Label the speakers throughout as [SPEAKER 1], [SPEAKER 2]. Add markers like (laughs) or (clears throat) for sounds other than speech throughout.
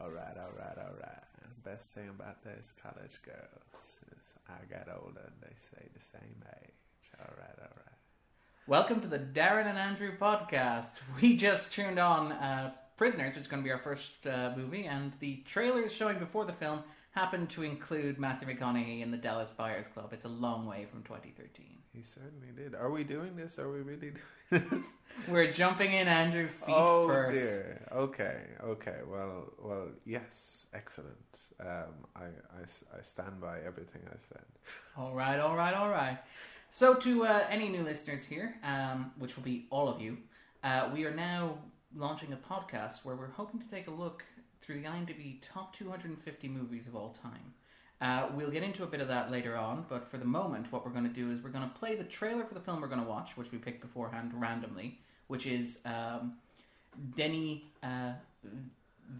[SPEAKER 1] All right, all right, all right. Best thing about those college girls is I got older and they stay the same age. All right, all right.
[SPEAKER 2] Welcome to the Darren and Andrew podcast. (laughs) We just turned on uh, Prisoners, which is going to be our first uh, movie, and the trailers showing before the film happened to include Matthew McConaughey in the Dallas Buyers Club. It's a long way from 2013.
[SPEAKER 1] He certainly did. Are we doing this? Are we really (laughs) doing this?
[SPEAKER 2] We're jumping in, Andrew, feet
[SPEAKER 1] oh
[SPEAKER 2] first.
[SPEAKER 1] dear. Okay, okay. Well, well. Yes, excellent. Um, I, I s- I stand by everything I said.
[SPEAKER 2] All right, all right, all right. So, to uh, any new listeners here, um, which will be all of you, uh, we are now launching a podcast where we're hoping to take a look through the IMDb top 250 movies of all time. Uh, we'll get into a bit of that later on, but for the moment, what we're going to do is we're going to play the trailer for the film we're going to watch, which we picked beforehand randomly, which is um, Denny uh,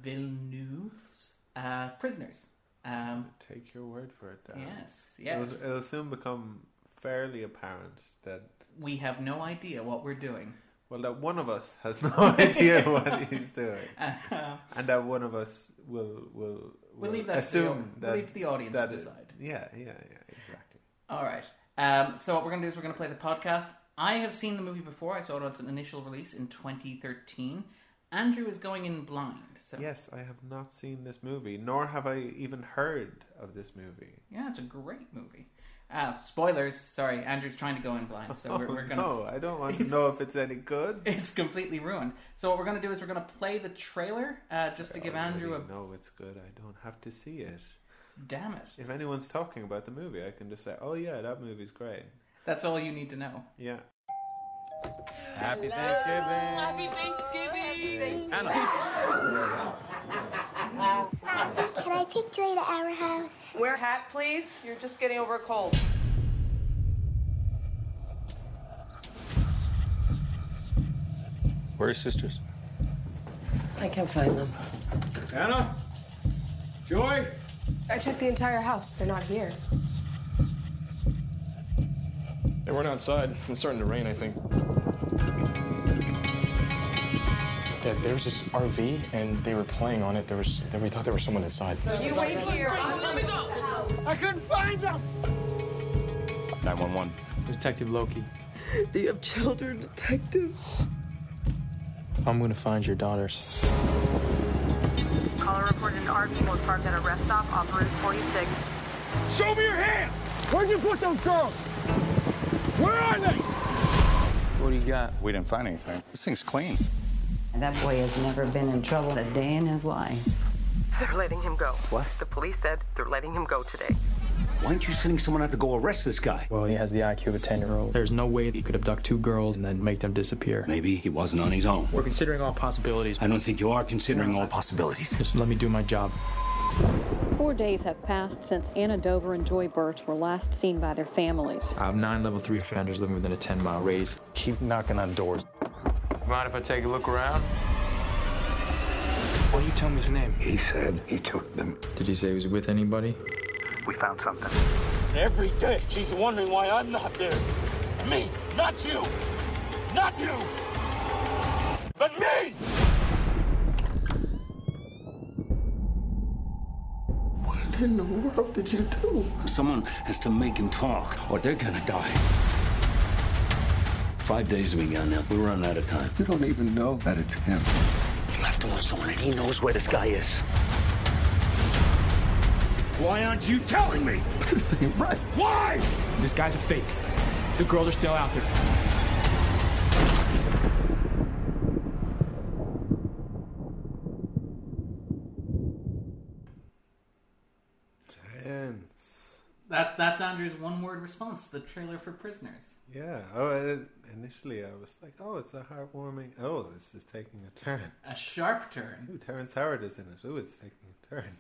[SPEAKER 2] Villeneuve's uh, Prisoners. Um,
[SPEAKER 1] Take your word for it. Dan.
[SPEAKER 2] yes, yes.
[SPEAKER 1] It'll, it'll soon become fairly apparent that
[SPEAKER 2] we have no idea what we're doing. (laughs)
[SPEAKER 1] well that one of us has no (laughs) idea what he's doing,
[SPEAKER 2] Uh,
[SPEAKER 1] and that one of us will will,
[SPEAKER 2] we'll
[SPEAKER 1] will
[SPEAKER 2] leave that
[SPEAKER 1] assume
[SPEAKER 2] to the,
[SPEAKER 1] that
[SPEAKER 2] we'll leave the audience to
[SPEAKER 1] that is-
[SPEAKER 2] decide.
[SPEAKER 1] yeah yeah yeah exactly.
[SPEAKER 2] All right. Um, so what we're going to do is we're going to play the podcast. I have seen the movie before. I saw it on its initial release in 2013. Andrew is going in blind. So
[SPEAKER 1] Yes, I have not seen this movie, nor have I even heard of this movie.
[SPEAKER 2] yeah, it's a great movie. Uh, spoilers. Sorry, Andrew's trying to go in blind, so
[SPEAKER 1] (laughs) oh,
[SPEAKER 2] we're, we're going to
[SPEAKER 1] no, I don't want to know if it's any good.
[SPEAKER 2] (laughs) it's completely ruined. So what we're going to do is we're going to play the trailer uh, just to give
[SPEAKER 1] Oh, I already
[SPEAKER 2] Andrew a
[SPEAKER 1] know it's good. I don't have to see it.
[SPEAKER 2] damn it.
[SPEAKER 1] If anyone's talking about the movie, I can just say, "Oh yeah, that movie's great."
[SPEAKER 2] That's all you need to know.
[SPEAKER 1] Yeah.
[SPEAKER 3] Happy Thanksgiving.
[SPEAKER 4] Happy Thanksgiving!
[SPEAKER 5] Can I take Joy to our house?
[SPEAKER 4] Wear a hat, please. You're just getting over a cold.
[SPEAKER 3] Where are your sisters?
[SPEAKER 6] I can't find them.
[SPEAKER 3] Anna? Joy?
[SPEAKER 7] I checked the entire house. They're not here.
[SPEAKER 3] They weren't outside. It's starting to rain, I think. Dad, there was this RV and they were playing on it. There was, then we thought there was someone inside.
[SPEAKER 4] You wait here. I'll-
[SPEAKER 3] 911. Detective Loki.
[SPEAKER 6] Do you have children, detective?
[SPEAKER 3] I'm gonna find your daughters.
[SPEAKER 8] Caller reported an RV was parked at a rest stop off Route (laughs) 46.
[SPEAKER 9] Show me your hands! Where'd you put those girls? Where are they?
[SPEAKER 3] What do you got?
[SPEAKER 10] We didn't find anything. This thing's clean.
[SPEAKER 6] That boy has never been in trouble a day in his life.
[SPEAKER 8] They're letting him go. What? The police said they're letting him go today.
[SPEAKER 9] Why aren't you sending someone out to go arrest this guy?
[SPEAKER 3] Well, he has the IQ of a 10 year old. There's no way he could abduct two girls and then make them disappear.
[SPEAKER 9] Maybe he wasn't on his own.
[SPEAKER 3] We're considering all possibilities.
[SPEAKER 9] I don't think you are considering all possibilities.
[SPEAKER 3] Just let me do my job.
[SPEAKER 11] Four days have passed since Anna Dover and Joy Birch were last seen by their families.
[SPEAKER 3] I have nine level three offenders living within a 10 mile radius.
[SPEAKER 10] Keep knocking on doors.
[SPEAKER 3] Mind if I take a look around? Why you tell me his name?
[SPEAKER 9] He said he took them.
[SPEAKER 3] Did he say he was with anybody?
[SPEAKER 10] We found something.
[SPEAKER 9] Every day she's wondering why I'm not there. Me, not you. Not you. But me! What in the world did you do? Someone has to make him talk, or they're gonna die. Five days we got now. We run out of time. You don't even know that it's him. You have to want someone, and he knows where this guy is. Why aren't you telling me? This ain't right. Why?
[SPEAKER 3] This guy's a fake. The girls are still out there.
[SPEAKER 1] Tense.
[SPEAKER 2] That that's Andrew's one word response to the trailer for Prisoners.
[SPEAKER 1] Yeah. Oh, I, initially I was like, "Oh, it's a heartwarming." Oh, this is taking a turn. (laughs)
[SPEAKER 2] A sharp turn.
[SPEAKER 1] Ooh, Terrence Howard is in it. Ooh, it's taking a turn. (laughs)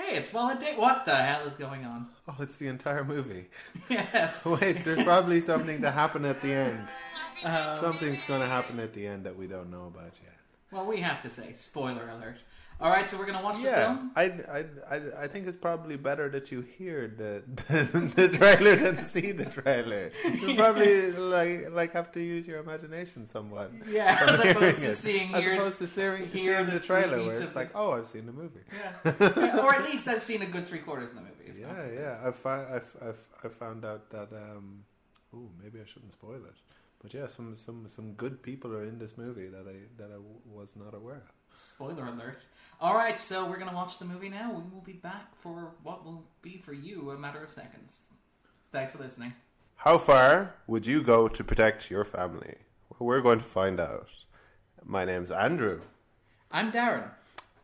[SPEAKER 2] Hey, it's Valentine. What the hell is going on? (laughs)
[SPEAKER 1] Oh, it's the entire movie. (laughs)
[SPEAKER 2] Yes.
[SPEAKER 1] Wait, there's probably something to happen at the end. Something's going to happen at the end that we don't know about yet.
[SPEAKER 2] Well, we have to say spoiler alert. All right, so we're gonna watch the
[SPEAKER 1] Yeah,
[SPEAKER 2] film.
[SPEAKER 1] I, I, I, I think it's probably better that you hear the (laughs) the, the trailer than see the trailer. You probably like like have to use your imagination somewhat. (laughs)
[SPEAKER 2] Yeah,
[SPEAKER 1] from
[SPEAKER 2] as
[SPEAKER 1] hearing
[SPEAKER 2] opposed to
[SPEAKER 1] it.
[SPEAKER 2] seeing
[SPEAKER 1] as
[SPEAKER 2] ears-
[SPEAKER 1] opposed to seeing,
[SPEAKER 2] hear
[SPEAKER 1] seeing the,
[SPEAKER 2] the
[SPEAKER 1] trailer,
[SPEAKER 2] beats
[SPEAKER 1] where
[SPEAKER 2] of
[SPEAKER 1] it's
[SPEAKER 2] the-
[SPEAKER 1] like, oh, I've seen the movie.
[SPEAKER 2] Yeah, or at least I've seen a good three quarters of the movie. if not
[SPEAKER 1] Yeah,
[SPEAKER 2] two
[SPEAKER 1] yeah. I found I, f- I, f- I found out that um, ooh, maybe I shouldn't spoil it, but yeah, some some some good people are in this movie that I that I w- was not aware of.
[SPEAKER 2] Spoiler alert. All right, so we're going to watch the movie now. We will be back for what will be for you a matter of seconds. Thanks for listening.
[SPEAKER 1] How far would you go to protect your family? Well, we're going to find out. My name's Andrew,
[SPEAKER 2] I'm Darren.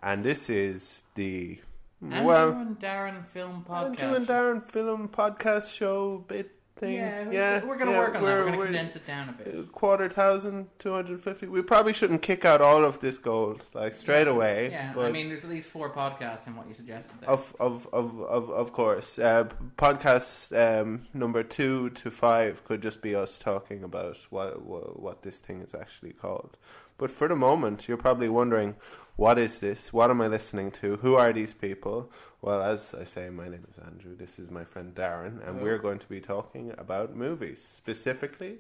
[SPEAKER 1] and this is the
[SPEAKER 2] Andrew
[SPEAKER 1] well
[SPEAKER 2] and Darren Film Podcast.
[SPEAKER 1] Andrew and Darren film podcast show bit thing.
[SPEAKER 2] Yeah,
[SPEAKER 1] Yeah,
[SPEAKER 2] it's- we're gonna
[SPEAKER 1] yeah,
[SPEAKER 2] work on that. We're gonna condense it down a bit.
[SPEAKER 1] Quarter thousand, two hundred fifty. We probably shouldn't kick out all of this gold like straight away.
[SPEAKER 2] Yeah, I
[SPEAKER 1] but- Oh.
[SPEAKER 2] mean, there's at least four podcasts in what you suggested. There.
[SPEAKER 1] of of of of of course. Uh, podcast um, number two to five could just be us talking about what, what what this thing is actually called. But for the moment, you're probably wondering, what is this? What am I listening to? Who are these people? Well, as I say, my name is Andrew. This is my friend Darren, and
[SPEAKER 2] Hello.
[SPEAKER 1] we're going to be talking about movies specifically.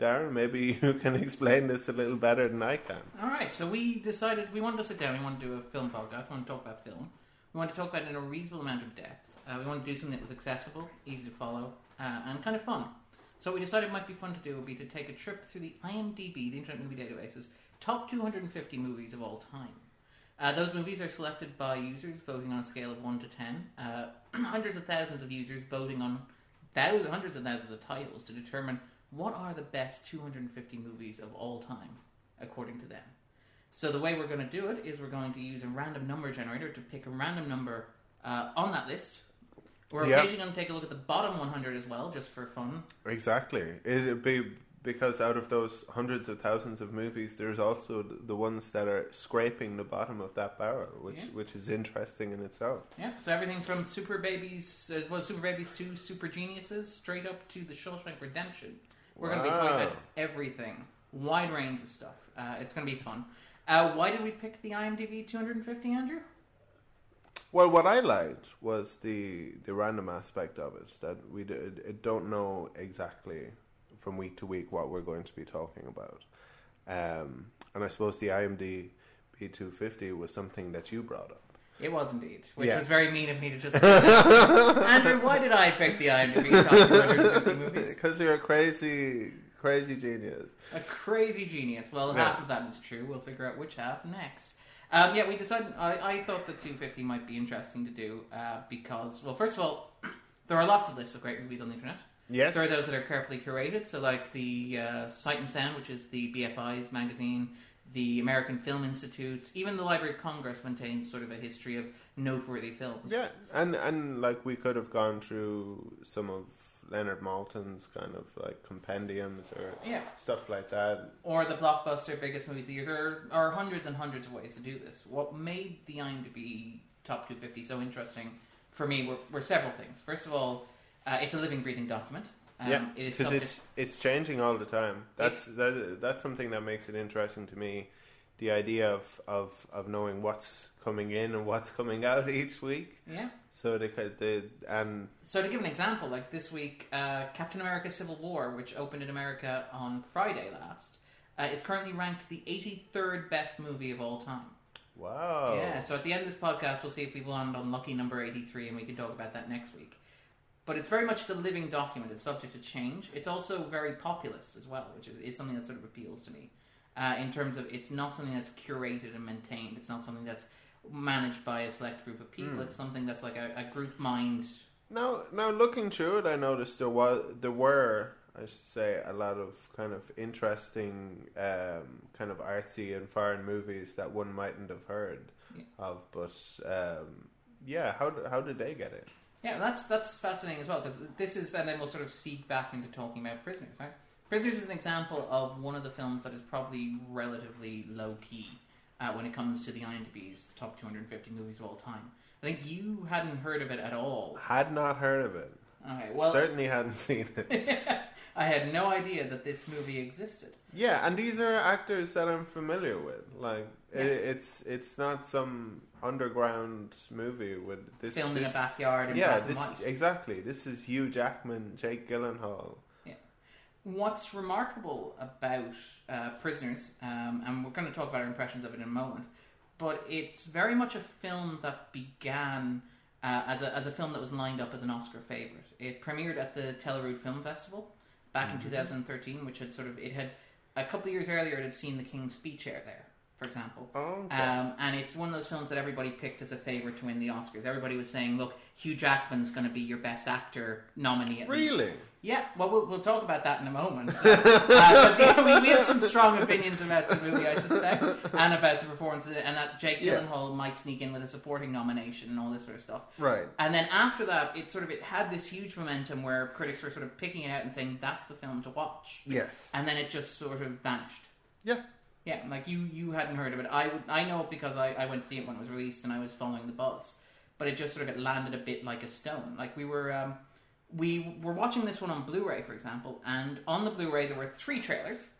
[SPEAKER 1] Darren, maybe (laughs) you can explain this a little better than I can.
[SPEAKER 2] All right, so we decided we wanted to sit down. We wanted to do a film podcast. We wanted to talk about film. We wanted to talk about it in a reasonable amount of depth. Uh, we wanted to do something that was accessible, easy to follow, uh, and kind of fun. So what we decided might be fun to do would be to take a trip through the IMDb, the Internet Movie Database's top 250 movies of all time. Uh, those movies are selected by users voting on a scale of 1 to 10. Uh, (clears throat) hundreds of thousands of users voting on thousands, hundreds of thousands of titles to determine what are the best 250 movies of all time, according to them. So the way we're going to do it is we're going to use a random number generator to pick a random number uh, on that list. We're
[SPEAKER 1] Yeah.
[SPEAKER 2] occasionally going to take a look at the bottom 100 as well, just for fun.
[SPEAKER 1] Exactly. It it be because out of those hundreds of thousands of movies, there's also th- the ones that are scraping the bottom of that barrel, which
[SPEAKER 2] Yeah.
[SPEAKER 1] which is interesting in itself.
[SPEAKER 2] Yeah, so everything from Super Babies, uh, well, Super Babies to Super Geniuses, straight up to The Shawshank Redemption. We're going to be talking
[SPEAKER 1] Wow.
[SPEAKER 2] about everything, wide range of stuff. Uh, it's going to be fun. Uh, why did we pick the IMDb 250, Andrew?
[SPEAKER 1] Well, what I liked was the the random aspect of it that we d- uh, don't know exactly from week to week what we're going to be talking about, um, and I suppose the IMDb 250 was something that you brought up.
[SPEAKER 2] It was indeed, which
[SPEAKER 1] Yeah.
[SPEAKER 2] was very mean of me
[SPEAKER 1] (laughs)
[SPEAKER 2] to just. Andrew, why did I pick the IMDb top 250 movies?
[SPEAKER 1] Because you're a crazy, crazy genius.
[SPEAKER 2] A crazy genius. Well,
[SPEAKER 1] Yeah.
[SPEAKER 2] half of that is true. We'll figure out which half next. Um, yeah, we decided. I, I thought the 250 might be interesting to do uh, because, well, first of all, (clears throat) there are lots of lists of great movies on the internet.
[SPEAKER 1] Yes.
[SPEAKER 2] There are those that are carefully curated, so like the uh, Sight and Sound, which is the BFI's magazine, the American Film Institute, even the Library of Congress maintains sort of a history of noteworthy films.
[SPEAKER 1] Yeah, and and like we could have gone through some of Leonard Maltin's kind of like compendiums or
[SPEAKER 2] Yeah.
[SPEAKER 1] stuff like that.
[SPEAKER 2] or the blockbuster biggest movies of the year. There are hundreds and hundreds of ways to do this. What made the IMDb top 250 so interesting for me were, were several things. First of all, uh, it's a living, breathing document. Um,
[SPEAKER 1] yeah,
[SPEAKER 2] it is
[SPEAKER 1] because
[SPEAKER 2] subject.
[SPEAKER 1] it's it's changing all the time. That's that, that's something that makes it interesting to me. The idea of, of, of knowing what's coming in and what's coming out (laughs) each week.
[SPEAKER 2] Yeah.
[SPEAKER 1] So they could they, and
[SPEAKER 2] So to give an example, like this week, uh, Captain America: Civil War, which opened in America on Friday last, uh, is currently ranked the 83rd best movie of all time.
[SPEAKER 1] wow.
[SPEAKER 2] Yeah, so at the end of this podcast, we'll see if we land on lucky number 83 and we can talk about that next week. But it's very much it's a living document. It's subject to change. It's also very populist as well, which is, is something that sort of appeals to me uh, in terms of it's not something that's curated and maintained. It's not something that's managed by a select group of people. It's something that's like a, a group mind.
[SPEAKER 1] Now, now looking through it, I noticed there was there were I should say a lot of kind of interesting, um, kind of artsy and foreign movies that one mightn't have heard of. But um, yeah, how d- how did they get it?
[SPEAKER 2] Yeah, that's that's fascinating as well because this is, and then we'll sort of seed back into talking about prisoners, right? Prisoners is an example of one of the films that is probably relatively low key uh, when it comes to the IMDb's top 250 movies of all time. I think you hadn't heard of it at all.
[SPEAKER 1] Had not heard of it.
[SPEAKER 2] Okay,
[SPEAKER 1] (laughs)
[SPEAKER 2] well,
[SPEAKER 1] Certainly hadn't seen it.
[SPEAKER 2] (laughs) I had no idea that this movie existed.
[SPEAKER 1] Yeah, and these are actors that I'm familiar with. Like i it's it's not some underground movie with this
[SPEAKER 2] Filmed in
[SPEAKER 1] this-
[SPEAKER 2] a backyard in
[SPEAKER 1] yeah,
[SPEAKER 2] black and
[SPEAKER 1] this
[SPEAKER 2] white.
[SPEAKER 1] exactly. This is Hugh Jackman, Jake Gyllenhaal.
[SPEAKER 2] Yeah. What's remarkable about uh, Prisoners, um, and we're going to talk about our impressions of it in a moment, but it's very much a film that began uh, as, a, as a film that was lined up as an Oscar favourite. It premiered at the Telluride Film Festival back
[SPEAKER 1] Mm-hmm.
[SPEAKER 2] in 2013, which had sort of, it had, a couple of years earlier, it had seen The King's Speech air there, for example.
[SPEAKER 1] Oh, Okay.
[SPEAKER 2] Um, and it's one of those films that everybody picked as a favourite to win the Oscars. Everybody was saying, look, Hugh Jackman's going to be your best actor nominee at least.
[SPEAKER 1] Really?
[SPEAKER 2] Yeah, well, well, we'll talk about that in a moment. Uh, 'cause, yeah, we, we have some strong opinions about the movie, I suspect, and about the performances, and that Jake
[SPEAKER 1] Yeah.
[SPEAKER 2] Gyllenhaal might sneak in with a supporting nomination and all this sort of stuff.
[SPEAKER 1] Right.
[SPEAKER 2] And then after that, it sort of it had this huge momentum where critics were sort of picking it out and saying that's the film to watch.
[SPEAKER 1] Yes.
[SPEAKER 2] And then it just sort of vanished.
[SPEAKER 1] Yeah.
[SPEAKER 2] Yeah, like you you hadn't heard of it. I would I know it because I, I went to see it when it was released and I was following the buzz. But it just sort of it landed a bit like a stone. Like we were um, we were watching this one on Blu-ray, for example, and on the Blu-ray there were three trailers.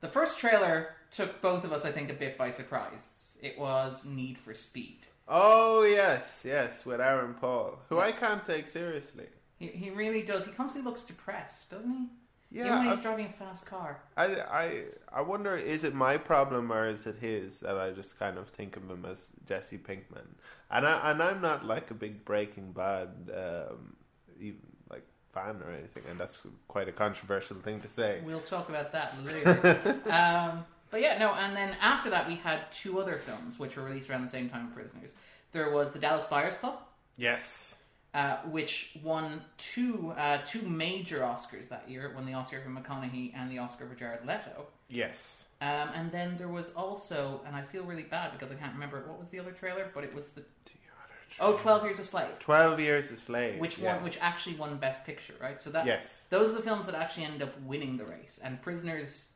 [SPEAKER 2] The first trailer took both of us, I think, a bit by surprise. It was Need for Speed.
[SPEAKER 1] Oh yes, yes, with Aaron Paul, who I can't take seriously.
[SPEAKER 2] He, he really does. He constantly looks depressed, doesn't he?
[SPEAKER 1] Yeah,
[SPEAKER 2] Even when he's
[SPEAKER 1] I've-
[SPEAKER 2] driving a fast car.
[SPEAKER 1] I, I, I wonder is it my problem or is it his that I just kind of think of him as Jesse Pinkman, and I and I'm not like a big Breaking Bad um, even like fan or anything, and that's quite a controversial thing to say.
[SPEAKER 2] We'll talk about that later. um, but yeah, no, and then after that, we had two other films which were released around the same time as Prisoners. There was The Dallas Buyers Club,
[SPEAKER 1] Yes,
[SPEAKER 2] uh, which won two uh, two major Oscars that year. It won the Oscar for McConaughey and the Oscar for Jared Leto.
[SPEAKER 1] yes,
[SPEAKER 2] Um, and then there was also, and I feel really bad because I can't remember what was the other trailer, but it was the. Oh, 12 Years a Slave.
[SPEAKER 1] Twelve Years a Slave.
[SPEAKER 2] Which
[SPEAKER 1] yeah.
[SPEAKER 2] won, which actually won Best Picture, right? So that
[SPEAKER 1] Yes.
[SPEAKER 2] those are the films that actually ended up winning the race, and Prisoners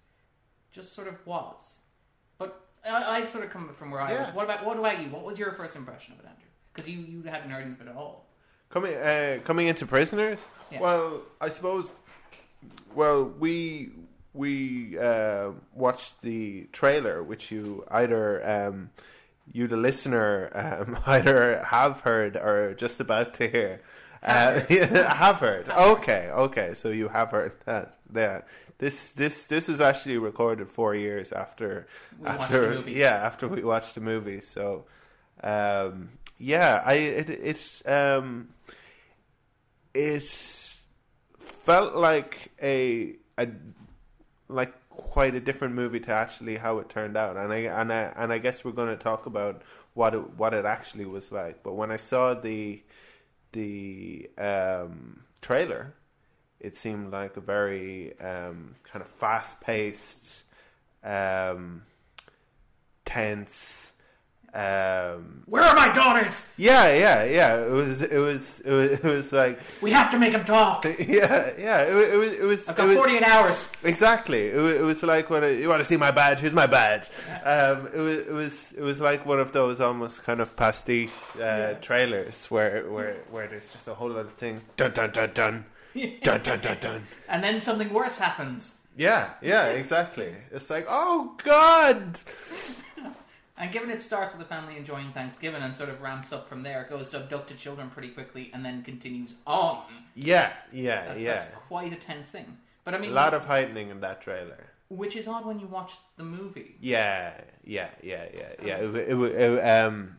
[SPEAKER 2] just sort of was. But I, I've sort of come from where I
[SPEAKER 1] Yeah.
[SPEAKER 2] was. What about what about you? What was your first impression of it, Andrew? Because you you hadn't heard of it at all.
[SPEAKER 1] coming uh, coming into prisoners.
[SPEAKER 2] Yeah.
[SPEAKER 1] Well, I suppose. Well, we we uh, watched the trailer, which you either um, you the listener um, (laughs) either have heard or just about to hear. Uh, (laughs) have heard. Okay, okay. So you have heard that. Yeah. This this this was actually recorded four years after
[SPEAKER 2] We watched
[SPEAKER 1] after
[SPEAKER 2] the movie.
[SPEAKER 1] yeah after we watched the movie. So um, yeah, I it, it's um, it's felt like a a like quite a different movie to actually how it turned out, and I and I and I guess we're going to talk about what it, what it actually was like. But when I saw the the um, trailer, it seemed like a very um, kind of fast paced, um, tense. Um,
[SPEAKER 2] Where are my daughters?
[SPEAKER 1] yeah, yeah, yeah. It was, it was, it was, it was like, (laughs)
[SPEAKER 2] We have to make them talk.
[SPEAKER 1] yeah, yeah. It, wa- it was, it was.
[SPEAKER 2] I've
[SPEAKER 1] it
[SPEAKER 2] got
[SPEAKER 1] was-
[SPEAKER 2] forty eight hours.
[SPEAKER 1] Exactly. It, wa- it was like when I, you want to see my badge. Here's my badge. Um, it was it was it was like one of those almost kind of pastiche uh, trailers where where where there's just a whole lot of things. Dun dun dun
[SPEAKER 2] (laughs)
[SPEAKER 1] dun dun dun dun dun.
[SPEAKER 2] And then something worse happens.
[SPEAKER 1] Yeah, yeah, exactly. It's like oh god.
[SPEAKER 2] And given it starts with the family enjoying Thanksgiving and sort of ramps up from there, it goes to abducted children pretty quickly and then continues on.
[SPEAKER 1] Yeah, yeah,
[SPEAKER 2] That-
[SPEAKER 1] yeah.
[SPEAKER 2] That's quite a tense thing. But I mean,
[SPEAKER 1] A lot of heightening in that trailer.
[SPEAKER 2] Which is odd when you watch the movie.
[SPEAKER 1] Yeah, yeah, yeah, yeah, yeah. It, wa- it, wa- it, um,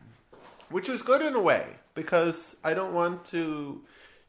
[SPEAKER 1] which was good in a way because I don't want to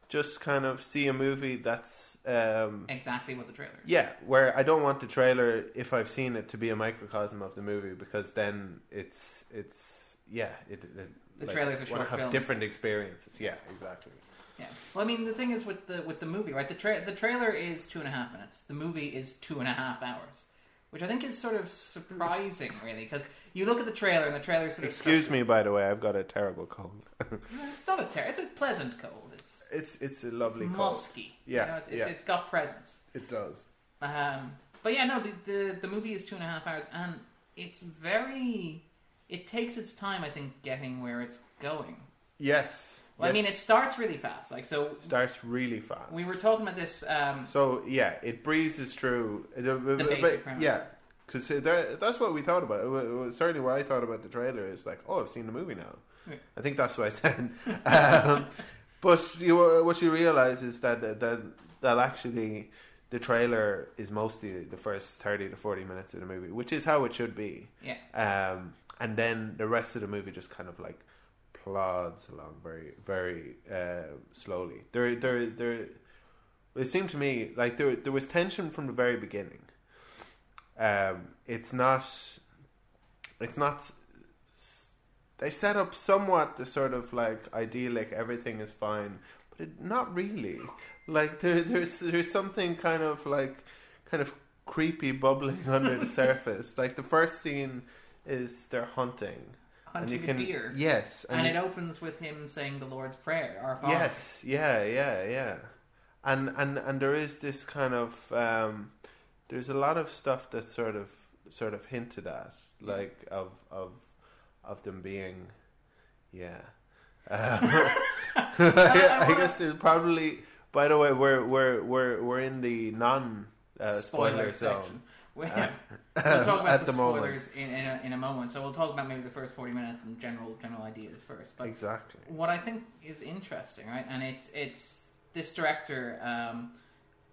[SPEAKER 1] just kind of see a movie that's um,
[SPEAKER 2] Exactly what the trailer is.
[SPEAKER 1] yeah, where I don't want the trailer if I've seen it to be a microcosm of the movie because then it's it's yeah. It, it,
[SPEAKER 2] The trailer's a
[SPEAKER 1] wanna
[SPEAKER 2] short
[SPEAKER 1] have
[SPEAKER 2] film.
[SPEAKER 1] different experiences. Yeah, exactly.
[SPEAKER 2] Yeah. Well, I mean, the thing is with the with the movie, right? The tra- the trailer is two and a half minutes. The movie is two and a half hours, which I think is sort of surprising, really, because you look at the trailer and the trailer sort of
[SPEAKER 1] Excuse me, by the way, I've got a terrible cold. (laughs)
[SPEAKER 2] It's not a terror. It's a pleasant cold. It's
[SPEAKER 1] it's it's a lovely cold.
[SPEAKER 2] musky.
[SPEAKER 1] Yeah,
[SPEAKER 2] You know, it's,
[SPEAKER 1] yeah.
[SPEAKER 2] It's, it's got presence.
[SPEAKER 1] It does.
[SPEAKER 2] Um, but yeah, no, the, the the movie is two and a half hours, and it's very. It takes its time, I think, getting where it's going.
[SPEAKER 1] Yes.
[SPEAKER 2] Well,
[SPEAKER 1] Yes.
[SPEAKER 2] I mean, it starts really fast. Like so,
[SPEAKER 1] Starts really fast.
[SPEAKER 2] we were talking about this. Um,
[SPEAKER 1] So yeah, it breezes through. The, the
[SPEAKER 2] basic premise.
[SPEAKER 1] Yeah, because that, that's what we thought about. It wa- it was certainly, what I thought about the trailer is like, oh, I've seen the movie now.
[SPEAKER 2] Yeah.
[SPEAKER 1] I think that's what I said. (laughs) um, but you, what you realize is that that that, that actually. The trailer is mostly the first thirty to forty minutes of the movie, which is how it should be.
[SPEAKER 2] Yeah.
[SPEAKER 1] Um, and then the rest of the movie just kind of like plods along very, very uh, slowly. There, there, there. It seemed to me like there, there was tension from the very beginning. Um, it's not, it's not. They set up somewhat the sort of like idyllic, everything is fine, but it, not really. Like there, there's there's something kind of like, kind of creepy bubbling (laughs) under the surface. Like the first scene is they're hunting,
[SPEAKER 2] Hunting a deer.
[SPEAKER 1] Yes,
[SPEAKER 2] and
[SPEAKER 1] you-
[SPEAKER 2] it opens with him saying the Lord's Prayer. Our Father.
[SPEAKER 1] Yes, yeah, yeah, yeah. And and and there is this kind of um there's a lot of stuff that's sort of sort of hinted at, like of of of them being
[SPEAKER 2] (laughs)
[SPEAKER 1] yeah. (laughs) Uh, I, guess it probably by the way we're we're we're we're in the non uh, spoiler,
[SPEAKER 2] spoiler
[SPEAKER 1] zone. Uh,
[SPEAKER 2] section. We'll,
[SPEAKER 1] (laughs)
[SPEAKER 2] we'll talk about
[SPEAKER 1] at
[SPEAKER 2] the,
[SPEAKER 1] the moment.
[SPEAKER 2] spoilers in, in, a, in a moment. So we'll talk about maybe the first forty minutes and general general ideas first. But
[SPEAKER 1] Exactly.
[SPEAKER 2] what I think is interesting, right? And it's it's this director, um,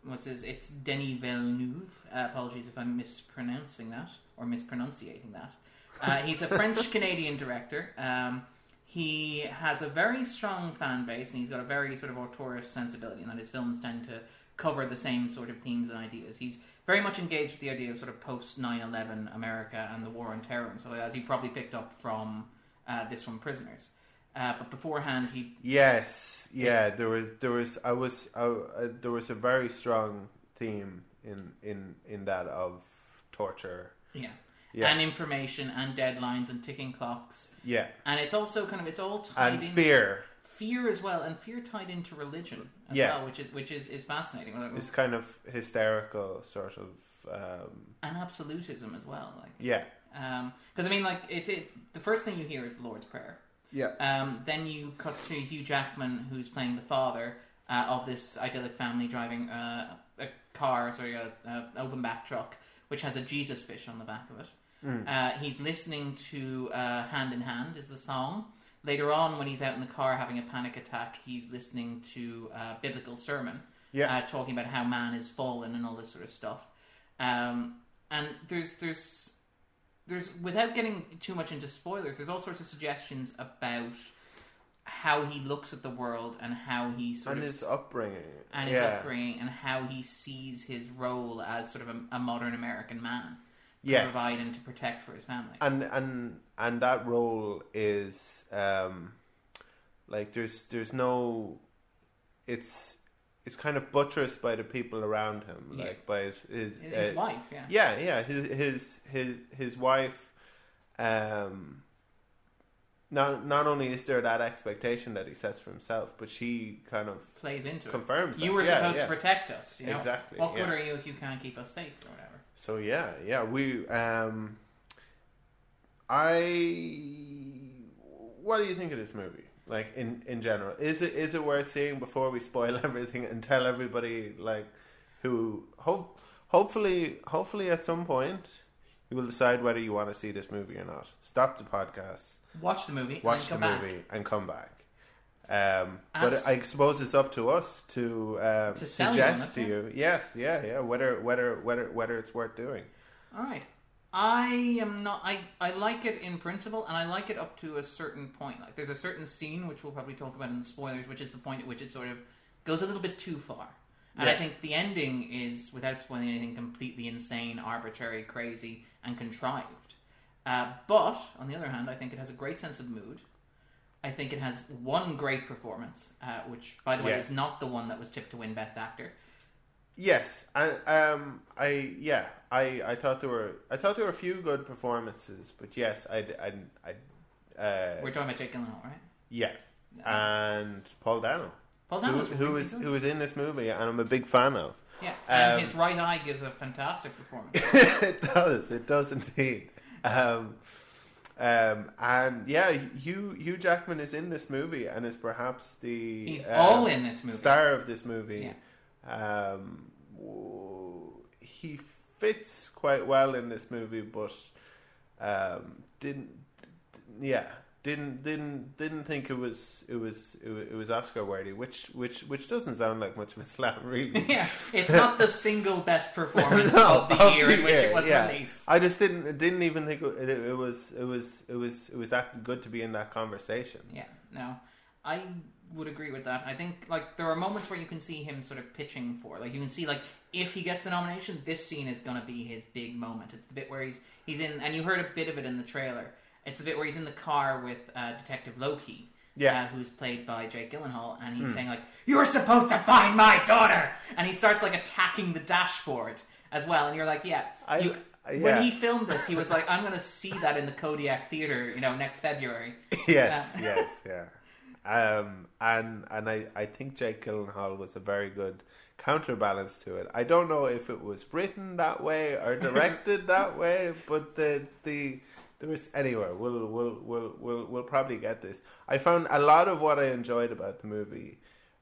[SPEAKER 2] what's his? It's Denis Villeneuve. Uh, apologies if I'm mispronouncing that or mispronunciating that. Uh, he's a French Canadian director. Um, he has a very strong fan base, and he's got a very sort of auteurish sensibility, and that his films tend to cover the same sort of themes and ideas. He's very much engaged with the idea of sort of post 9-11 America and the war on terror and so like that, as he probably picked up from uh, this one, Prisoners. Uh, but beforehand, he
[SPEAKER 1] Yes, yeah. There was, there was. I was. I, I, there was a very strong theme in in in that of torture.
[SPEAKER 2] yeah.
[SPEAKER 1] Yeah.
[SPEAKER 2] and information and deadlines and ticking clocks,
[SPEAKER 1] Yeah,
[SPEAKER 2] and it's also kind of it's all tied
[SPEAKER 1] and
[SPEAKER 2] in
[SPEAKER 1] fear
[SPEAKER 2] fear as well, and fear tied into religion as
[SPEAKER 1] Yeah.
[SPEAKER 2] well, which is which is is fascinating. Like,
[SPEAKER 1] is kind of hysterical, sort of. Um,
[SPEAKER 2] and absolutism as well, like
[SPEAKER 1] yeah,
[SPEAKER 2] because I mean, like it's it. The first thing you hear is the Lord's Prayer.
[SPEAKER 1] yeah,
[SPEAKER 2] Um, then you cut to Hugh Jackman, who's playing the father uh, of this idyllic family, driving uh, a car, sorry, a, a open back truck, which has a Jesus fish on the back of it. Uh, he's listening to uh, "Hand in Hand" is the song. Later on, when he's out in the car having a panic attack, he's listening to uh, biblical sermon,
[SPEAKER 1] Yeah.
[SPEAKER 2] uh, talking about how man is fallen and all this sort of stuff. Um, and there's there's there's without getting too much into spoilers, there's all sorts of suggestions about how he looks at the world and how he sort
[SPEAKER 1] and
[SPEAKER 2] of
[SPEAKER 1] his upbringing.
[SPEAKER 2] and his
[SPEAKER 1] yeah.
[SPEAKER 2] upbringing and how he sees his role as sort of a, a modern American man to
[SPEAKER 1] Yes.
[SPEAKER 2] provide and to protect for his family.
[SPEAKER 1] and and and that role is um like there's there's no it's it's kind of buttressed by the people around him
[SPEAKER 2] Yeah.
[SPEAKER 1] like by his his,
[SPEAKER 2] his
[SPEAKER 1] uh,
[SPEAKER 2] wife, yeah.
[SPEAKER 1] yeah yeah his his his his wife um not not only is there that expectation that he sets for himself but she kind of
[SPEAKER 2] plays into
[SPEAKER 1] confirms
[SPEAKER 2] it. You
[SPEAKER 1] that,
[SPEAKER 2] were
[SPEAKER 1] yeah,
[SPEAKER 2] supposed
[SPEAKER 1] yeah.
[SPEAKER 2] to protect us. You know?
[SPEAKER 1] Exactly,
[SPEAKER 2] What good
[SPEAKER 1] yeah.
[SPEAKER 2] are you if you can't keep us safe or whatever?
[SPEAKER 1] So yeah, yeah, we um I what do you think of this movie? Like in in general, is it is it worth seeing before we spoil (laughs) everything and tell everybody like who hope hopefully hopefully at some point you will decide whether you want to see this movie or not. Stop the podcast,
[SPEAKER 2] Watch the movie.
[SPEAKER 1] watch the
[SPEAKER 2] and then come
[SPEAKER 1] movie
[SPEAKER 2] Back.
[SPEAKER 1] and come back. Um, but
[SPEAKER 2] As-
[SPEAKER 1] I suppose it's up to us to, um,
[SPEAKER 2] To sell you on
[SPEAKER 1] suggest to
[SPEAKER 2] it, yeah.
[SPEAKER 1] you, yes, yeah, yeah, whether whether whether whether it's worth doing.
[SPEAKER 2] All right. I am not. I, I like it in principle, and I like it up to a certain point. Like there's a certain scene which we'll probably talk about in the spoilers, which is the point at which it sort of goes a little bit too far. And I
[SPEAKER 1] Yeah.
[SPEAKER 2] think the ending is, without spoiling anything, completely insane, arbitrary, crazy, and contrived. Uh, but on the other hand, I think it has a great sense of mood. I think it has one great performance, uh, which, by the way,
[SPEAKER 1] Yeah.
[SPEAKER 2] is not the one that was tipped to win Best Actor.
[SPEAKER 1] Yes, I um I yeah I I thought there were I thought there were a few good performances, but yes I I I uh
[SPEAKER 2] We're talking about Jake Gyllenhaal, right?
[SPEAKER 1] yeah and Paul Dano
[SPEAKER 2] Paul
[SPEAKER 1] who,
[SPEAKER 2] Dano's
[SPEAKER 1] who
[SPEAKER 2] really
[SPEAKER 1] is
[SPEAKER 2] good.
[SPEAKER 1] who is in this movie and I'm a big fan of.
[SPEAKER 2] Yeah, and
[SPEAKER 1] Um,
[SPEAKER 2] his right eye
[SPEAKER 1] (laughs)
[SPEAKER 2] gives a fantastic performance.
[SPEAKER 1] it does it does indeed. Um, Um, and yeah, Hugh Hugh Jackman is in this movie and is perhaps the
[SPEAKER 2] He's
[SPEAKER 1] uh,
[SPEAKER 2] all in this movie.
[SPEAKER 1] star of this movie. Um, w- he fits quite well in this movie, but um, didn't. Yeah, didn't didn't didn't think it was it was it was, it was Oscar worthy, which which which doesn't sound like much of a slap, really.
[SPEAKER 2] (laughs) Yeah, it's not the single best (laughs)
[SPEAKER 1] (laughs)
[SPEAKER 2] performance
[SPEAKER 1] No,
[SPEAKER 2] of the year in which it was
[SPEAKER 1] yeah.
[SPEAKER 2] released.
[SPEAKER 1] I just didn't didn't even think it, it, it was it was it was it was that good to be in that conversation.
[SPEAKER 2] Yeah, no, I would agree with that. I think like there are moments where you can see him sort of pitching for, like you can see like if he gets the nomination, this scene is gonna be his big moment. It's the bit where he's he's in, and you heard a bit of it in the trailer. It's the bit where he's in the car with uh, Detective Loki.
[SPEAKER 1] Yeah.
[SPEAKER 2] uh, who's played by Jake Gyllenhaal, and he's
[SPEAKER 1] Hmm.
[SPEAKER 2] saying like, "You're supposed to find my daughter," and he starts like attacking the dashboard as well, and you're like, "Yeah."
[SPEAKER 1] I,
[SPEAKER 2] you-
[SPEAKER 1] I- yeah.
[SPEAKER 2] When he filmed this, he was like, "I'm going to see that in the Kodiak Theater, you know, next February."
[SPEAKER 1] yes,
[SPEAKER 2] Yeah.
[SPEAKER 1] yes, yeah. Um, and and I, I think Jake Gyllenhaal was a very good counterbalance to it. I don't know if it was written that way or directed that way, but the the there was anywhere we'll we'll we'll we'll we'll probably get this. I found a lot of what I enjoyed about the movie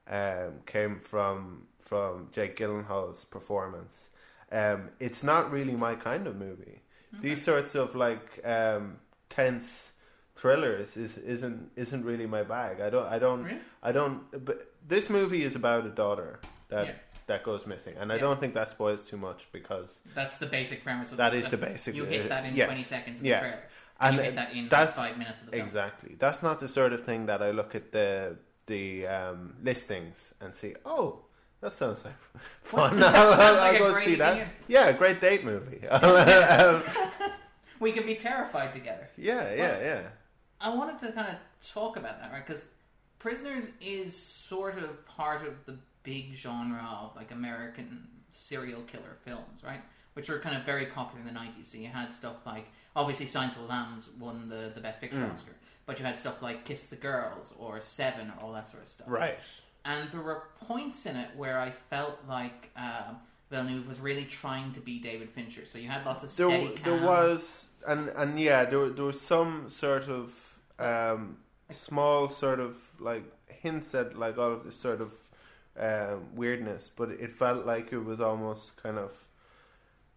[SPEAKER 1] um, came from from Jake Gyllenhaal's performance. Um, it's not really my kind of movie. These sorts of like um, tense thrillers is isn't isn't really my bag. I don't I don't
[SPEAKER 2] Really?
[SPEAKER 1] I don't. But this movie is about a daughter that
[SPEAKER 2] Yeah.
[SPEAKER 1] that goes missing, and I
[SPEAKER 2] Yeah.
[SPEAKER 1] don't think that spoils too much because
[SPEAKER 2] That's the basic premise. of
[SPEAKER 1] that
[SPEAKER 2] the,
[SPEAKER 1] is the basic. uh,
[SPEAKER 2] You hit that in
[SPEAKER 1] yes.
[SPEAKER 2] 20 seconds of
[SPEAKER 1] Yeah.
[SPEAKER 2] the trailer.
[SPEAKER 1] And
[SPEAKER 2] And you hit
[SPEAKER 1] it-
[SPEAKER 2] that in like
[SPEAKER 1] that's-
[SPEAKER 2] five minutes of the film.
[SPEAKER 1] Exactly. That's not the sort of thing that I look at the the um, listings and see. Oh, that sounds like (laughs) fun.
[SPEAKER 2] (laughs) That
[SPEAKER 1] I'll, (laughs)
[SPEAKER 2] sounds
[SPEAKER 1] I'll
[SPEAKER 2] like a
[SPEAKER 1] go
[SPEAKER 2] great
[SPEAKER 1] see that.
[SPEAKER 2] idea.
[SPEAKER 1] Yeah, a great date movie. (laughs) Um,
[SPEAKER 2] We can be terrified together.
[SPEAKER 1] yeah, yeah, yeah.
[SPEAKER 2] I wanted to kind of talk about that, right? Because Prisoners is sort of part of the big genre of like American serial killer films, right? Which were kind of very popular in the 90s. So you had stuff like, obviously, Signs of the Lambs won the, the Best Picture
[SPEAKER 1] Mm.
[SPEAKER 2] Oscar, but you had stuff like Kiss the Girls or Seven or all that sort of stuff.
[SPEAKER 1] Right.
[SPEAKER 2] and there were points in it where I felt like um Villeneuve was really trying to be David Fincher. So you had lots of
[SPEAKER 1] There,
[SPEAKER 2] steady
[SPEAKER 1] there was, and and yeah, there there was some sort of um, small sort of like hints at like all of this sort of um, weirdness, but it felt like it was almost kind of.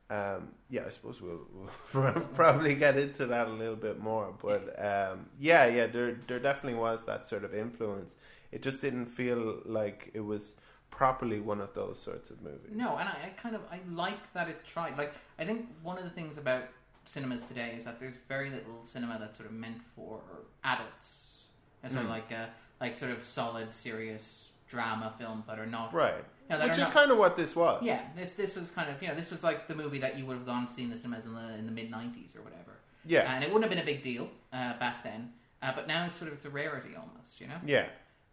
[SPEAKER 1] Um, yeah, I suppose we'll, (laughs) we'll
[SPEAKER 2] Mm-hmm.
[SPEAKER 1] probably get into that a little bit more, but um, yeah, yeah, there there definitely was that sort of influence. It just didn't feel like it was properly one of those sorts of movies.
[SPEAKER 2] No, and I, I kind of I like that it tried. Like I think one of the things about cinemas today is that there's very little cinema that's sort of meant for adults. And sort of
[SPEAKER 1] Mm.
[SPEAKER 2] like uh like sort of solid, serious drama films that are not
[SPEAKER 1] Right.
[SPEAKER 2] No, that
[SPEAKER 1] Which
[SPEAKER 2] are
[SPEAKER 1] is
[SPEAKER 2] not-
[SPEAKER 1] kind of what this was.
[SPEAKER 2] Yeah, this this was kind of you know this was like the movie that you would have gone to see in the cinemas in the in the mid '90s or whatever.
[SPEAKER 1] Yeah.
[SPEAKER 2] and it wouldn't have been a big deal uh, back then, uh, but now it's sort of it's a rarity almost, you know.
[SPEAKER 1] Yeah.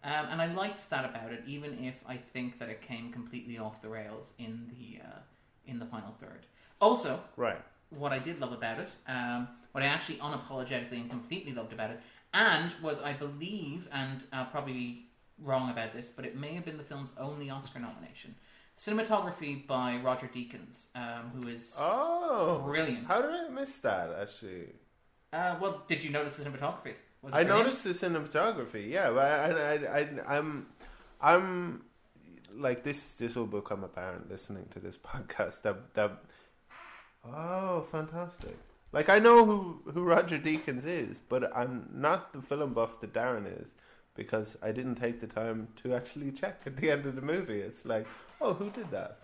[SPEAKER 2] Um, and I liked that about it, even if I think that it came completely off the rails in the uh, in the final third. Also,
[SPEAKER 1] Right.
[SPEAKER 2] what I did love about it, um, what I actually unapologetically and completely loved about it, and was I believe, and I'll probably be wrong about this, but it may have been the film's only Oscar nomination. Cinematography by Roger Deakins, um, who is
[SPEAKER 1] Oh,
[SPEAKER 2] brilliant.
[SPEAKER 1] How did I miss that? Actually,
[SPEAKER 2] Uh, well, did you notice the cinematography? Was it
[SPEAKER 1] I
[SPEAKER 2] brilliant?
[SPEAKER 1] noticed the cinematography. Yeah, but I, I, I, I'm, I'm like this. This will become apparent listening to this (laughs) podcast. That that. Oh, fantastic! Like I know who who Roger Deakins is, but I'm not the film buff that Darren is. Because I didn't take the time to actually check at the end of the movie. It's like, oh, who did that?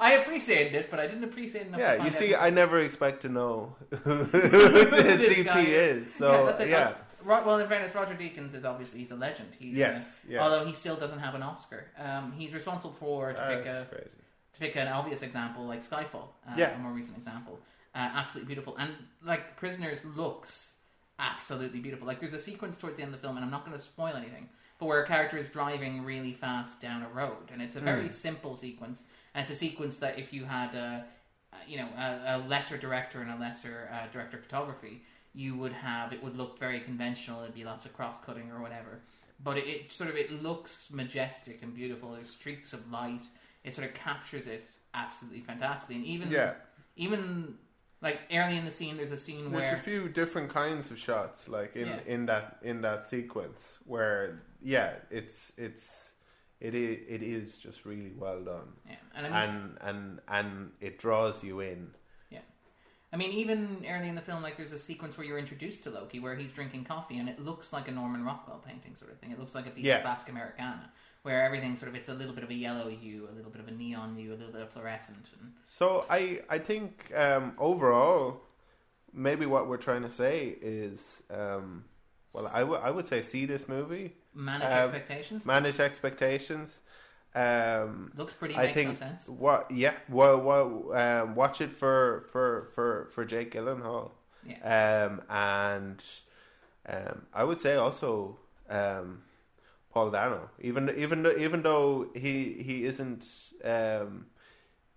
[SPEAKER 2] I appreciated it, but I didn't appreciate enough. to
[SPEAKER 1] Yeah, you
[SPEAKER 2] find
[SPEAKER 1] see,
[SPEAKER 2] out-
[SPEAKER 1] I never expect to know (laughs) who the
[SPEAKER 2] (laughs) This
[SPEAKER 1] DP
[SPEAKER 2] guy.
[SPEAKER 1] is.
[SPEAKER 2] yeah,
[SPEAKER 1] So
[SPEAKER 2] that's
[SPEAKER 1] yeah,
[SPEAKER 2] it. Ro- well, in fairness, Roger Deakins is obviously he's a legend. He's,
[SPEAKER 1] Yes,
[SPEAKER 2] uh,
[SPEAKER 1] yeah.
[SPEAKER 2] Although he still doesn't have an Oscar, um, he's responsible for to pick a,
[SPEAKER 1] that's crazy.
[SPEAKER 2] to pick an obvious example like Skyfall, uh,
[SPEAKER 1] Yeah.
[SPEAKER 2] a more recent example. Uh, absolutely beautiful, and like Prisoners looks absolutely beautiful. Like there's a sequence towards the end of the film, and I'm not going to spoil anything, but where a character is driving really fast down a road, and it's a very
[SPEAKER 1] Mm.
[SPEAKER 2] simple sequence, and it's a sequence that if you had a uh, you know a, a lesser director and a lesser uh, director of photography, you would have it would look very conventional. It'd be lots of cross cutting or whatever, but it, it sort of it looks majestic and beautiful. There's streaks of light. It sort of captures it absolutely fantastically, and even
[SPEAKER 1] Yeah.
[SPEAKER 2] even Like early in the scene, there's a scene
[SPEAKER 1] There's a
[SPEAKER 2] where
[SPEAKER 1] few different kinds of shots, like in,
[SPEAKER 2] Yeah.
[SPEAKER 1] in that in that sequence where yeah, it's it's it is it is just really well done.
[SPEAKER 2] Yeah, and I
[SPEAKER 1] and and and it draws you in.
[SPEAKER 2] Yeah. I mean, even early in the film, like there's a sequence where you're introduced to Loki, where he's drinking coffee, and it looks like a Norman Rockwell painting sort of thing. It looks like a piece
[SPEAKER 1] Yeah.
[SPEAKER 2] of Basque Americana, where everything sort of it's a little bit of a yellow hue, a little bit of a neon hue, a little bit of fluorescent, and
[SPEAKER 1] So I I think um, overall, maybe what we're trying to say is, um, well, I would- I would say see this movie.
[SPEAKER 2] Manage
[SPEAKER 1] Um,
[SPEAKER 2] expectations?
[SPEAKER 1] Manage expectations. Um,
[SPEAKER 2] Looks pretty,
[SPEAKER 1] I
[SPEAKER 2] makes no
[SPEAKER 1] think
[SPEAKER 2] sense.
[SPEAKER 1] what yeah. Well, well um, watch it for for for for Jake Gyllenhaal. Yeah. Um, and um, I would say also um, Paul Dano. Even even though, even though he he isn't um,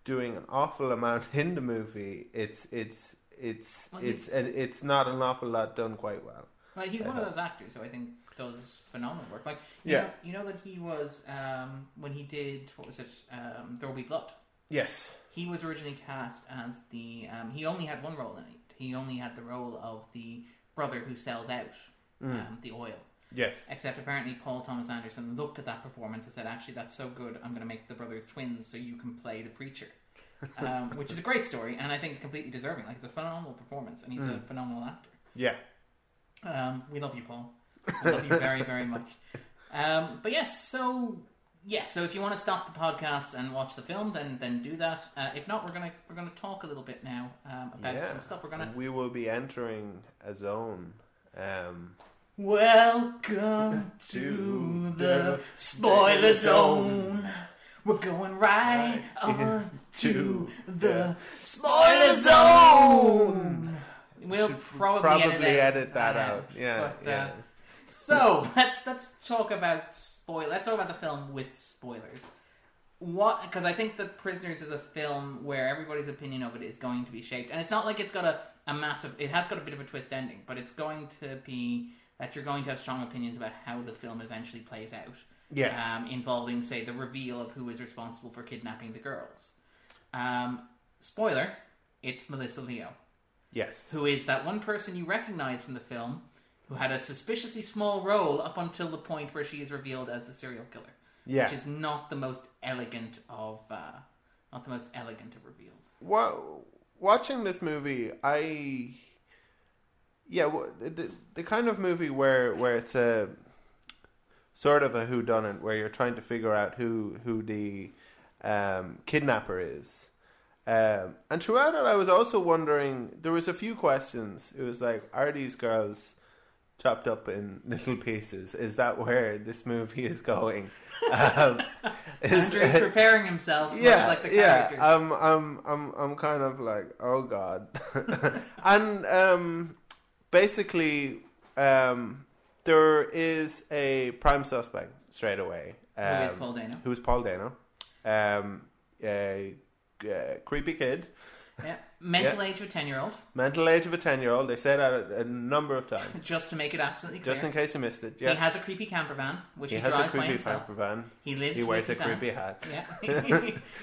[SPEAKER 1] doing an awful amount (laughs) in the movie, it's it's it's
[SPEAKER 2] Well,
[SPEAKER 1] it's
[SPEAKER 2] he's-
[SPEAKER 1] and it's not an awful lot done quite well.
[SPEAKER 2] Well, he's
[SPEAKER 1] I
[SPEAKER 2] one of
[SPEAKER 1] thought.
[SPEAKER 2] those actors who I think does phenomenal work. Like, you
[SPEAKER 1] Yeah.
[SPEAKER 2] know, you know that he was um, when he did what was it? Um, there will be blood.
[SPEAKER 1] Yes.
[SPEAKER 2] he was originally cast as the. Um, he only had one role in it. He only had the role of the brother who sells out
[SPEAKER 1] Mm.
[SPEAKER 2] um, the oil.
[SPEAKER 1] Yes.
[SPEAKER 2] Except apparently Paul Thomas Anderson looked at that performance and said, "Actually, that's so good. I'm going to make the brothers twins so you can play the preacher." um, which is a great story, and I think completely deserving. Like it's a phenomenal performance, and he's a
[SPEAKER 1] Mm.
[SPEAKER 2] phenomenal actor.
[SPEAKER 1] Yeah.
[SPEAKER 2] Um, we love you, Paul. We love you very, very much. Um, but yes, so yeah, so if you want to stop the podcast and watch the film, then then do that. Uh, if not, we're gonna we're gonna talk a little bit now um, about
[SPEAKER 1] yeah.
[SPEAKER 2] some stuff. We're (laughs) gonna
[SPEAKER 1] We will be entering a zone. Um,
[SPEAKER 2] (laughs) welcome to the spoiler zone. We're going (laughs) right on to the spoiler zone. We'll probably,
[SPEAKER 1] probably
[SPEAKER 2] edit, that
[SPEAKER 1] edit that out. Yeah,
[SPEAKER 2] but, uh,
[SPEAKER 1] yeah.
[SPEAKER 2] so (laughs) let's let's talk about spoil. Let's talk about the film with spoilers. What? Because I think the Prisoners is a film where everybody's opinion of it is going to be shaped, and it's not like it's got a, a massive. It has got a bit of a twist ending, but it's going to be that you're going to have strong opinions about how the film eventually plays out.
[SPEAKER 1] Yes.
[SPEAKER 2] Um, involving, say, the reveal of who is responsible for kidnapping the girls. Um, spoiler: It's Melissa Leo
[SPEAKER 1] Yes.
[SPEAKER 2] who is that one person you recognize from the film who had a suspiciously small role up until the point where she is revealed as the serial killer.
[SPEAKER 1] Yeah.
[SPEAKER 2] Which is not the most elegant of uh, not the most elegant of
[SPEAKER 1] (laughs)
[SPEAKER 2] reveals.
[SPEAKER 1] Wa watching this movie, I yeah, wa- the the kind of movie where where it's a sort of a who done it, where you're trying to figure out who who the um, kidnapper is. Um, and throughout it, I was also wondering. There was a few questions. It was like, are these girls chopped up in (laughs) little pieces? Is that where this movie is going? Um, is-
[SPEAKER 2] Andrew's preparing himself much like the characters.
[SPEAKER 1] yeah. Um, I'm, I'm, I'm kind of like, oh god. (laughs) and um, basically, um, there is a prime suspect straight away.
[SPEAKER 2] Who
[SPEAKER 1] Um,
[SPEAKER 2] is Paul Dano.
[SPEAKER 1] Who is Paul Dano? Um, a, a creepy kid.
[SPEAKER 2] yeah. Mental age of a ten year old,
[SPEAKER 1] Mental age of a ten-year-old. They say that a, a number of
[SPEAKER 2] (laughs)
[SPEAKER 1] times,
[SPEAKER 2] just to make it absolutely clear.
[SPEAKER 1] just in case you missed it. Yeah.
[SPEAKER 2] He has a creepy camper van, which
[SPEAKER 1] He
[SPEAKER 2] he,
[SPEAKER 1] has a
[SPEAKER 2] drives by
[SPEAKER 1] creepy
[SPEAKER 2] himself.
[SPEAKER 1] camper van.
[SPEAKER 2] He lives.
[SPEAKER 1] He wears
[SPEAKER 2] with
[SPEAKER 1] a
[SPEAKER 2] his
[SPEAKER 1] creepy
[SPEAKER 2] aunt.
[SPEAKER 1] hat. (laughs)
[SPEAKER 2] Yeah, (laughs)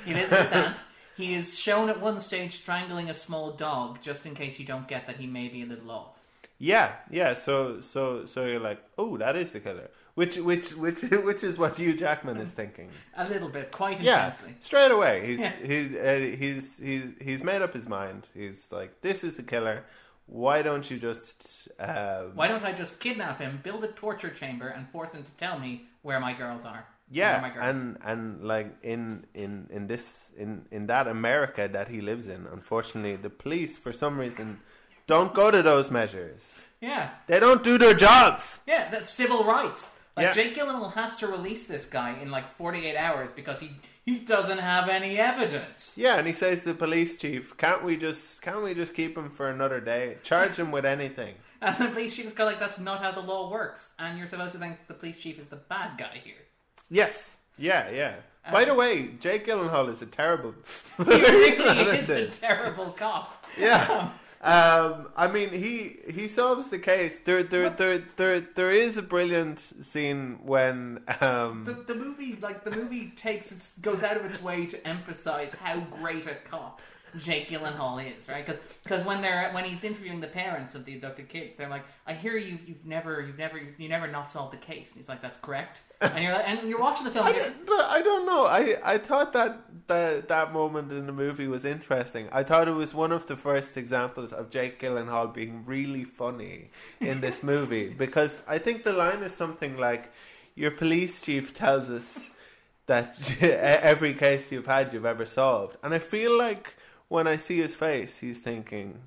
[SPEAKER 2] he lives with his aunt. He is shown at one stage strangling a small dog, just in case you don't get that he may be a little off.
[SPEAKER 1] Yeah, yeah. So, so, so you're like, oh, that is the killer. Which, which, which, (laughs) which is what Hugh Jackman is thinking.
[SPEAKER 2] A little bit, quite
[SPEAKER 1] Yeah,
[SPEAKER 2] intensely.
[SPEAKER 1] straight away. He's
[SPEAKER 2] Yeah.
[SPEAKER 1] he uh, he's he's he's made up his mind. He's like, this is the killer. Why don't you just? Um,
[SPEAKER 2] Why don't I just kidnap him, build a torture chamber, and force him to tell me where my girls are? Where my
[SPEAKER 1] yeah,
[SPEAKER 2] girls
[SPEAKER 1] and and like in in in this in in that America that he lives in, unfortunately, the police for some reason don't go to those measures.
[SPEAKER 2] Yeah.
[SPEAKER 1] They don't do their jobs.
[SPEAKER 2] Yeah, that's civil rights. Like
[SPEAKER 1] Yeah.
[SPEAKER 2] Jake Gyllenhaal has to release this guy in like 48 hours because he he doesn't have any evidence.
[SPEAKER 1] Yeah, and he says to the police chief, "Can't we just can't we just keep him for another day? Charge him with anything."
[SPEAKER 2] And the police chief's go like, "That's not how the law works," and you're supposed to think the police chief is the bad guy here. (laughs)
[SPEAKER 1] Yes. Yeah, yeah. By the way, Jake Gyllenhaal is a terrible.
[SPEAKER 2] Uh,
[SPEAKER 1] (laughs)
[SPEAKER 2] He
[SPEAKER 1] He's (laughs) not
[SPEAKER 2] really
[SPEAKER 1] in
[SPEAKER 2] is a
[SPEAKER 1] this.
[SPEAKER 2] terrible cop.
[SPEAKER 1] Yeah. Um, I mean, he he solves the case. There, there, there, there, there is a brilliant scene when. Um,
[SPEAKER 2] The, the movie, like the movie, takes its goes out of its way to emphasize how great a cop Jake Gyllenhaal is, right? Because when they're when he's interviewing the parents of the abducted kids, they're like, "I hear you. You've never, you've never, you never not solved the case." And he's like, "That's correct." And you're like, and you're watching the film.
[SPEAKER 1] I
[SPEAKER 2] and you're-
[SPEAKER 1] don't, I don't know. I, I thought that, that that moment in the movie was interesting. I thought it was one of the first examples of Jake Gyllenhaal being really funny in
[SPEAKER 2] (laughs)
[SPEAKER 1] this movie because I think the line is something like, "Your police chief tells us that (laughs) e-, every case you've had you've ever solved," and I feel like when I see his face, he's thinking,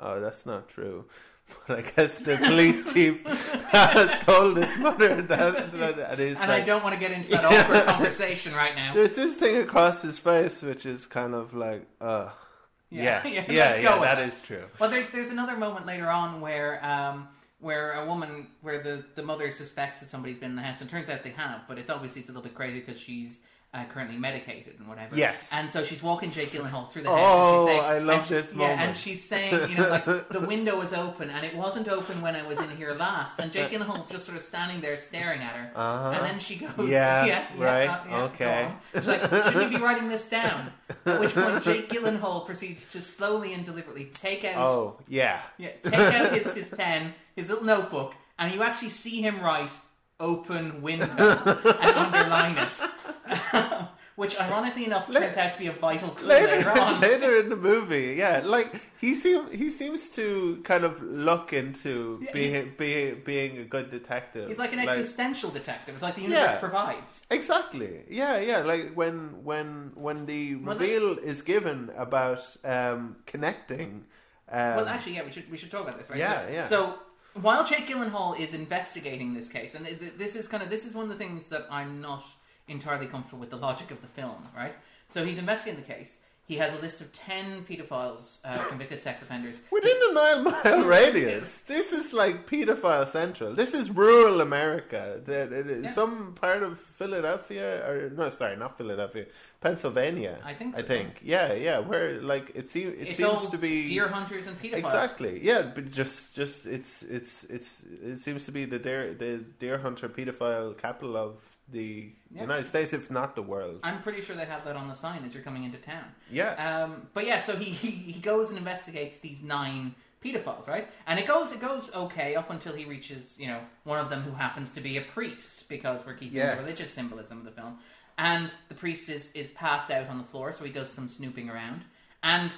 [SPEAKER 1] "Oh, that's not true." (laughs) But I guess the police
[SPEAKER 2] (laughs)
[SPEAKER 1] chief (laughs) has told his mother that, that, that is.
[SPEAKER 2] and I
[SPEAKER 1] like-
[SPEAKER 2] don't want to get into that
[SPEAKER 1] (laughs) Yeah.
[SPEAKER 2] awkward conversation right now.
[SPEAKER 1] there's this thing across his face which is kind of like, uh,
[SPEAKER 2] (laughs)
[SPEAKER 1] yeah, yeah, yeah,
[SPEAKER 2] let's go with
[SPEAKER 1] that
[SPEAKER 2] it.
[SPEAKER 1] is
[SPEAKER 2] (laughs)
[SPEAKER 1] true.
[SPEAKER 2] Well, there's there's another moment later on where um, where a woman where the, the mother suspects that somebody's been in the house, and turns out they have, but it's obviously it's a little bit crazy because she's. Uh, currently medicated and whatever.
[SPEAKER 1] Yes.
[SPEAKER 2] And so she's walking Jake Gyllenhaal through the
[SPEAKER 1] Oh,
[SPEAKER 2] house. and she's saying,
[SPEAKER 1] I love
[SPEAKER 2] and she-
[SPEAKER 1] this
[SPEAKER 2] Yeah,
[SPEAKER 1] moment.
[SPEAKER 2] and she's saying, you know,
[SPEAKER 1] (laughs)
[SPEAKER 2] like the window is open, and it wasn't open when I was in here last. And Jake Gyllenhaal's just sort of standing there staring at her,
[SPEAKER 1] Uh-huh.
[SPEAKER 2] and then she goes,
[SPEAKER 1] Yeah,
[SPEAKER 2] (laughs) yeah, yeah,
[SPEAKER 1] right,
[SPEAKER 2] uh, yeah, go
[SPEAKER 1] okay.
[SPEAKER 2] on." She's like, should we be writing this down? At which point Jake Gyllenhaal proceeds to slowly and deliberately take out
[SPEAKER 1] Oh, yeah.
[SPEAKER 2] yeah, take out his, his pen, his little notebook, and you actually see him write open window and underline it. (laughs) Which, ironically enough, turns out to be a vital clue later,
[SPEAKER 1] (laughs) Later, (laughs)
[SPEAKER 2] on.
[SPEAKER 1] later in the movie, yeah, like he seems he seems to kind of look into
[SPEAKER 2] Yeah,
[SPEAKER 1] being being being a good detective.
[SPEAKER 2] He's like an existential detective. It's like the universe
[SPEAKER 1] Yeah.
[SPEAKER 2] provides.
[SPEAKER 1] Exactly. Yeah, yeah. Like when when when the
[SPEAKER 2] Well, they-
[SPEAKER 1] reveal is given about um, connecting. Um,
[SPEAKER 2] well, actually, yeah, we should we should talk about this, right?
[SPEAKER 1] Yeah,
[SPEAKER 2] so,
[SPEAKER 1] yeah.
[SPEAKER 2] So while Jake Gyllenhaal is investigating this case, and th- th- this is kind of this is one of the things that I'm not entirely comfortable with the logic of the film, right? So he's investigating the case. He has a list of ten pedophiles, uh, convicted sex offenders.
[SPEAKER 1] Within a nine
[SPEAKER 2] (laughs)
[SPEAKER 1] mile radius, this is like pedophile central. This is rural America. That it is
[SPEAKER 2] Yeah.
[SPEAKER 1] some part of Philadelphia, or no, sorry, not Philadelphia, Pennsylvania.
[SPEAKER 2] I think
[SPEAKER 1] I
[SPEAKER 2] so.
[SPEAKER 1] think. Yeah, yeah. Where like it, se- it
[SPEAKER 2] it's
[SPEAKER 1] seems
[SPEAKER 2] all
[SPEAKER 1] to be
[SPEAKER 2] deer hunters and pedophiles.
[SPEAKER 1] exactly. Yeah, but just just it's it's it's it seems to be the deer the deer hunter pedophile capital of the
[SPEAKER 2] Yeah.
[SPEAKER 1] United States, if not the world.
[SPEAKER 2] I'm pretty sure they have that on the sign as you're coming into town.
[SPEAKER 1] Yeah.
[SPEAKER 2] Um, but yeah, so he, he he goes and investigates these nine pedophiles, right? And it goes it goes okay up until he reaches you know one of them who happens to be a priest because we're keeping
[SPEAKER 1] Yes.
[SPEAKER 2] the religious symbolism of the film. And the priest is is passed out on the floor, so he does some snooping around. And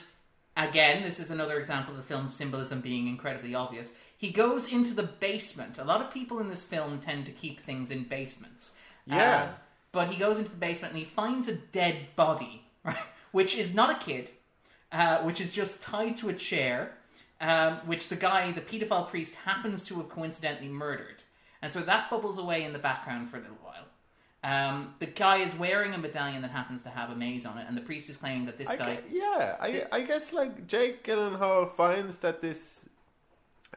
[SPEAKER 2] again, this is another example of the film's symbolism being incredibly obvious. He goes into the basement. A lot of people in this film tend to keep things in basements.
[SPEAKER 1] Yeah.
[SPEAKER 2] Uh, but he goes into the basement and he finds a dead body, (laughs) right? Which is not a kid, uh, which is just tied to a chair, um, which the guy, the pedophile priest, happens to have coincidentally murdered. And so that bubbles away in the background for a little while. Um, the guy is wearing a medallion that happens to have a maze on it, and the priest is claiming that this
[SPEAKER 1] I
[SPEAKER 2] guy.
[SPEAKER 1] gue- yeah, I, I guess like Jake Gyllenhaal finds that this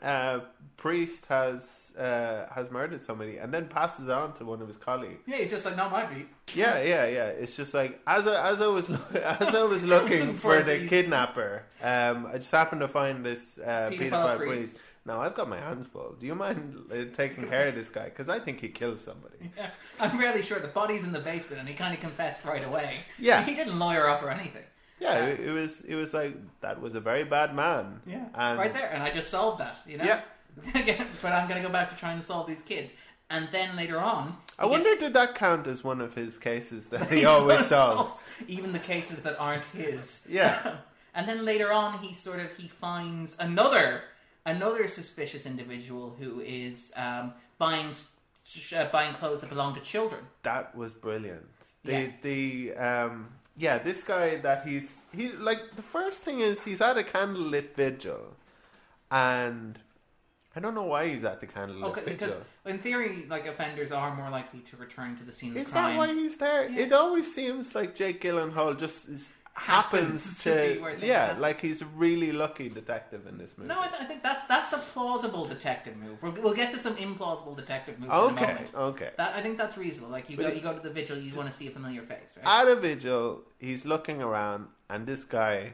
[SPEAKER 1] uh, priest has uh, has murdered somebody and then passes it on to one of his colleagues.
[SPEAKER 2] Yeah, he's just like, not my beat.
[SPEAKER 1] Yeah, yeah, yeah. It's just like as I, as I was lo- (laughs) as I
[SPEAKER 2] (laughs)
[SPEAKER 1] was looking for the kidnapper, um, I just happened to find this uh,
[SPEAKER 2] Pedophile
[SPEAKER 1] pedophile
[SPEAKER 2] priest.
[SPEAKER 1] priest. Now I've got my hands full. Do you mind uh, taking care of this guy? Because I think he killed
[SPEAKER 2] (laughs)
[SPEAKER 1] somebody.
[SPEAKER 2] I'm really sure the body's in the basement, and he kind of confessed right away.
[SPEAKER 1] Yeah.
[SPEAKER 2] He didn't lawyer up or anything.
[SPEAKER 1] Yeah, it, it was it was like that was a very bad man.
[SPEAKER 2] Yeah,
[SPEAKER 1] and
[SPEAKER 2] right there, and I just solved that. You know. (laughs)
[SPEAKER 1] Yeah.
[SPEAKER 2] but I'm going to go back to trying to solve these kids, and then later on,
[SPEAKER 1] I
[SPEAKER 2] he
[SPEAKER 1] wonder
[SPEAKER 2] gets-
[SPEAKER 1] did that count as one of his cases
[SPEAKER 2] (laughs)
[SPEAKER 1] that he
[SPEAKER 2] he's
[SPEAKER 1] always
[SPEAKER 2] gonna
[SPEAKER 1] solves?
[SPEAKER 2] solve "Oh, even the cases that aren't his.
[SPEAKER 1] Yeah.
[SPEAKER 2] (laughs) and then later on, he sort of he finds another another suspicious individual who is um, buying sh- uh, buying clothes that belong to children.
[SPEAKER 1] That was brilliant. The
[SPEAKER 2] Yeah.
[SPEAKER 1] the um yeah, this guy that he's he like the first thing is he's at a candlelit vigil, and I don't know why he's at the candlelit
[SPEAKER 2] Okay,
[SPEAKER 1] vigil.
[SPEAKER 2] because in theory, like offenders are more likely to return to the scene of
[SPEAKER 1] Is
[SPEAKER 2] crime.
[SPEAKER 1] that why he's there?
[SPEAKER 2] Yeah.
[SPEAKER 1] It always seems like Jake Gyllenhaal just is, happens
[SPEAKER 2] Happens to
[SPEAKER 1] to,
[SPEAKER 2] be where things
[SPEAKER 1] yeah,
[SPEAKER 2] happen.
[SPEAKER 1] like he's a really lucky detective in this movie.
[SPEAKER 2] No, I, th- I think that's that's a plausible detective move. We'll, we'll get to some implausible detective moves in a
[SPEAKER 1] okay,
[SPEAKER 2] moment.
[SPEAKER 1] okay.
[SPEAKER 2] That, I think that's reasonable. Like you go,
[SPEAKER 1] But it-
[SPEAKER 2] you go to the vigil, you want to see a familiar face, right?
[SPEAKER 1] at a vigil, he's looking around, and this guy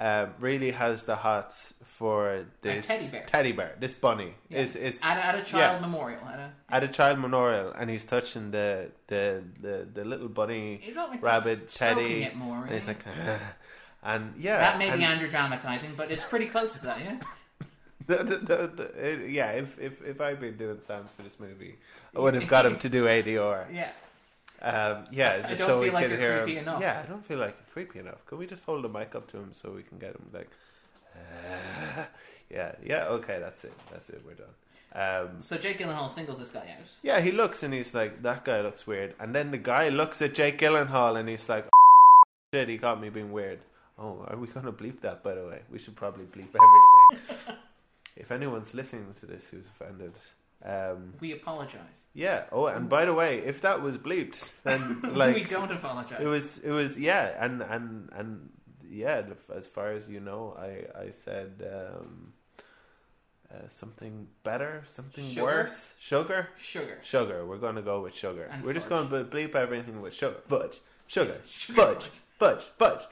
[SPEAKER 1] um, really has the hots for this
[SPEAKER 2] teddy bear.
[SPEAKER 1] bear, this bunny.
[SPEAKER 2] Yeah.
[SPEAKER 1] It's, it's
[SPEAKER 2] at, a- at a child
[SPEAKER 1] yeah,
[SPEAKER 2] memorial. At a,
[SPEAKER 1] at a child memorial, and he's touching the the the, the little bunny
[SPEAKER 2] He's not like
[SPEAKER 1] rabbit
[SPEAKER 2] stroking
[SPEAKER 1] teddy,
[SPEAKER 2] it more,
[SPEAKER 1] and he's
[SPEAKER 2] yeah.
[SPEAKER 1] like. "Ah, And yeah,
[SPEAKER 2] that may
[SPEAKER 1] and-
[SPEAKER 2] be Andrew dramatizing, but it's pretty close to that,
[SPEAKER 1] (laughs)
[SPEAKER 2] yeah.
[SPEAKER 1] The- the- the- the- it- yeah, if, if if I'd been doing sounds for this movie,
[SPEAKER 2] (laughs)
[SPEAKER 1] I would have got him to do ADR.
[SPEAKER 2] Yeah.
[SPEAKER 1] Um, yeah,
[SPEAKER 2] I
[SPEAKER 1] it's just so
[SPEAKER 2] don't feel
[SPEAKER 1] we
[SPEAKER 2] like
[SPEAKER 1] can
[SPEAKER 2] you're
[SPEAKER 1] hear
[SPEAKER 2] creepy
[SPEAKER 1] him.
[SPEAKER 2] enough.
[SPEAKER 1] Yeah, I don't feel like you're creepy enough. Can we just hold the mic up to him so we can get him like, (laughs) "Ah." yeah, yeah, okay, that's it, that's it, we're done. Um,
[SPEAKER 2] So Jake Gyllenhaal singles this guy out.
[SPEAKER 1] yeah, he looks and he's like, that guy looks weird, and then the guy looks at Jake Gyllenhaal and he's like, (laughs) shit, he got me being weird. Oh, are we gonna bleep that? By the way, we should probably bleep (laughs) everything.
[SPEAKER 2] (laughs)
[SPEAKER 1] if anyone's listening to this who's offended, um,
[SPEAKER 2] We apologize.
[SPEAKER 1] yeah. Oh, and by the way, if that was bleeped, then like
[SPEAKER 2] (laughs) we don't apologize.
[SPEAKER 1] it was it was yeah and and and yeah the- as far as you know i i said um uh, something better something
[SPEAKER 2] Sugar?
[SPEAKER 1] worse sugar
[SPEAKER 2] Sugar.
[SPEAKER 1] sugar we're gonna go with sugar
[SPEAKER 2] And
[SPEAKER 1] we're just
[SPEAKER 2] fudge.
[SPEAKER 1] gonna ble- bleep everything with sugar fudge sugar fudge fudge fudge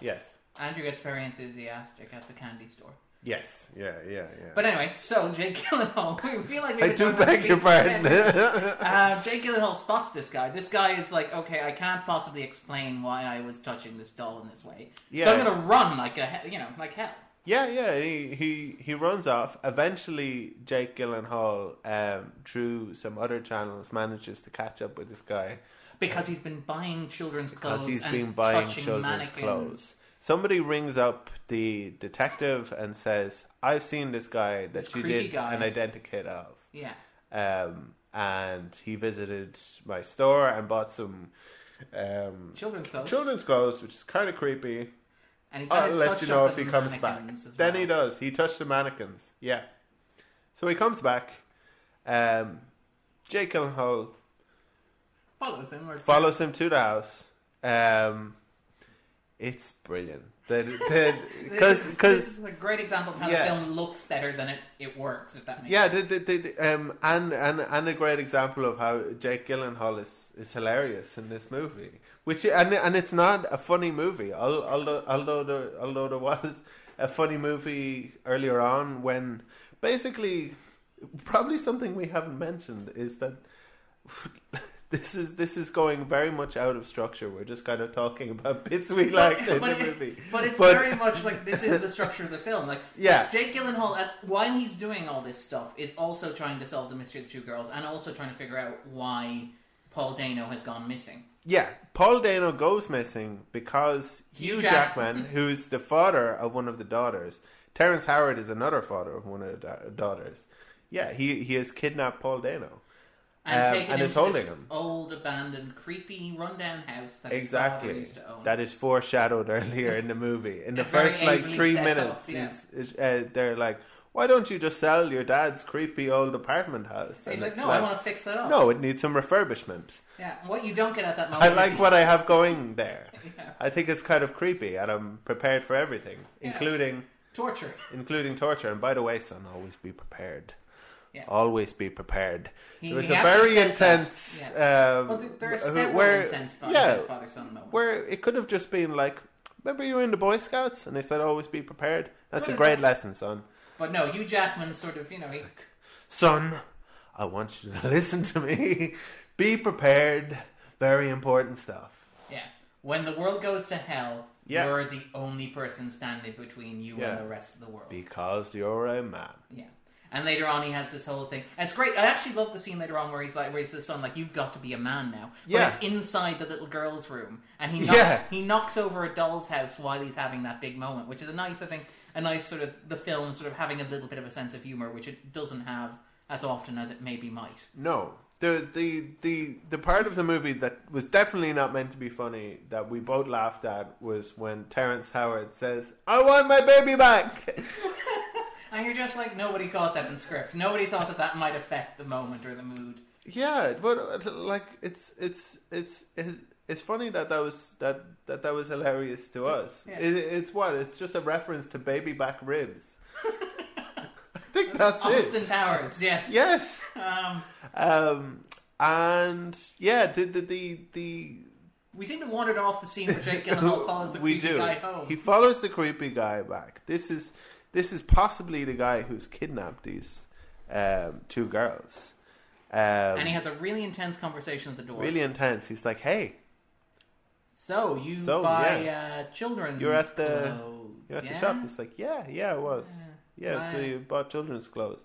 [SPEAKER 1] yes
[SPEAKER 2] Andrew gets very enthusiastic at the candy store.
[SPEAKER 1] yes yeah yeah yeah
[SPEAKER 2] But anyway, so Jake Gyllenhaal, (laughs) we feel like we
[SPEAKER 1] I
[SPEAKER 2] were
[SPEAKER 1] do
[SPEAKER 2] talking about
[SPEAKER 1] beg your
[SPEAKER 2] (laughs) secret
[SPEAKER 1] pardon.
[SPEAKER 2] enemies. uh, Jake Gyllenhaal spots this guy. This guy is like, okay, I can't possibly explain why I was touching this doll in this way,
[SPEAKER 1] Yeah.
[SPEAKER 2] so I'm gonna run like a he- you know like hell.
[SPEAKER 1] (laughs) Yeah, yeah. He he, he runs off. Eventually, Jake Gyllenhaal, um, through some other channels, manages to catch up with this guy
[SPEAKER 2] Because he's been buying children's
[SPEAKER 1] because
[SPEAKER 2] clothes
[SPEAKER 1] he's
[SPEAKER 2] and
[SPEAKER 1] been buying
[SPEAKER 2] touching
[SPEAKER 1] children's
[SPEAKER 2] mannequins.
[SPEAKER 1] clothes. Somebody rings up the detective and says, "I've seen this guy that
[SPEAKER 2] This
[SPEAKER 1] you
[SPEAKER 2] creepy
[SPEAKER 1] did
[SPEAKER 2] guy."
[SPEAKER 1] an identikit of,
[SPEAKER 2] Yeah,
[SPEAKER 1] um, and he visited my store and bought some um,
[SPEAKER 2] children's clothes.
[SPEAKER 1] children's clothes, which is kind of creepy.
[SPEAKER 2] and he kinda
[SPEAKER 1] I'll let
[SPEAKER 2] touched
[SPEAKER 1] you know
[SPEAKER 2] up
[SPEAKER 1] if he
[SPEAKER 2] the
[SPEAKER 1] comes back.
[SPEAKER 2] mannequins as
[SPEAKER 1] Then
[SPEAKER 2] well.
[SPEAKER 1] he does. He touched the mannequins. Yeah. So he comes back. Um, Jake Gyllenhaal
[SPEAKER 2] follows him. Or
[SPEAKER 1] follows him to the house. Um, it's brilliant. Because
[SPEAKER 2] This is- this
[SPEAKER 1] because
[SPEAKER 2] is a great example of how
[SPEAKER 1] Yeah.
[SPEAKER 2] the film looks better than it, it works. If that makes
[SPEAKER 1] yeah, the, the, the, um, and and and a great example of how Jake Gyllenhaal is, is hilarious in this movie. Which and and it's not a funny movie, al- although although there, although there was a funny movie earlier on when basically probably something we haven't mentioned is that (laughs) this is this is going very much out of structure. We're just kind of talking about bits we liked in the
[SPEAKER 2] it-
[SPEAKER 1] movie,
[SPEAKER 2] but it's very much like this is the structure of the film. Like,
[SPEAKER 1] Yeah.
[SPEAKER 2] Jake Gyllenhaal, at, while he's doing all this stuff, is also trying to solve the mystery of the two girls and also trying to figure out why Paul Dano has gone missing.
[SPEAKER 1] Yeah, Paul Dano goes missing because Hugh,
[SPEAKER 2] Hugh
[SPEAKER 1] Jackman, who's the father of one of the daughters, Terrence Howard is another father of one of the da- daughters. Yeah, he he has kidnapped Paul Dano.
[SPEAKER 2] And,
[SPEAKER 1] Um,
[SPEAKER 2] taking
[SPEAKER 1] and
[SPEAKER 2] him
[SPEAKER 1] is
[SPEAKER 2] to
[SPEAKER 1] holding
[SPEAKER 2] this
[SPEAKER 1] him.
[SPEAKER 2] Old, abandoned, creepy, rundown house that
[SPEAKER 1] Exactly.
[SPEAKER 2] his father used to own.
[SPEAKER 1] That is foreshadowed (laughs) earlier in the movie. In the
[SPEAKER 2] (laughs) Very
[SPEAKER 1] first like
[SPEAKER 2] ably
[SPEAKER 1] three
[SPEAKER 2] set up,
[SPEAKER 1] minutes,
[SPEAKER 2] yeah.
[SPEAKER 1] he's- is- uh, they're like, "Why don't you just sell your dad's creepy old apartment house?"
[SPEAKER 2] He's
[SPEAKER 1] And
[SPEAKER 2] like,
[SPEAKER 1] it's
[SPEAKER 2] no, I want to fix that up.
[SPEAKER 1] No, it needs some refurbishment.
[SPEAKER 2] Yeah, and what you don't get at that
[SPEAKER 1] I
[SPEAKER 2] moment
[SPEAKER 1] like
[SPEAKER 2] is
[SPEAKER 1] what I have going there.
[SPEAKER 2] (laughs) Yeah.
[SPEAKER 1] I think it's kind of creepy, and I'm prepared for everything, including
[SPEAKER 2] torture.
[SPEAKER 1] including torture. And by the way, son, always be prepared.
[SPEAKER 2] Yeah.
[SPEAKER 1] Always be prepared.
[SPEAKER 2] He-
[SPEAKER 1] it was
[SPEAKER 2] he
[SPEAKER 1] a very
[SPEAKER 2] actually says that.
[SPEAKER 1] intense. Um,
[SPEAKER 2] Well, there- there are
[SPEAKER 1] wh-
[SPEAKER 2] several
[SPEAKER 1] where,
[SPEAKER 2] intense fa-
[SPEAKER 1] yeah,
[SPEAKER 2] intense father-son moments.
[SPEAKER 1] where it could have just been like, remember you were in the Boy Scouts, and they said always be prepared. That's a
[SPEAKER 2] Well,
[SPEAKER 1] great
[SPEAKER 2] that's-
[SPEAKER 1] lesson, son.
[SPEAKER 2] But no, Hugh Jackman sort of, you know, he,
[SPEAKER 1] Son, I want you to (laughs) listen to me. be prepared. Very important stuff.
[SPEAKER 2] yeah. When the world goes to hell,
[SPEAKER 1] Yeah.
[SPEAKER 2] you're the only person standing between you
[SPEAKER 1] Yeah.
[SPEAKER 2] and the rest of the world.
[SPEAKER 1] Because you're a man.
[SPEAKER 2] Yeah. And later on, he has this whole thing. And it's great. I actually love the scene later on where he's like, where he's the son, like, you've got to be a man now.
[SPEAKER 1] Yeah.
[SPEAKER 2] But it's inside the little girl's room, and he knocks,
[SPEAKER 1] Yeah.
[SPEAKER 2] he knocks over a doll's house while he's having that big moment, which is a nice, I think, a nice sort of the film sort of having a little bit of a sense of humor, which it doesn't have as often as it maybe might.
[SPEAKER 1] No. The, the the the part of the movie that was definitely not meant to be funny that we both laughed at was when Terrence Howard says, "I want my baby back." (laughs)
[SPEAKER 2] And you're just like, nobody caught that in script. Nobody thought that that might affect the moment or the mood.
[SPEAKER 1] yeah, but uh, like it's it's it's it's, it's funny that that was that that, that was hilarious to us.
[SPEAKER 2] Yeah.
[SPEAKER 1] It, it's what it's just a reference to baby back
[SPEAKER 2] (laughs)
[SPEAKER 1] ribs. I think that's it.
[SPEAKER 2] Austin Powers, yes.
[SPEAKER 1] Yes.
[SPEAKER 2] Um,
[SPEAKER 1] Um, and yeah, the the the, the
[SPEAKER 2] we seem to have wandered off the scene where Jake
[SPEAKER 1] (laughs)
[SPEAKER 2] Gyllenhaal follows the creepy guy home.
[SPEAKER 1] He follows the creepy guy back. This is this is possibly the guy who's kidnapped these um, two girls. Um,
[SPEAKER 2] and he has a really intense conversation at the door.
[SPEAKER 1] really intense. He's like, "Hey,
[SPEAKER 2] So you
[SPEAKER 1] So,
[SPEAKER 2] buy
[SPEAKER 1] yeah.
[SPEAKER 2] uh, children's
[SPEAKER 1] You're at the
[SPEAKER 2] clothes,
[SPEAKER 1] you're at
[SPEAKER 2] yeah?
[SPEAKER 1] the shop. It's like, yeah, yeah, it was. Yeah, so
[SPEAKER 2] Wow.
[SPEAKER 1] you bought children's clothes.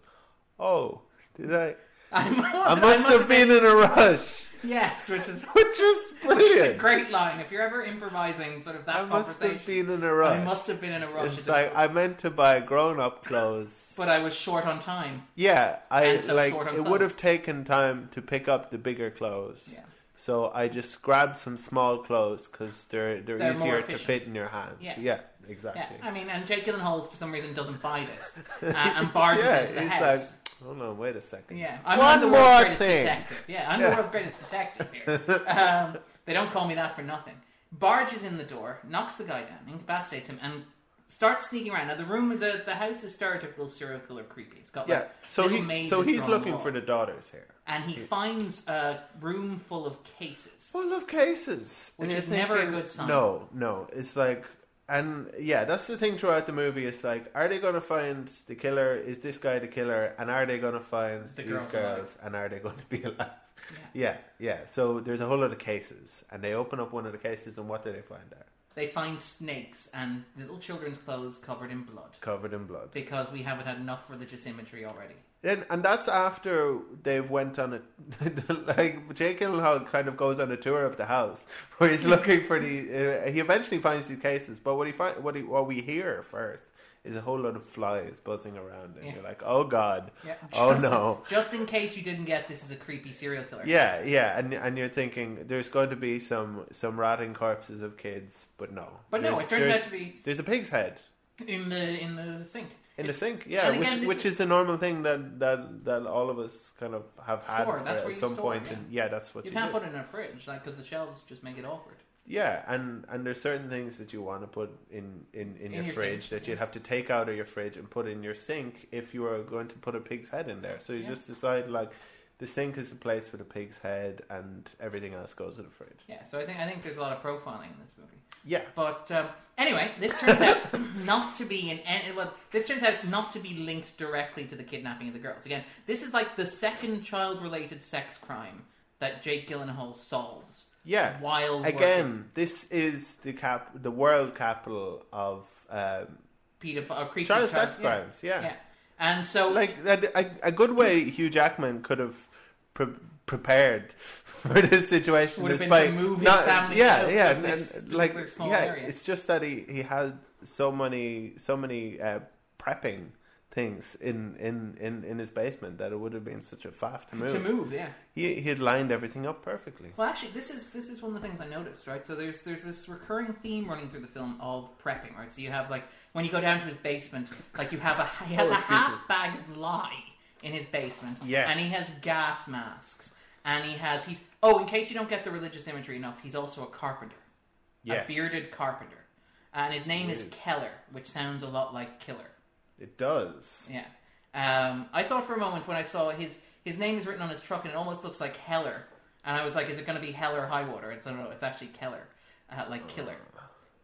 [SPEAKER 1] Oh, did I?
[SPEAKER 2] (laughs) (laughs) I must,
[SPEAKER 1] I must, have, been, in a rush. (laughs)
[SPEAKER 2] Yes, which is
[SPEAKER 1] which is
[SPEAKER 2] Which is a
[SPEAKER 1] brilliant.
[SPEAKER 2] great line. If you're ever improvising sort of that
[SPEAKER 1] I must
[SPEAKER 2] conversation,
[SPEAKER 1] have been in a rush.
[SPEAKER 2] I must have been in a rush.
[SPEAKER 1] It's
[SPEAKER 2] is a-
[SPEAKER 1] like I meant to buy grown-up
[SPEAKER 2] (laughs)
[SPEAKER 1] clothes.
[SPEAKER 2] but I was short on time.
[SPEAKER 1] Yeah, I
[SPEAKER 2] And so
[SPEAKER 1] like
[SPEAKER 2] short on
[SPEAKER 1] it would have taken time to pick up the bigger clothes.
[SPEAKER 2] Yeah.
[SPEAKER 1] So I just grabbed some small clothes because they're, they're
[SPEAKER 2] They're more
[SPEAKER 1] easier to
[SPEAKER 2] efficient.
[SPEAKER 1] fit in your hands.
[SPEAKER 2] Yeah.
[SPEAKER 1] Yeah,
[SPEAKER 2] Yeah,
[SPEAKER 1] exactly.
[SPEAKER 2] I mean, and Jake Gyllenhaal for some reason doesn't buy this uh, and barges
[SPEAKER 1] (laughs) Yeah,
[SPEAKER 2] into the
[SPEAKER 1] he's
[SPEAKER 2] house.
[SPEAKER 1] like, hold on, wait a second.
[SPEAKER 2] Yeah, I'm,
[SPEAKER 1] One
[SPEAKER 2] I'm the
[SPEAKER 1] more
[SPEAKER 2] world's greatest
[SPEAKER 1] thing.
[SPEAKER 2] detective. Yeah, I'm the
[SPEAKER 1] Yeah.
[SPEAKER 2] world's greatest detective
[SPEAKER 1] (laughs)
[SPEAKER 2] here. um, they don't call me that for nothing. Barges in the door, knocks the guy down, incapacitates him, and starts sneaking around. Now the room, the the house is stereotypical serial killer creepy. It's got
[SPEAKER 1] Yeah.
[SPEAKER 2] like
[SPEAKER 1] So
[SPEAKER 2] little
[SPEAKER 1] he
[SPEAKER 2] mazes
[SPEAKER 1] so he's
[SPEAKER 2] drawn
[SPEAKER 1] looking
[SPEAKER 2] along.
[SPEAKER 1] for the daughters here.
[SPEAKER 2] and he finds a room full of cases.
[SPEAKER 1] Full of cases.
[SPEAKER 2] Which
[SPEAKER 1] And
[SPEAKER 2] is
[SPEAKER 1] you're
[SPEAKER 2] never a good sign.
[SPEAKER 1] No, no. It's like and yeah, that's the thing throughout the movie. It's like, are they going to find the killer? Is this guy the killer? And are they going to find
[SPEAKER 2] The
[SPEAKER 1] these
[SPEAKER 2] girls
[SPEAKER 1] girls? And are they going to be (laughs) alive?
[SPEAKER 2] Yeah.
[SPEAKER 1] Yeah. yeah, So there's a whole lot of cases, and they open up one of the cases, and what do they find there?
[SPEAKER 2] They find snakes and little children's clothes covered in blood
[SPEAKER 1] Covered in blood.
[SPEAKER 2] because we haven't had enough religious imagery already.
[SPEAKER 1] Then, and that's after they've went on a (laughs) like Jake Gyllenhaal kind of goes on a tour of the house (laughs) where he's looking for the. Uh, he eventually finds these cases, but what he find what he, what we hear first is a whole lot of flies buzzing around, and
[SPEAKER 2] Yeah.
[SPEAKER 1] you're like, oh god,
[SPEAKER 2] Yeah.
[SPEAKER 1] oh
[SPEAKER 2] Just-
[SPEAKER 1] no.
[SPEAKER 2] Just in case you didn't get, this is a creepy serial killer.
[SPEAKER 1] Yeah, yeah, and and you're thinking there's going to be some some rotting corpses of kids, but no.
[SPEAKER 2] But no,
[SPEAKER 1] There's-
[SPEAKER 2] it turns out
[SPEAKER 1] there's-
[SPEAKER 2] to be-
[SPEAKER 1] there's a pig's head
[SPEAKER 2] in the in the sink.
[SPEAKER 1] in the sink. Yeah,
[SPEAKER 2] and again,
[SPEAKER 1] which
[SPEAKER 2] this
[SPEAKER 1] which
[SPEAKER 2] is-
[SPEAKER 1] is a normal thing that that that all of us kind of have had
[SPEAKER 2] Store,
[SPEAKER 1] for-
[SPEAKER 2] that's
[SPEAKER 1] at
[SPEAKER 2] where you
[SPEAKER 1] some
[SPEAKER 2] store,
[SPEAKER 1] point.
[SPEAKER 2] yeah.
[SPEAKER 1] And yeah, that's what
[SPEAKER 2] You
[SPEAKER 1] you,
[SPEAKER 2] can't
[SPEAKER 1] do.
[SPEAKER 2] put it in a fridge, like because the shelves just make it awkward.
[SPEAKER 1] Yeah, and and there's certain things that you want to put in in, in, your,
[SPEAKER 2] your
[SPEAKER 1] fridge
[SPEAKER 2] sink,
[SPEAKER 1] that you'd have to take out of your fridge and put in your sink if you were going to put a pig's head in there. So you
[SPEAKER 2] Yeah.
[SPEAKER 1] just decide like the sink is the place for the pig's head, and everything else goes to the fridge.
[SPEAKER 2] Yeah, so I think I think there's a lot of profiling in this movie.
[SPEAKER 1] Yeah.
[SPEAKER 2] But um, anyway, this turns out (laughs) not to be an en- well. This turns out not to be linked directly to the kidnapping of the girls. Again, this is like the second child-related sex crime that Jake Gyllenhaal solves.
[SPEAKER 1] Yeah.
[SPEAKER 2] while working
[SPEAKER 1] Again, this is the cap, the world capital of um,
[SPEAKER 2] pedophile or creepy
[SPEAKER 1] child sex
[SPEAKER 2] yeah.
[SPEAKER 1] crimes.
[SPEAKER 2] Yeah. and so
[SPEAKER 1] like a, a- a good way Hugh Jackman could have pre- prepared (laughs) for this situation
[SPEAKER 2] Would have
[SPEAKER 1] is
[SPEAKER 2] been
[SPEAKER 1] by
[SPEAKER 2] to move his
[SPEAKER 1] not-
[SPEAKER 2] family
[SPEAKER 1] yeah,
[SPEAKER 2] out
[SPEAKER 1] yeah,
[SPEAKER 2] of
[SPEAKER 1] and-
[SPEAKER 2] this
[SPEAKER 1] and, like
[SPEAKER 2] particular small
[SPEAKER 1] yeah,
[SPEAKER 2] area.
[SPEAKER 1] it's just that he he had so many so many uh, prepping things in, in in in his basement that it would have been such a faff to move.
[SPEAKER 2] to move, yeah.
[SPEAKER 1] He he had lined everything up perfectly.
[SPEAKER 2] Well, actually, this is this is one of the things I noticed, right? So there's there's this recurring theme running through the film of prepping, right? So you have like when you go down to his basement, like you have a he has
[SPEAKER 1] Oh,
[SPEAKER 2] a
[SPEAKER 1] excuse
[SPEAKER 2] half
[SPEAKER 1] me.
[SPEAKER 2] bag of lye in his basement,
[SPEAKER 1] Yes.
[SPEAKER 2] and he has gas masks, and he has he's oh, in case you don't get the religious imagery enough, he's also a carpenter,
[SPEAKER 1] Yes,
[SPEAKER 2] a bearded carpenter, and his name is Keller, which sounds a lot like killer.
[SPEAKER 1] it does.
[SPEAKER 2] Yeah. Um, I thought for a moment when I saw his his name is written on his truck and it almost looks like Heller, and I was like, is it going to be Heller Highwater? It's I don't know. It's actually Keller, uh, like killer.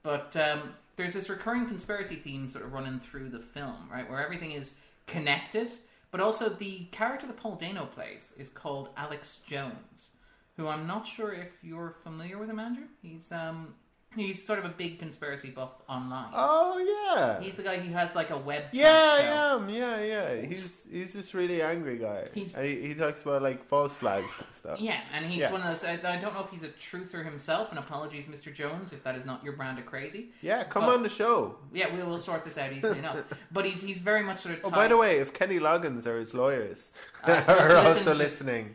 [SPEAKER 2] But um, there's this recurring conspiracy theme sort of running through the film, right, where everything is connected. But also the character that Paul Dano plays is called Alex Jones, who I'm not sure if you're familiar with him, Andrew. He's um, he's sort of a big conspiracy buff online.
[SPEAKER 1] Oh yeah.
[SPEAKER 2] He's the guy who has like a web. chat
[SPEAKER 1] Yeah,
[SPEAKER 2] show.
[SPEAKER 1] I am. Yeah, yeah. He's he's this really angry guy.
[SPEAKER 2] He's-
[SPEAKER 1] And he, he talks about like false flags and stuff.
[SPEAKER 2] Yeah, and he's
[SPEAKER 1] Yeah.
[SPEAKER 2] one of those. I, I don't know if he's a truther himself, and apologies, Mr. Jones, if that is not your brand of crazy.
[SPEAKER 1] Yeah, come
[SPEAKER 2] But-
[SPEAKER 1] on the show.
[SPEAKER 2] Yeah, we will sort this out
[SPEAKER 1] (laughs)
[SPEAKER 2] easily enough. But he's he's very much sort of.
[SPEAKER 1] Oh,
[SPEAKER 2] tied-
[SPEAKER 1] by the way, if Kenny Loggins or his lawyers
[SPEAKER 2] Uh, (laughs) just
[SPEAKER 1] (laughs) are
[SPEAKER 2] listen
[SPEAKER 1] also
[SPEAKER 2] to-
[SPEAKER 1] listening,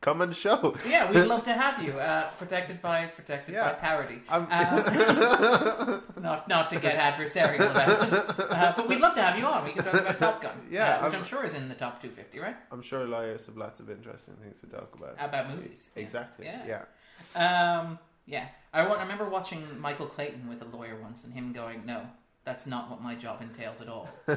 [SPEAKER 1] come on the show. (laughs)
[SPEAKER 2] yeah, we'd love to have you. Uh, protected by protected by
[SPEAKER 1] Yeah.
[SPEAKER 2] parody.
[SPEAKER 1] I'm- (laughs)
[SPEAKER 2] Um, not not to get adversarial about it, uh, but we'd love to have you on. We can talk about Top Gun,
[SPEAKER 1] Yeah,
[SPEAKER 2] uh, which I'm,
[SPEAKER 1] I'm-
[SPEAKER 2] sure is in the top 250, right?
[SPEAKER 1] I'm sure lawyers have lots of interesting things to talk about.
[SPEAKER 2] About movies, yeah.
[SPEAKER 1] Exactly.
[SPEAKER 2] Yeah.
[SPEAKER 1] Yeah.
[SPEAKER 2] Um, yeah, I, wa- I remember watching Michael Clayton with a lawyer once, and him going, "No, that's not what my job entails at all." I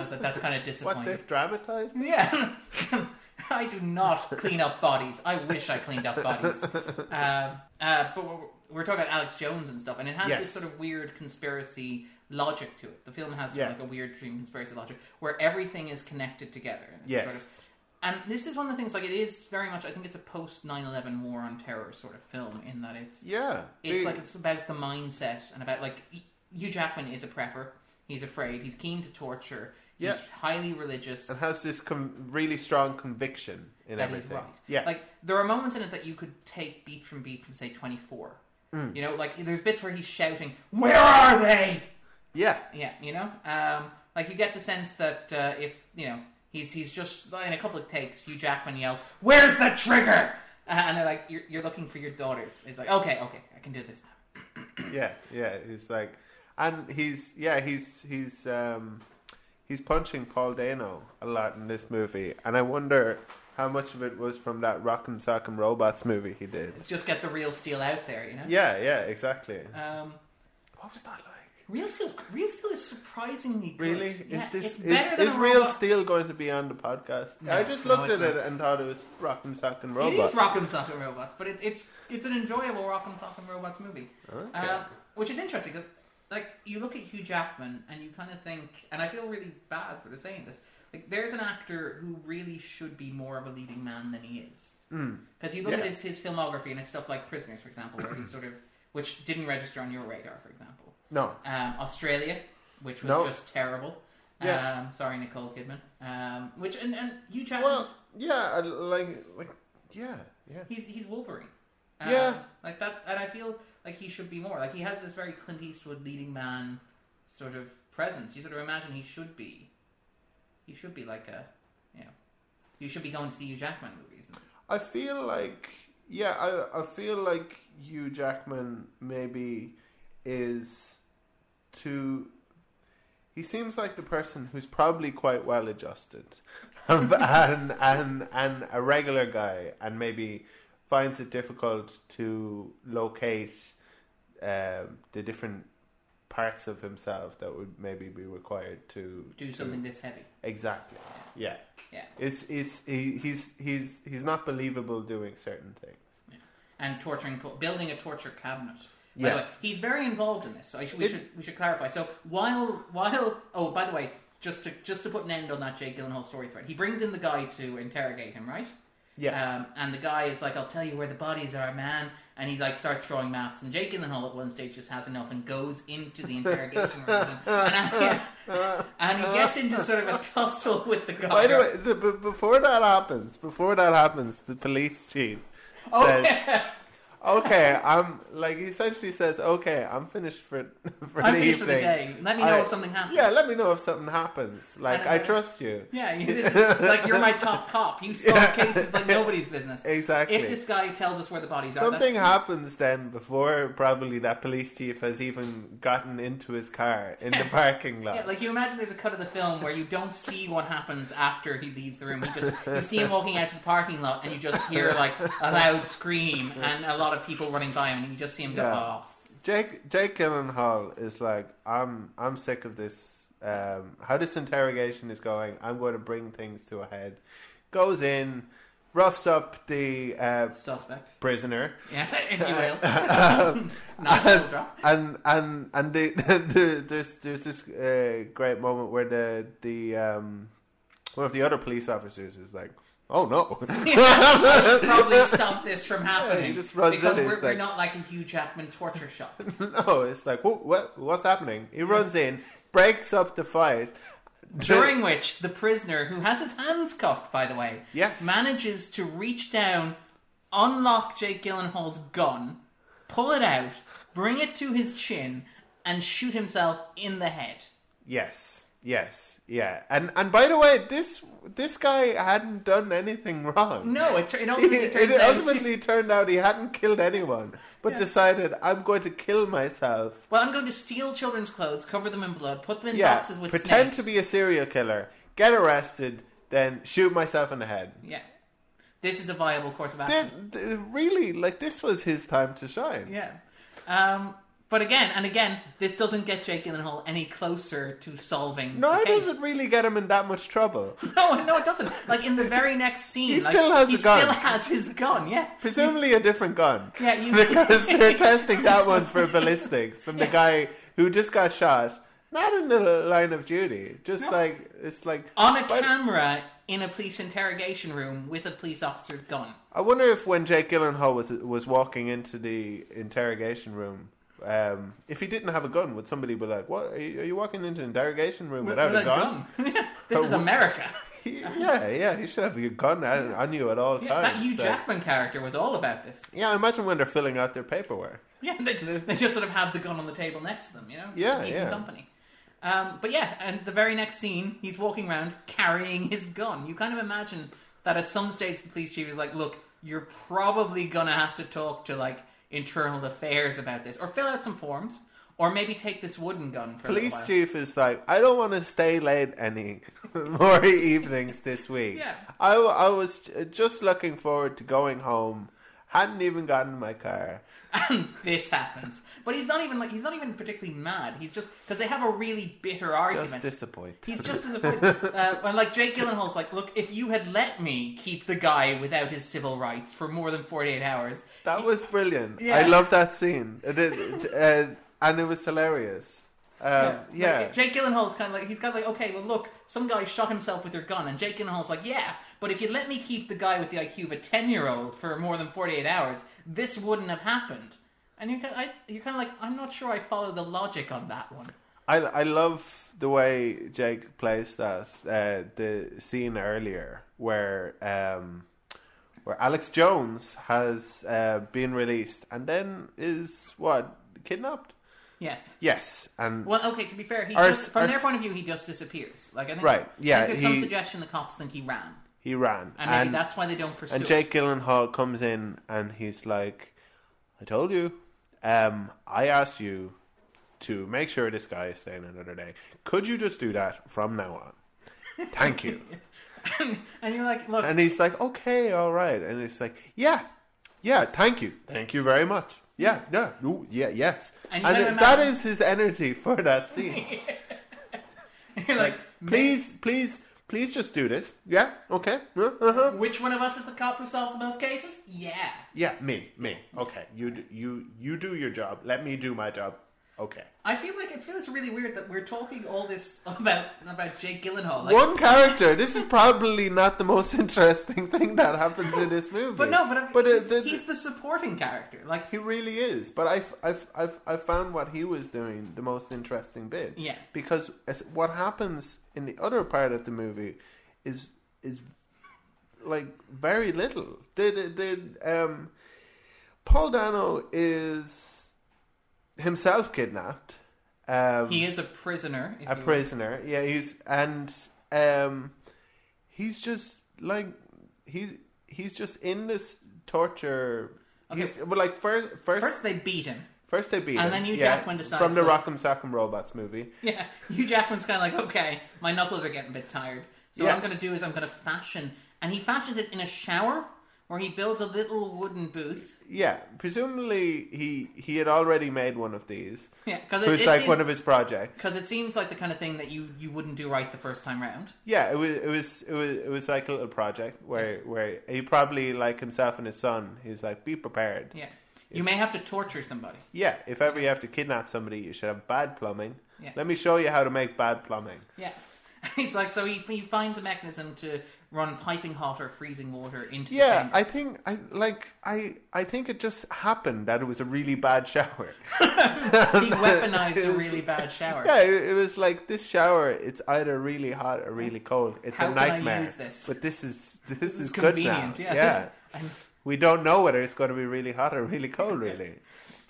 [SPEAKER 2] was like, "That's kind of
[SPEAKER 1] What
[SPEAKER 2] disappointing."
[SPEAKER 1] they've dramatized? it?
[SPEAKER 2] Yeah, (laughs) I do not clean up bodies. I wish I cleaned
[SPEAKER 1] (laughs)
[SPEAKER 2] up bodies. Um, uh, but we're, we're talking about Alex Jones and stuff, and it has
[SPEAKER 1] Yes.
[SPEAKER 2] this sort of weird conspiracy logic to it. The film has sort of
[SPEAKER 1] Yeah.
[SPEAKER 2] like a weird dream conspiracy logic where everything is connected together. And it's
[SPEAKER 1] Yes.
[SPEAKER 2] Sort of, And this is one of the things, like, it is very much, I think it's a post 9 11 war on terror sort of film in that it's.
[SPEAKER 1] Yeah.
[SPEAKER 2] It's
[SPEAKER 1] Big-
[SPEAKER 2] like it's about the mindset and about, like, Hugh Jackman is a prepper. He's afraid. He's keen to torture.
[SPEAKER 1] Yeah. Uh-huh.
[SPEAKER 2] He's highly religious.
[SPEAKER 1] and has this com- really strong conviction in
[SPEAKER 2] That is
[SPEAKER 1] everything.
[SPEAKER 2] right.
[SPEAKER 1] Yeah.
[SPEAKER 2] Like there are moments in it that you could take beat from beat from say 24.
[SPEAKER 1] Mm.
[SPEAKER 2] You know, like there's bits where he's shouting, "Where are they?"
[SPEAKER 1] yeah.
[SPEAKER 2] Yeah, you know. Um like you get the sense that uh, if, you know, he's he's just in a couple of takes Hugh Jackman yells, "Where's the trigger?" Uh, and they're like, you're, "You're looking for your daughters." It's like, "Okay, okay, I can do this." now."
[SPEAKER 1] Yeah. Yeah. He's like, and he's yeah he's he's um he's punching Paul Dano a lot in this movie, and I wonder how much of it was from that Rock'em Sock'em Robots movie he did.
[SPEAKER 2] Just get the real steel out there, you know.
[SPEAKER 1] Yeah. Yeah. Exactly.
[SPEAKER 2] Um
[SPEAKER 1] What was that like?
[SPEAKER 2] Real Steel's Real Steel is surprisingly good.
[SPEAKER 1] Really?
[SPEAKER 2] Yeah,
[SPEAKER 1] is this
[SPEAKER 2] it's better than
[SPEAKER 1] is, is
[SPEAKER 2] a
[SPEAKER 1] Real
[SPEAKER 2] robot.
[SPEAKER 1] Steel going to be on the podcast?
[SPEAKER 2] No,
[SPEAKER 1] I just
[SPEAKER 2] no,
[SPEAKER 1] looked
[SPEAKER 2] it's
[SPEAKER 1] at it
[SPEAKER 2] not.
[SPEAKER 1] and thought it was Rock'em Sock'em Robots.
[SPEAKER 2] It is Rock'em Sock'em Robots, but it, it's it's an enjoyable Rock'em Sock'em Robots movie,
[SPEAKER 1] Okay.
[SPEAKER 2] um, which is interesting because like you look at Hugh Jackman and you kind of think, and I feel really bad sort of saying this, like there's an actor who really should be more of a leading man than he is
[SPEAKER 1] Mm.
[SPEAKER 2] because you look at
[SPEAKER 1] Yeah.
[SPEAKER 2] his, his filmography and it's stuff like Prisoners, for example, where he's sort of which didn't register on your radar, for example.
[SPEAKER 1] No.
[SPEAKER 2] Um, Australia, which was
[SPEAKER 1] No.
[SPEAKER 2] just terrible.
[SPEAKER 1] Yeah.
[SPEAKER 2] Um, sorry, Nicole Kidman. Um, which and, and Hugh Jackman.
[SPEAKER 1] Well, yeah, I- like like yeah, yeah.
[SPEAKER 2] He's he's Wolverine. Uh,
[SPEAKER 1] Yeah.
[SPEAKER 2] like that, and I feel like he should be more. Like he has this very Clint Eastwood leading man sort of presence. You sort of imagine he should be. He should be like a, you know, you should be going to see Hugh Jackman movies. And,
[SPEAKER 1] I feel like yeah, I I feel like Hugh Jackman maybe is too. He seems like the person who's probably quite well adjusted, (laughs) and and and, and a regular guy, and maybe finds it difficult to locate um the different parts of himself that would maybe be required to
[SPEAKER 2] do
[SPEAKER 1] to-
[SPEAKER 2] something this heavy.
[SPEAKER 1] Exactly. Yeah.
[SPEAKER 2] Yeah.
[SPEAKER 1] It's it's he, he's he's he's not believable doing certain things.
[SPEAKER 2] and torturing, building a torture cabinet. By
[SPEAKER 1] Yeah.
[SPEAKER 2] the way, he's very involved in this. So I should, we
[SPEAKER 1] It-
[SPEAKER 2] should we should clarify. So while while oh by the way, just to just to put an end on that Jake Gyllenhaal story thread, he brings in the guy to interrogate him, right?
[SPEAKER 1] Yeah.
[SPEAKER 2] Um, and the guy is like, "I'll tell you where the bodies are, man." And he like starts drawing maps. And Jake Gyllenhaal at one stage just has enough and goes into the interrogation room, and, and he gets into sort of a tussle with the guy.
[SPEAKER 1] By the way, the, b- before that happens, before that happens, the police chief
[SPEAKER 2] Oh,
[SPEAKER 1] says,
[SPEAKER 2] yeah.
[SPEAKER 1] "Okay, I'm like he essentially says, okay, I'm finished for (laughs) for
[SPEAKER 2] I'm
[SPEAKER 1] the
[SPEAKER 2] finished for
[SPEAKER 1] evening.
[SPEAKER 2] the day. Let me know
[SPEAKER 1] I-
[SPEAKER 2] if something happens."
[SPEAKER 1] Yeah, let me know if something happens. Like
[SPEAKER 2] And, uh,
[SPEAKER 1] I trust you.
[SPEAKER 2] Yeah, you, this is, like you're my top cop. You solve
[SPEAKER 1] (laughs) Yeah.
[SPEAKER 2] cases like nobody's business.
[SPEAKER 1] Exactly.
[SPEAKER 2] If this guy tells us where the bodies are,
[SPEAKER 1] Something
[SPEAKER 2] that's-
[SPEAKER 1] happens then before probably that police chief has even gotten into his car in
[SPEAKER 2] (laughs)
[SPEAKER 1] the parking lot.
[SPEAKER 2] Yeah, like you imagine there's a cut of the film where you don't see what happens after he leaves the room. You just you see him walking out to the parking lot and you just hear like a loud scream and a lot of people running by him and you just see him go "Oh,
[SPEAKER 1] Yeah.
[SPEAKER 2] off.
[SPEAKER 1] Jake Jake Gyllenhaal is like, I'm I'm sick of this. Um, how this interrogation is going. I'm going to bring things to a head. Goes in, roughs up the uh,
[SPEAKER 2] Suspect.
[SPEAKER 1] prisoner,
[SPEAKER 2] Yeah, (laughs) if you
[SPEAKER 1] (laughs)
[SPEAKER 2] will. nice little drop.
[SPEAKER 1] and and and the, (laughs) the, there's there's this uh, great moment where the the um, one of the other police officers is like, Oh no! (laughs)
[SPEAKER 2] Probably stop this from happening.
[SPEAKER 1] just runs in,
[SPEAKER 2] because
[SPEAKER 1] he's
[SPEAKER 2] we're, we're
[SPEAKER 1] like-
[SPEAKER 2] not like a Hugh Jackman torture shop.
[SPEAKER 1] no, it's like, what, what what's happening? He runs in, breaks up the fight.
[SPEAKER 2] During which the prisoner, who has his hands cuffed, by the way,
[SPEAKER 1] Yes.
[SPEAKER 2] manages to reach down, unlock Jake Gyllenhaal's gun, pull it out, bring it to his chin, and shoot himself in the head.
[SPEAKER 1] Yes. Yes. Yeah. And and by the way, this this guy hadn't done anything wrong.
[SPEAKER 2] No, it, (laughs) tur- it
[SPEAKER 1] (laughs) It,
[SPEAKER 2] ultimately
[SPEAKER 1] it
[SPEAKER 2] turns out. (laughs)
[SPEAKER 1] ultimately turned out he hadn't killed anyone, but decided I'm going to kill myself.
[SPEAKER 2] Well, I'm going to steal children's clothes, cover them in blood, put them in
[SPEAKER 1] Yeah,
[SPEAKER 2] boxes with
[SPEAKER 1] pretend
[SPEAKER 2] snakes.
[SPEAKER 1] to be a serial killer, get arrested, then shoot myself in the head.
[SPEAKER 2] (laughs) Yeah, this is a viable course of action.
[SPEAKER 1] Then, th- really, like this was his time to shine.
[SPEAKER 2] Yeah. Um, but again and again, this doesn't get Jake Gyllenhaal any closer to solving.
[SPEAKER 1] No,
[SPEAKER 2] the
[SPEAKER 1] it
[SPEAKER 2] case.
[SPEAKER 1] doesn't really get him in that much
[SPEAKER 2] (laughs)
[SPEAKER 1] trouble.
[SPEAKER 2] No, no, it doesn't. Like in the very next scene,
[SPEAKER 1] He
[SPEAKER 2] like,
[SPEAKER 1] still has
[SPEAKER 2] he
[SPEAKER 1] a gun.
[SPEAKER 2] still has his gun. Yeah,
[SPEAKER 1] Presumably a different gun.
[SPEAKER 2] Yeah, you-
[SPEAKER 1] (laughs)
[SPEAKER 2] (laughs)
[SPEAKER 1] because they're testing that one for ballistics from the guy who just got shot, not in the line of duty, just like it's like
[SPEAKER 2] on a
[SPEAKER 1] but-
[SPEAKER 2] camera in a police interrogation room with a police officer's gun.
[SPEAKER 1] I wonder if when Jake Gyllenhaal was was walking into the interrogation room, um, if he didn't have a gun, would somebody be like, "What are you, are you walking into an interrogation room without a gun?"
[SPEAKER 2] (laughs) this is
[SPEAKER 1] Uh,
[SPEAKER 2] America.
[SPEAKER 1] yeah, yeah, you should have your gun on, on you at all
[SPEAKER 2] Yeah,
[SPEAKER 1] times.
[SPEAKER 2] that Hugh
[SPEAKER 1] so-
[SPEAKER 2] Jackman character was all about this.
[SPEAKER 1] Yeah, I imagine when they're filling out their paperwork.
[SPEAKER 2] (laughs) Yeah, they, they just sort of had the gun on the table next to them, you know?
[SPEAKER 1] Yeah,
[SPEAKER 2] Just keeping
[SPEAKER 1] yeah.
[SPEAKER 2] company. Um, but yeah, and the very next scene, he's walking around carrying his gun. You kind of imagine that at some stage the police chief is like, look, you're probably gonna have to talk to like internal affairs about this, or fill out some forms, or maybe take this wooden gun for a little
[SPEAKER 1] Police
[SPEAKER 2] while.
[SPEAKER 1] chief is like, I don't want to stay late any (laughs) more evenings this week.
[SPEAKER 2] Yeah.
[SPEAKER 1] I, w- I was j- just looking forward to going home. Hadn't even gotten in my car.
[SPEAKER 2] (laughs) this happens. But he's not even like he's not even particularly mad. He's just because they have a really bitter argument.
[SPEAKER 1] Just disappointed.
[SPEAKER 2] He's just disappointed. uh, and like Jake Gyllenhaal's like, look, if you had let me keep the guy without his civil rights for more than forty eight hours,
[SPEAKER 1] That was brilliant.
[SPEAKER 2] Yeah.
[SPEAKER 1] I love that scene. It, it, uh, and it was hilarious. Um, yeah.
[SPEAKER 2] Like, Jake Gyllenhaal's kind of like he's kind of like, okay, well, look, some guy shot himself with your gun, and Jake Gyllenhaal's like, yeah, but if you let me keep the guy with the IQ of a ten year old for more than forty eight hours, this wouldn't have happened. And you're kind, of, I, you're kind of like, I'm not sure I follow the logic on that one.
[SPEAKER 1] I, I love the way Jake plays that uh, the scene earlier where um, where Alex Jones has uh, been released and then is what kidnapped?
[SPEAKER 2] Yes.
[SPEAKER 1] Yes, and
[SPEAKER 2] Well, okay. To be fair, he
[SPEAKER 1] Or
[SPEAKER 2] just,
[SPEAKER 1] s-
[SPEAKER 2] from
[SPEAKER 1] or
[SPEAKER 2] their
[SPEAKER 1] s-
[SPEAKER 2] point of view, he just disappears. Like I think,
[SPEAKER 1] Right,
[SPEAKER 2] I
[SPEAKER 1] yeah,
[SPEAKER 2] think there's some
[SPEAKER 1] he-
[SPEAKER 2] suggestion the cops think he ran,
[SPEAKER 1] he ran.
[SPEAKER 2] and maybe that's why they don't pursue.
[SPEAKER 1] And
[SPEAKER 2] it.
[SPEAKER 1] Jake Gyllenhaal comes in and he's like, "I told you, um, I asked you to make sure this guy is staying another day. Could you just do that from
[SPEAKER 2] (laughs)
[SPEAKER 1] now on? Thank you."
[SPEAKER 2] and you're like, look,
[SPEAKER 1] And he's like, okay, all right. And it's like, yeah, yeah, thank you. Thank you very much. Yeah, yeah, ooh, yeah, yes.
[SPEAKER 2] And
[SPEAKER 1] And,
[SPEAKER 2] you gotta
[SPEAKER 1] that
[SPEAKER 2] imagine-
[SPEAKER 1] is his energy for that
[SPEAKER 2] (laughs)
[SPEAKER 1] scene.
[SPEAKER 2] you're like,
[SPEAKER 1] please, please, please just do this. Yeah, okay. yeah, Uh-huh.
[SPEAKER 2] which one of us is the cop who solves the most cases? Yeah.
[SPEAKER 1] Yeah, me, me. Okay, you, do, you, you do your job. Let me do my job. Okay.
[SPEAKER 2] I feel like it feels really weird that we're talking all this (laughs) about about Jake Gyllenhaal. Like,
[SPEAKER 1] One character. This is probably not the most (laughs) interesting thing that happens in this movie.
[SPEAKER 2] (laughs) But no, but, I mean,
[SPEAKER 1] uh,
[SPEAKER 2] he's,
[SPEAKER 1] the-
[SPEAKER 2] he's the supporting character. Like,
[SPEAKER 1] He really is. But I've, I've, I've, I found what he was doing the most interesting bit.
[SPEAKER 2] Yeah.
[SPEAKER 1] Because as, what happens in the other part of the movie is is like very little. They, they, they- um, Paul Dano is himself kidnapped. Um,
[SPEAKER 2] he is a prisoner. If
[SPEAKER 1] a
[SPEAKER 2] you will.
[SPEAKER 1] prisoner. Yeah, he's and um, he's just like he he's just in this torture. He's well, like first first
[SPEAKER 2] First, they beat him. (laughs)
[SPEAKER 1] First they beat
[SPEAKER 2] And
[SPEAKER 1] him.
[SPEAKER 2] then Hugh Jackman decides
[SPEAKER 1] from the
[SPEAKER 2] that-
[SPEAKER 1] Rock'em Sock'em Robots movie.
[SPEAKER 2] Yeah, Hugh Jackman's kind of like, okay, my knuckles are getting a bit tired. So what
[SPEAKER 1] Yeah.
[SPEAKER 2] I'm going to do is I'm going to fashion, and he fashions it in a shower where he builds a little wooden booth.
[SPEAKER 1] Yeah, presumably he he had already made one of these.
[SPEAKER 2] Yeah, because
[SPEAKER 1] it was like one of his projects.
[SPEAKER 2] Because it seems like the kind of thing that you, you wouldn't do right the first time round.
[SPEAKER 1] Yeah, it was it was it was it was like a little project where where he probably like himself and his son. He's like, be prepared.
[SPEAKER 2] Yeah. You may have to torture somebody.
[SPEAKER 1] Yeah, if ever you have to kidnap somebody, you should have bad plumbing.
[SPEAKER 2] Yeah.
[SPEAKER 1] Let me show you how to make bad plumbing.
[SPEAKER 2] Yeah. (laughs) He's like, so he, he finds a mechanism to run piping hot or freezing water into the
[SPEAKER 1] Yeah,
[SPEAKER 2] chamber.
[SPEAKER 1] I think I like I I think it just happened that it was a really bad (laughs) shower.
[SPEAKER 2] he weaponized a
[SPEAKER 1] It's-
[SPEAKER 2] really bad shower.
[SPEAKER 1] Yeah, it, it was like this shower. It's either really hot or really cold. It's
[SPEAKER 2] How
[SPEAKER 1] a
[SPEAKER 2] can I
[SPEAKER 1] nightmare.
[SPEAKER 2] use this?
[SPEAKER 1] But this is this,
[SPEAKER 2] This
[SPEAKER 1] is,
[SPEAKER 2] is
[SPEAKER 1] good now.
[SPEAKER 2] convenient. Yeah. this- (laughs) and-
[SPEAKER 1] we don't know whether it's going to be really hot or really cold.
[SPEAKER 2] (laughs)
[SPEAKER 1] Really.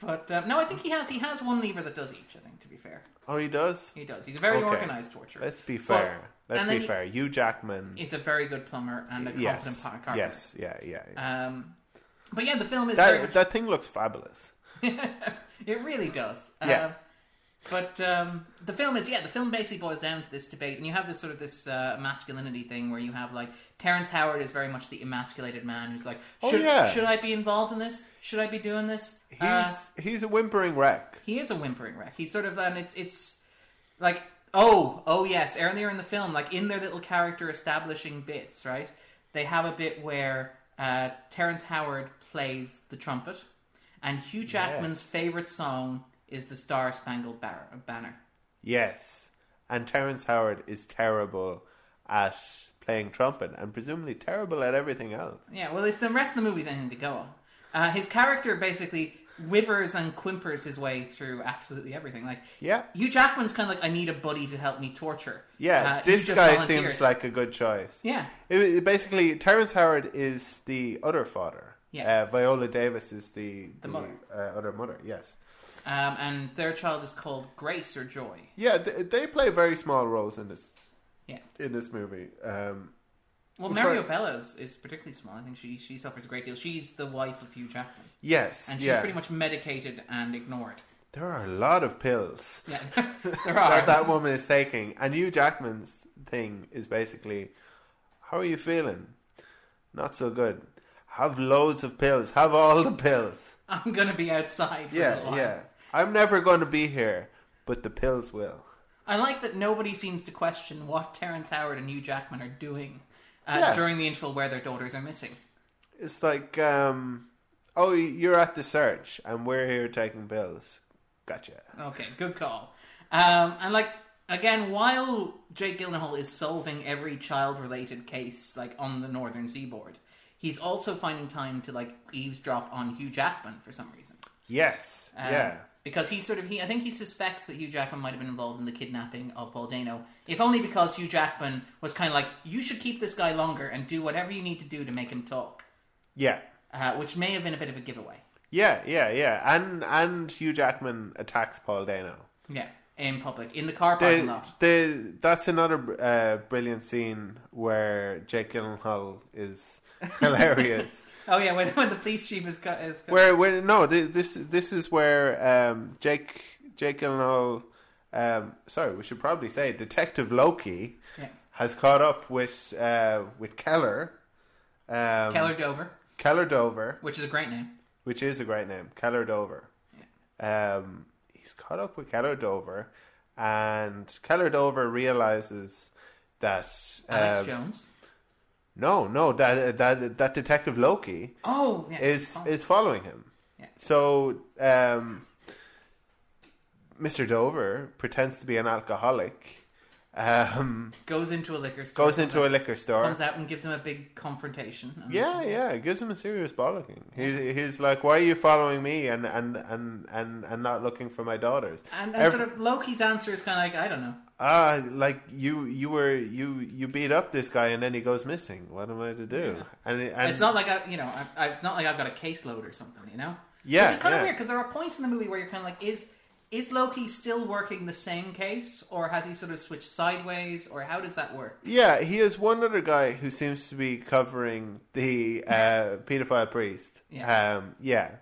[SPEAKER 2] but uh, no, I think he has he has one lever that does each. I think to be fair,
[SPEAKER 1] Oh, he does.
[SPEAKER 2] he does. He's a very
[SPEAKER 1] Okay.
[SPEAKER 2] organized torturer.
[SPEAKER 1] Let's be
[SPEAKER 2] But-
[SPEAKER 1] fair. Let's
[SPEAKER 2] and then
[SPEAKER 1] be
[SPEAKER 2] he-
[SPEAKER 1] fair. You Jackman.
[SPEAKER 2] He's a very good plumber and a competent
[SPEAKER 1] Yes.
[SPEAKER 2] par- carpenter.
[SPEAKER 1] Yes. Yeah. Yeah. yeah.
[SPEAKER 2] Um, but yeah, the film is very
[SPEAKER 1] that
[SPEAKER 2] much-
[SPEAKER 1] that thing looks fabulous.
[SPEAKER 2] (laughs) It really does.
[SPEAKER 1] Yeah.
[SPEAKER 2] Um, but um, the film is yeah the film basically boils down to this debate and you have this sort of this uh, masculinity thing where you have like Terrence Howard is very much the emasculated man who's like
[SPEAKER 1] Oh,
[SPEAKER 2] should,
[SPEAKER 1] yeah.
[SPEAKER 2] should I be involved in this should I be doing this
[SPEAKER 1] He's
[SPEAKER 2] Uh,
[SPEAKER 1] he's a whimpering wreck.
[SPEAKER 2] he is a whimpering wreck he's sort of and it's it's like oh oh yes earlier in the film like in their little character establishing bits right they have a bit where uh, Terrence Howard plays the trumpet and Hugh Jackman's favorite song is the Star Spangled Bar- Banner.
[SPEAKER 1] Yes, and Terrence Howard is terrible at playing trumpet and presumably terrible at everything else.
[SPEAKER 2] Yeah, well, if the rest of the movie's anything to go on, uh, his character basically whivers and whimpers his way through absolutely everything. Like,
[SPEAKER 1] yeah,
[SPEAKER 2] Hugh Jackman's kind of like, I need a buddy to help me torture.
[SPEAKER 1] Yeah,
[SPEAKER 2] Uh, he
[SPEAKER 1] this
[SPEAKER 2] just
[SPEAKER 1] guy
[SPEAKER 2] volunteered.
[SPEAKER 1] seems like a good choice.
[SPEAKER 2] Yeah.
[SPEAKER 1] It, it basically, Terrence Howard is the other father.
[SPEAKER 2] Yeah.
[SPEAKER 1] Uh, Viola Davis is the, the,
[SPEAKER 2] mother.
[SPEAKER 1] Uh, other mother, yes.
[SPEAKER 2] Um, and their child is called Grace or Joy.
[SPEAKER 1] Yeah, they, they play very small roles in this
[SPEAKER 2] Yeah.
[SPEAKER 1] in this movie. Um,
[SPEAKER 2] Well,
[SPEAKER 1] For-
[SPEAKER 2] Mario Bella is, is particularly small. I think she she suffers a great deal. She's the wife of Hugh Jackman.
[SPEAKER 1] Yes,
[SPEAKER 2] and she's
[SPEAKER 1] yeah.
[SPEAKER 2] pretty much medicated and ignored.
[SPEAKER 1] there are a lot of pills (laughs)
[SPEAKER 2] Yeah, (laughs) there are.
[SPEAKER 1] that that woman is taking. And Hugh Jackman's thing is basically, how are you feeling? Not so good. Have loads of pills. Have all the pills.
[SPEAKER 2] I'm gonna be outside. For a little
[SPEAKER 1] Yeah,
[SPEAKER 2] while.
[SPEAKER 1] yeah. I'm never going to be here, but the pills will.
[SPEAKER 2] I like that nobody seems to question what Terrence Howard and Hugh Jackman are doing uh,
[SPEAKER 1] Yeah.
[SPEAKER 2] during the interval where their daughters are missing.
[SPEAKER 1] It's like, um, oh, you're at the search, and we're here taking pills. Gotcha.
[SPEAKER 2] Okay, good call. Um, and like again, while Jake Gyllenhaal is solving every child-related case like on the northern seaboard, he's also finding time to like eavesdrop on Hugh Jackman for some reason.
[SPEAKER 1] Yes.
[SPEAKER 2] Um,
[SPEAKER 1] yeah.
[SPEAKER 2] Because he sort of he I think he suspects that Hugh Jackman might have been involved in the kidnapping of Paul Dano, if only because Hugh Jackman was kind of like you should keep this guy longer and do whatever you need to do to make him talk,
[SPEAKER 1] Yeah.
[SPEAKER 2] uh, which may have been a bit of a giveaway.
[SPEAKER 1] Yeah, yeah, yeah. And and Hugh Jackman attacks Paul Dano.
[SPEAKER 2] Yeah, in public in the car parking
[SPEAKER 1] The,
[SPEAKER 2] lot.
[SPEAKER 1] the, that's another uh, brilliant scene where Jake Gyllenhaal is (laughs) hilarious.
[SPEAKER 2] Oh yeah, when, (laughs) when the police chief is, co- is co-
[SPEAKER 1] where where no thi- this this is where um, Jake Jake Gyllenhaal. Um, sorry, we should probably say Detective Loki
[SPEAKER 2] Yeah.
[SPEAKER 1] has caught up with uh, with Keller. Um,
[SPEAKER 2] Keller Dover,
[SPEAKER 1] Keller Dover,
[SPEAKER 2] which is a great name.
[SPEAKER 1] which is a great name, Keller Dover. Um, he's caught up with Keller Dover, and Keller Dover realizes that
[SPEAKER 2] Alex
[SPEAKER 1] um,
[SPEAKER 2] Jones.
[SPEAKER 1] no, no, that that that Detective Loki
[SPEAKER 2] Oh, yeah,
[SPEAKER 1] is
[SPEAKER 2] oh.
[SPEAKER 1] is following him.
[SPEAKER 2] Yeah.
[SPEAKER 1] So um, Mr. Dover pretends to be an alcoholic, um,
[SPEAKER 2] goes into a liquor store,
[SPEAKER 1] goes into a liquor store.
[SPEAKER 2] comes out and gives him a big confrontation. And-
[SPEAKER 1] Yeah, yeah, it gives him a serious bollocking. He's, he's like, "Why are you following me and and and and, and not looking for my daughters?"
[SPEAKER 2] And, and sort of Loki's answer is kind of like I don't know.
[SPEAKER 1] ah, like you you were you you beat up this guy and then he goes missing. What am I to do? And, and
[SPEAKER 2] it's not like I, you know, I, I, it's not like I've got a caseload or something, you know.
[SPEAKER 1] Yeah,
[SPEAKER 2] which is kind of
[SPEAKER 1] yeah.
[SPEAKER 2] weird because there are points in the movie where you're kind of like, is is Loki still working the same case, or has he sort of switched sideways, or how does that work?
[SPEAKER 1] Yeah, he is one other guy who seems to be covering the uh,
[SPEAKER 2] (laughs)
[SPEAKER 1] pedophile priest.
[SPEAKER 2] Yeah.
[SPEAKER 1] Um, yeah.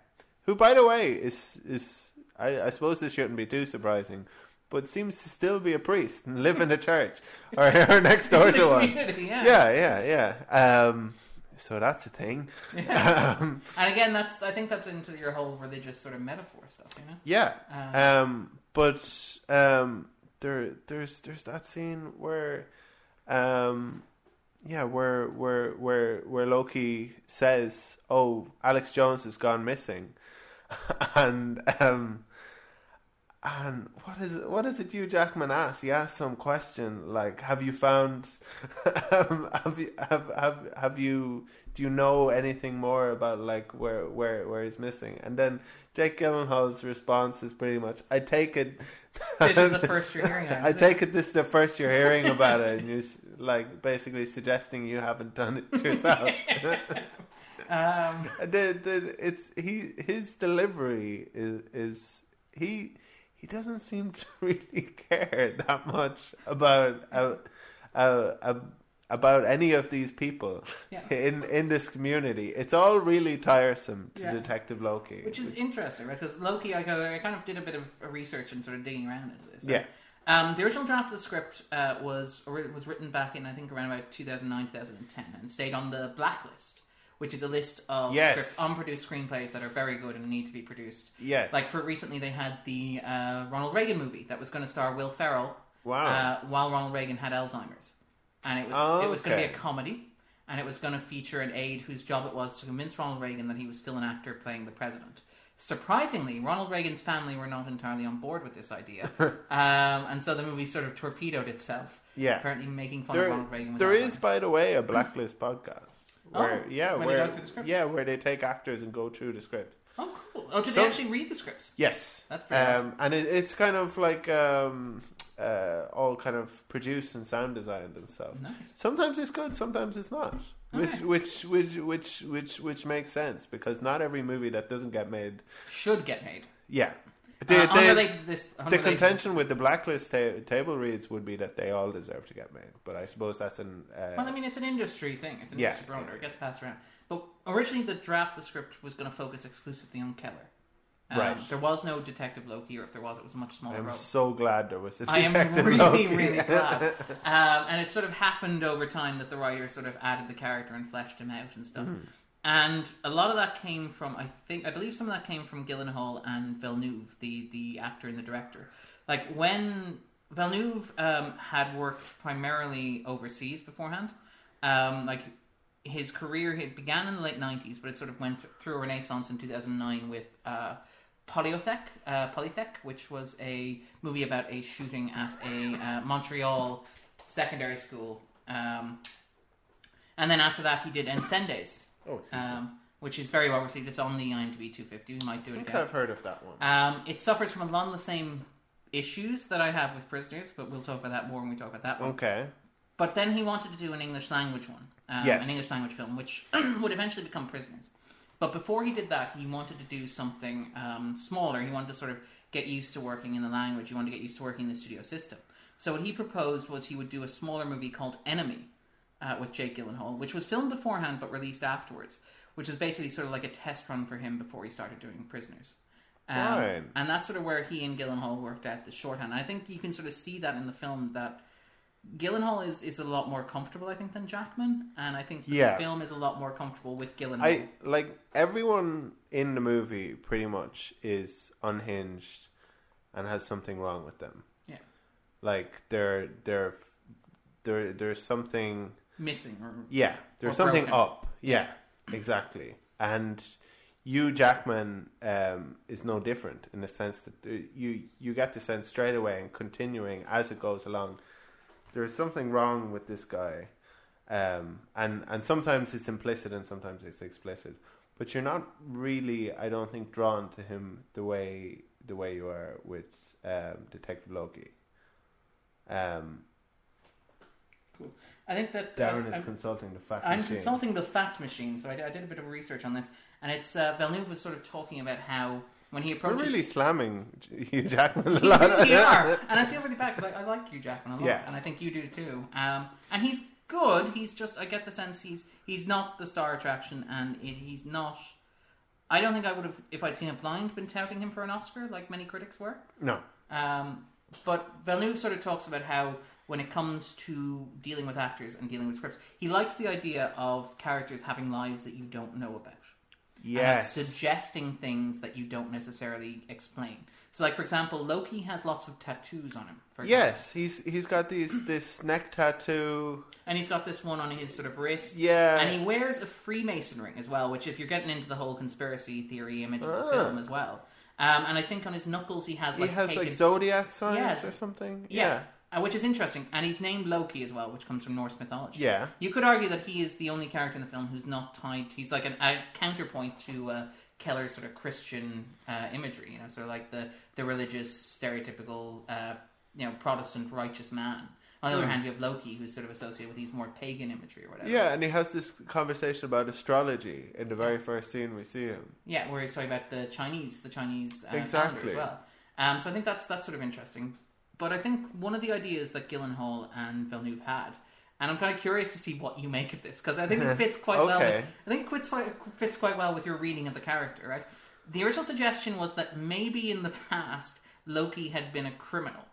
[SPEAKER 1] Who, by the way, is is I, I suppose this shouldn't be too surprising, but seems to still be a priest and live in a
[SPEAKER 2] (laughs)
[SPEAKER 1] church or, or next door to one.
[SPEAKER 2] community, yeah.
[SPEAKER 1] yeah, yeah, yeah. Um, so that's a thing. (laughs) Um,
[SPEAKER 2] And again, that's I think that's into your whole religious sort of metaphor stuff, you know.
[SPEAKER 1] Yeah.
[SPEAKER 2] Uh-huh.
[SPEAKER 1] um, but um, there, there's, there's that scene where, um, yeah, where, where, where, where Loki says, "Oh, Alex Jones has gone missing," (laughs) and um, and what is it, what is it? Hugh Jackman asks. He asks some question like, "Have you found? (laughs) um, have you have, have have you? Do you know anything more about like where where where he's missing?" And then Jake Gyllenhaal's response is pretty much, "I take it. (laughs)
[SPEAKER 2] This is the first you're hearing.
[SPEAKER 1] I take it this is the first you're hearing about it, and you're s- like basically suggesting you haven't done it
[SPEAKER 2] (laughs)
[SPEAKER 1] yourself."
[SPEAKER 2] Um,
[SPEAKER 1] the, the, it's he his delivery is is he he doesn't seem to (laughs) really care that much about uh, uh, ab- about any of these people
[SPEAKER 2] Yeah.
[SPEAKER 1] in in this community. It's all really tiresome to
[SPEAKER 2] Yeah.
[SPEAKER 1] Detective Loki.
[SPEAKER 2] Which is interesting, right? Because Loki, I kind, of, I kind of did a bit of research and sort of digging around into this. right? Um, the original draft of the script uh, was or was written back in I think around about 2009, 2010, and stayed on the blacklist, which is a list of
[SPEAKER 1] Yes.
[SPEAKER 2] script- unproduced screenplays that are very good and need to be produced.
[SPEAKER 1] Yes.
[SPEAKER 2] Like for recently, they had the uh, Ronald Reagan movie that was going to star Will Ferrell.
[SPEAKER 1] Wow.
[SPEAKER 2] Uh, while Ronald Reagan had Alzheimer's, and it was it was going to be
[SPEAKER 1] Okay.
[SPEAKER 2] a comedy, and it was going to feature an aide whose job it was to convince Ronald Reagan that he was still an actor playing the president. Surprisingly, Ronald Reagan's family were not entirely on board with this
[SPEAKER 1] (laughs)
[SPEAKER 2] idea, um, and so the movie sort of torpedoed itself.
[SPEAKER 1] Yeah.
[SPEAKER 2] apparently making fun of
[SPEAKER 1] There,
[SPEAKER 2] Ronald Reagan. with
[SPEAKER 1] there
[SPEAKER 2] Alzheimer's.
[SPEAKER 1] is, by the way, a blacklist podcast.
[SPEAKER 2] (clears throat) Oh,
[SPEAKER 1] Where, yeah,
[SPEAKER 2] when they
[SPEAKER 1] where
[SPEAKER 2] go through the scripts?
[SPEAKER 1] yeah, where they take actors and go through the scripts.
[SPEAKER 2] Oh, cool. Oh, did
[SPEAKER 1] So-
[SPEAKER 2] they actually read the scripts?
[SPEAKER 1] Yes,
[SPEAKER 2] That's pretty
[SPEAKER 1] um, And it, it's kind of like um, uh, all kind of produced and sound designed and stuff.
[SPEAKER 2] Nice.
[SPEAKER 1] Sometimes it's good, sometimes it's not. Which, which which which which which makes sense because not every movie that doesn't get made.
[SPEAKER 2] Should get made.
[SPEAKER 1] Yeah, They-
[SPEAKER 2] Uh,
[SPEAKER 1] they-
[SPEAKER 2] unrelated to this,
[SPEAKER 1] the
[SPEAKER 2] unrelated to this.
[SPEAKER 1] contention with the blacklist ta- table reads would be that they all deserve to get made, but I suppose that's an uh,
[SPEAKER 2] Well, I mean, it's an industry thing. It's an
[SPEAKER 1] Yeah.
[SPEAKER 2] industry promoter. It gets passed around. But originally, the draft, the script was going to focus exclusively on Keller. Um,
[SPEAKER 1] Right.
[SPEAKER 2] There was no Detective Loki, or if there was, it was a much smaller
[SPEAKER 1] I'm
[SPEAKER 2] role.
[SPEAKER 1] so glad there was a
[SPEAKER 2] I am
[SPEAKER 1] detective
[SPEAKER 2] really,
[SPEAKER 1] Loki. (laughs)
[SPEAKER 2] really glad. Um, and it sort of happened over time that the writer sort of added the character and fleshed him out and stuff. And a lot of that came from, I think, I believe some of that came from Gyllenhaal and Villeneuve, the, the actor and the director. Like when Villeneuve um, had worked primarily overseas beforehand, um, like his career it began in the late 90s, but it sort of went through a renaissance in 2009 with uh, Polythec, uh, Polythec, which was a movie about a shooting at a uh, Montreal secondary school. Um, and then after that, he did Encendes,
[SPEAKER 1] Oh, excuse me.
[SPEAKER 2] um, which is very well received. It's on the IMDb 250. We might do it
[SPEAKER 1] I think
[SPEAKER 2] again.
[SPEAKER 1] I've heard of that one.
[SPEAKER 2] Um, it suffers from a lot of the same issues that I have with Prisoners, but we'll talk about that more when we talk about that one.
[SPEAKER 1] Okay.
[SPEAKER 2] But then he wanted to do an English language one, um,
[SPEAKER 1] Yes.
[SPEAKER 2] an English language film, which (clears throat) would eventually become Prisoners. But before he did that, he wanted to do something um, smaller. He wanted to sort of get used to working in the language. He wanted to get used to working in the studio system. So what he proposed was he would do a smaller movie called Enemy uh, with Jake Gyllenhaal, which was filmed beforehand but released afterwards, which was basically sort of like a test run for him before he started doing Prisoners. Um,
[SPEAKER 1] Right.
[SPEAKER 2] And that's sort of where he and Gyllenhaal worked out the shorthand. I think you can sort of see that in the film that Gyllenhaal is, is a lot more comfortable, I think, than Jackman, and I think the
[SPEAKER 1] Yeah.
[SPEAKER 2] film is a lot more comfortable with Gyllenhaal.
[SPEAKER 1] I like everyone in the movie pretty much is unhinged and has something wrong with them.
[SPEAKER 2] yeah,
[SPEAKER 1] Like they're they're there there's something
[SPEAKER 2] missing. Or,
[SPEAKER 1] yeah, there's
[SPEAKER 2] Or
[SPEAKER 1] something
[SPEAKER 2] broken.
[SPEAKER 1] up. Yeah, exactly. And you Jackman um, is no different in the sense that uh, you you get the sense straight away and continuing as it goes along. There's something wrong with this guy, um, and and sometimes it's implicit and sometimes it's explicit. But you're not really, I don't think, drawn to him the way the way you are with um, Detective Loki. Um,
[SPEAKER 2] Cool. I think that
[SPEAKER 1] Darren is
[SPEAKER 2] I'm-
[SPEAKER 1] consulting the fact
[SPEAKER 2] I'm
[SPEAKER 1] machine.
[SPEAKER 2] consulting the fact machine, so I, I did a bit of research on this, and it's uh, Villeneuve was sort of talking about how when he
[SPEAKER 1] We're
[SPEAKER 2] approaches
[SPEAKER 1] really slamming (laughs) Hugh Jackman a
[SPEAKER 2] You
[SPEAKER 1] lot.
[SPEAKER 2] really are. And I feel really bad because I, I like you, Jackman, a lot,
[SPEAKER 1] Yeah.
[SPEAKER 2] and I think you do too. Um, and he's good. He's just I get the sense he's he's not the star attraction, and he- he's not. I don't think I would have if I'd seen it blind been touting him for an Oscar like many critics were.
[SPEAKER 1] No.
[SPEAKER 2] Um, but Villeneuve sort of talks about how when it comes to dealing with actors and dealing with scripts, he likes the idea of characters having lives that you don't know about and
[SPEAKER 1] Yes.
[SPEAKER 2] suggesting things that you don't necessarily explain. So, like for example, Loki has lots of tattoos on him. For example.
[SPEAKER 1] yes, he's he's got these this neck tattoo.
[SPEAKER 2] and he's got this one on his sort of wrist.
[SPEAKER 1] Yeah.
[SPEAKER 2] and he wears a Freemason ring as well, which if you're getting into the whole conspiracy theory image of the film as well. Um, and I think on his knuckles he has like
[SPEAKER 1] Ah. he has like
[SPEAKER 2] pagan-
[SPEAKER 1] zodiac signs
[SPEAKER 2] Yes.
[SPEAKER 1] or something.
[SPEAKER 2] Yeah. Uh, which is interesting. And he's named Loki as well, which comes from Norse mythology.
[SPEAKER 1] Yeah.
[SPEAKER 2] You could argue that he is the only character in the film who's not tied. He's like an, a counterpoint to uh, Keller's sort of Christian uh, imagery, you know, sort of like the, the religious, stereotypical, uh, you know, Protestant righteous man. On the other hand, you have Loki, who's sort of associated with these more pagan imagery or whatever.
[SPEAKER 1] Hmm. yeah, yeah. And he has this conversation about astrology in the very first scene we see him.
[SPEAKER 2] Yeah, where he's talking about the Chinese, the Chinese uh, calendar
[SPEAKER 1] Exactly.
[SPEAKER 2] as well. Um, so I think that's that's sort of interesting. But I think one of the ideas that Gyllenhaal and Villeneuve had, and I'm kind of curious to see what you make of this because I think
[SPEAKER 1] (laughs)
[SPEAKER 2] it fits quite well. With,
[SPEAKER 1] Okay.
[SPEAKER 2] I think it fits quite, fits quite well with your reading of the character, right? The original suggestion was that maybe in the past Loki had been a criminal,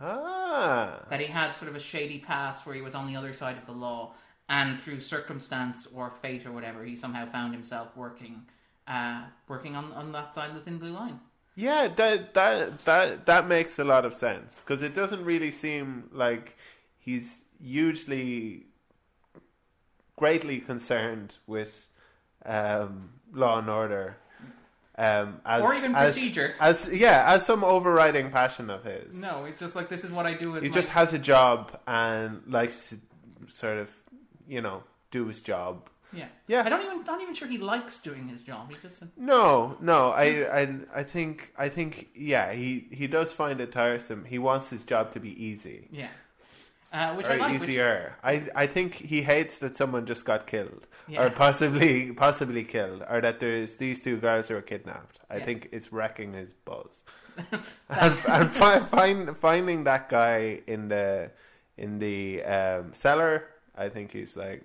[SPEAKER 1] Ah,
[SPEAKER 2] that he had sort of a shady past where he was on the other side of the law, and through circumstance or fate or whatever, he somehow found himself working, uh, working on, on that side of the thin blue line.
[SPEAKER 1] yeah. That that that that makes a lot of sense because it doesn't really seem like he's hugely greatly concerned with um, law and order. um, as
[SPEAKER 2] Or even
[SPEAKER 1] as-
[SPEAKER 2] procedure.
[SPEAKER 1] as, yeah, as some overriding passion of his.
[SPEAKER 2] No, it's just like this is what I do with.
[SPEAKER 1] He
[SPEAKER 2] my-
[SPEAKER 1] just has a job and likes to sort of, you know, do his job.
[SPEAKER 2] yeah,
[SPEAKER 1] Yeah.
[SPEAKER 2] I don't even, not even sure he likes doing his job. He just
[SPEAKER 1] No, no, I, I, I think, I think, yeah, he, he does find it tiresome. He wants his job to be easy.
[SPEAKER 2] yeah, uh, which
[SPEAKER 1] or
[SPEAKER 2] I like. which-
[SPEAKER 1] easier. I I think he hates that someone just got killed,
[SPEAKER 2] Yeah.
[SPEAKER 1] or possibly possibly killed, or that there's these two guys who are kidnapped. I
[SPEAKER 2] Yeah.
[SPEAKER 1] think it's wrecking his buzz, and, and fi- find, finding that guy in the in the um, cellar. I think he's like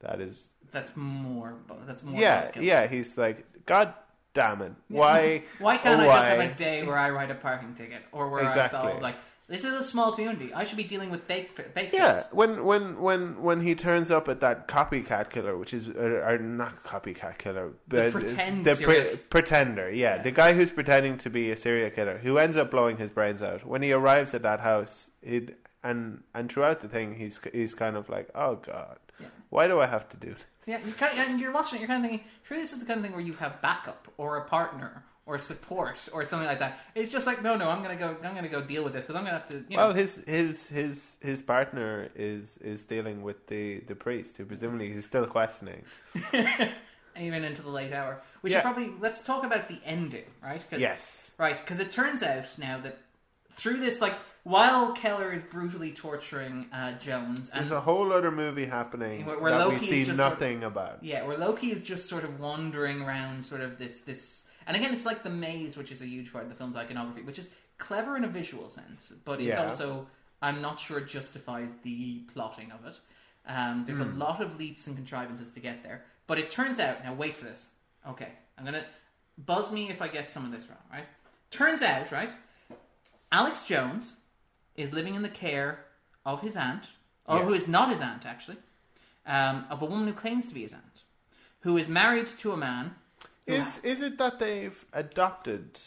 [SPEAKER 1] that is
[SPEAKER 2] (laughs) that's more. That's more.
[SPEAKER 1] yeah
[SPEAKER 2] buzzkill.
[SPEAKER 1] yeah. He's like God damn it! Why
[SPEAKER 2] (laughs) Why can't
[SPEAKER 1] oh,
[SPEAKER 2] I just
[SPEAKER 1] why?"
[SPEAKER 2] have a day where I write a parking ticket or where I
[SPEAKER 1] Exactly.
[SPEAKER 2] solve like this is a small community. I should be dealing with bake bake
[SPEAKER 1] Yeah,
[SPEAKER 2] sales.
[SPEAKER 1] when when when when he turns up at that copycat killer, which is uh, or, or not copycat killer, but uh,
[SPEAKER 2] pretend
[SPEAKER 1] the
[SPEAKER 2] serial-
[SPEAKER 1] pretender, yeah, the guy who's pretending to be a serial killer who ends up blowing his brains out. When he arrives at that house, he and and throughout the thing, he's he's kind of like, oh god, why do I have to do this?
[SPEAKER 2] Yeah, you kind and you're watching it. You're kind of thinking, sure, this is the kind of thing where you have backup or a partner or support or something like that. It's just like, no, no, I'm gonna go. I'm gonna go deal with this because I'm gonna have to. You know,
[SPEAKER 1] Well, Oh, his his his his partner is is dealing with the the priest, who presumably he's still questioning.
[SPEAKER 2] even into the late hour. Which
[SPEAKER 1] Yeah.
[SPEAKER 2] is probably let's talk about the ending, right? 'Cause-
[SPEAKER 1] Yes.
[SPEAKER 2] right. Because it turns out now that through this, like, while Keller is brutally torturing uh, Jones, and
[SPEAKER 1] There's a whole other movie happening
[SPEAKER 2] Where- where
[SPEAKER 1] that
[SPEAKER 2] Loki is
[SPEAKER 1] we see
[SPEAKER 2] just sort of-
[SPEAKER 1] nothing about.
[SPEAKER 2] yeah, where Loki is just sort of wandering around, sort of this this, and again, it's like the maze, which is a huge part of the film's iconography, which is clever in a visual sense, but it's
[SPEAKER 1] Yeah.
[SPEAKER 2] also I'm not sure it justifies the plotting of it. Um, there's a lot of leaps and contrivances to get there, but it turns out now. Wait for this. Okay, I'm gonna buzz me if I get some of this wrong. Right? Turns out, right? Alex Jones is living in the care of his aunt, or
[SPEAKER 1] Yeah.
[SPEAKER 2] who is not his aunt actually, um, of a woman who claims to be his aunt, who is married to a man
[SPEAKER 1] Is is it that they've adopted?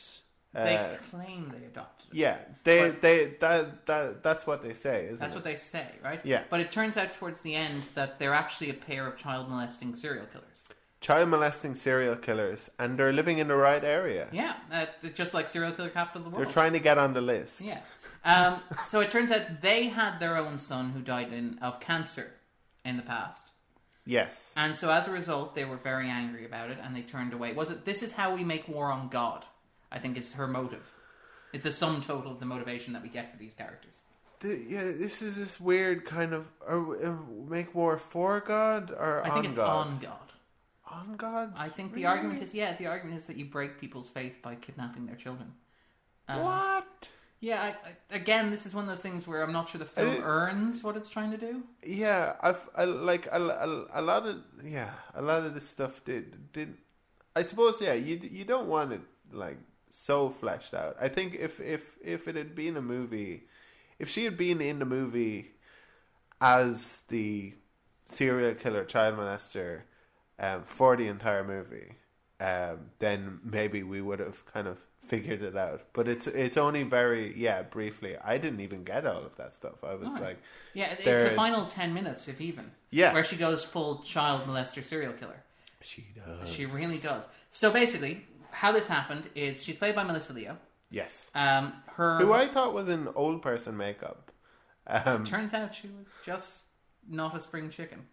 [SPEAKER 1] Uh,
[SPEAKER 2] they claim they adopted. him.
[SPEAKER 1] yeah, they
[SPEAKER 2] But-
[SPEAKER 1] they that that that's what they say, isn't
[SPEAKER 2] That's
[SPEAKER 1] it?
[SPEAKER 2] what they say, right?
[SPEAKER 1] Yeah.
[SPEAKER 2] But it turns out towards the end that they're actually a pair of child molesting serial killers.
[SPEAKER 1] Child molesting serial killers, and they're living in the right area.
[SPEAKER 2] Yeah, uh, they're just like serial killer capital of the
[SPEAKER 1] They're
[SPEAKER 2] world.
[SPEAKER 1] trying to get on the list.
[SPEAKER 2] Yeah. Um, so it turns out they had their own son who died in, of cancer in the past.
[SPEAKER 1] Yes.
[SPEAKER 2] And so as a result, they were very angry about it and they turned away. Was it this is how we make war on God? I think is her motive. It's the sum total of the motivation that we get for these characters.
[SPEAKER 1] The- yeah, this is this weird kind of or, uh, make war for God or
[SPEAKER 2] I
[SPEAKER 1] on
[SPEAKER 2] think it's
[SPEAKER 1] God.
[SPEAKER 2] on God.
[SPEAKER 1] On God.
[SPEAKER 2] I think the argument is yeah, the argument is that you break people's faith by kidnapping their children. uh,
[SPEAKER 1] what?
[SPEAKER 2] Yeah, I, I, again, this is one of those things where I'm not sure the film
[SPEAKER 1] Uh,
[SPEAKER 2] earns what it's trying to do.
[SPEAKER 1] yeah i've I, like a, a, a lot of yeah a lot of this stuff did did i suppose yeah you you don't want it like so fleshed out i think if if if it had been a movie if she had been in the movie as the serial killer child molester um, for the entire movie um, then maybe we would have kind of figured it out but it's it's only very yeah briefly i didn't even get all of that stuff i was
[SPEAKER 2] No.
[SPEAKER 1] like
[SPEAKER 2] Yeah, it- it's
[SPEAKER 1] they're-
[SPEAKER 2] the final ten minutes, if even.
[SPEAKER 1] Yeah.
[SPEAKER 2] where she goes full child molester serial killer.
[SPEAKER 1] She does.
[SPEAKER 2] She really does. So basically, how this happened is she's played by Melissa Leo.
[SPEAKER 1] Yes.
[SPEAKER 2] Um, her
[SPEAKER 1] Who I thought was in old person makeup. Um,
[SPEAKER 2] turns out she was just not a spring chicken.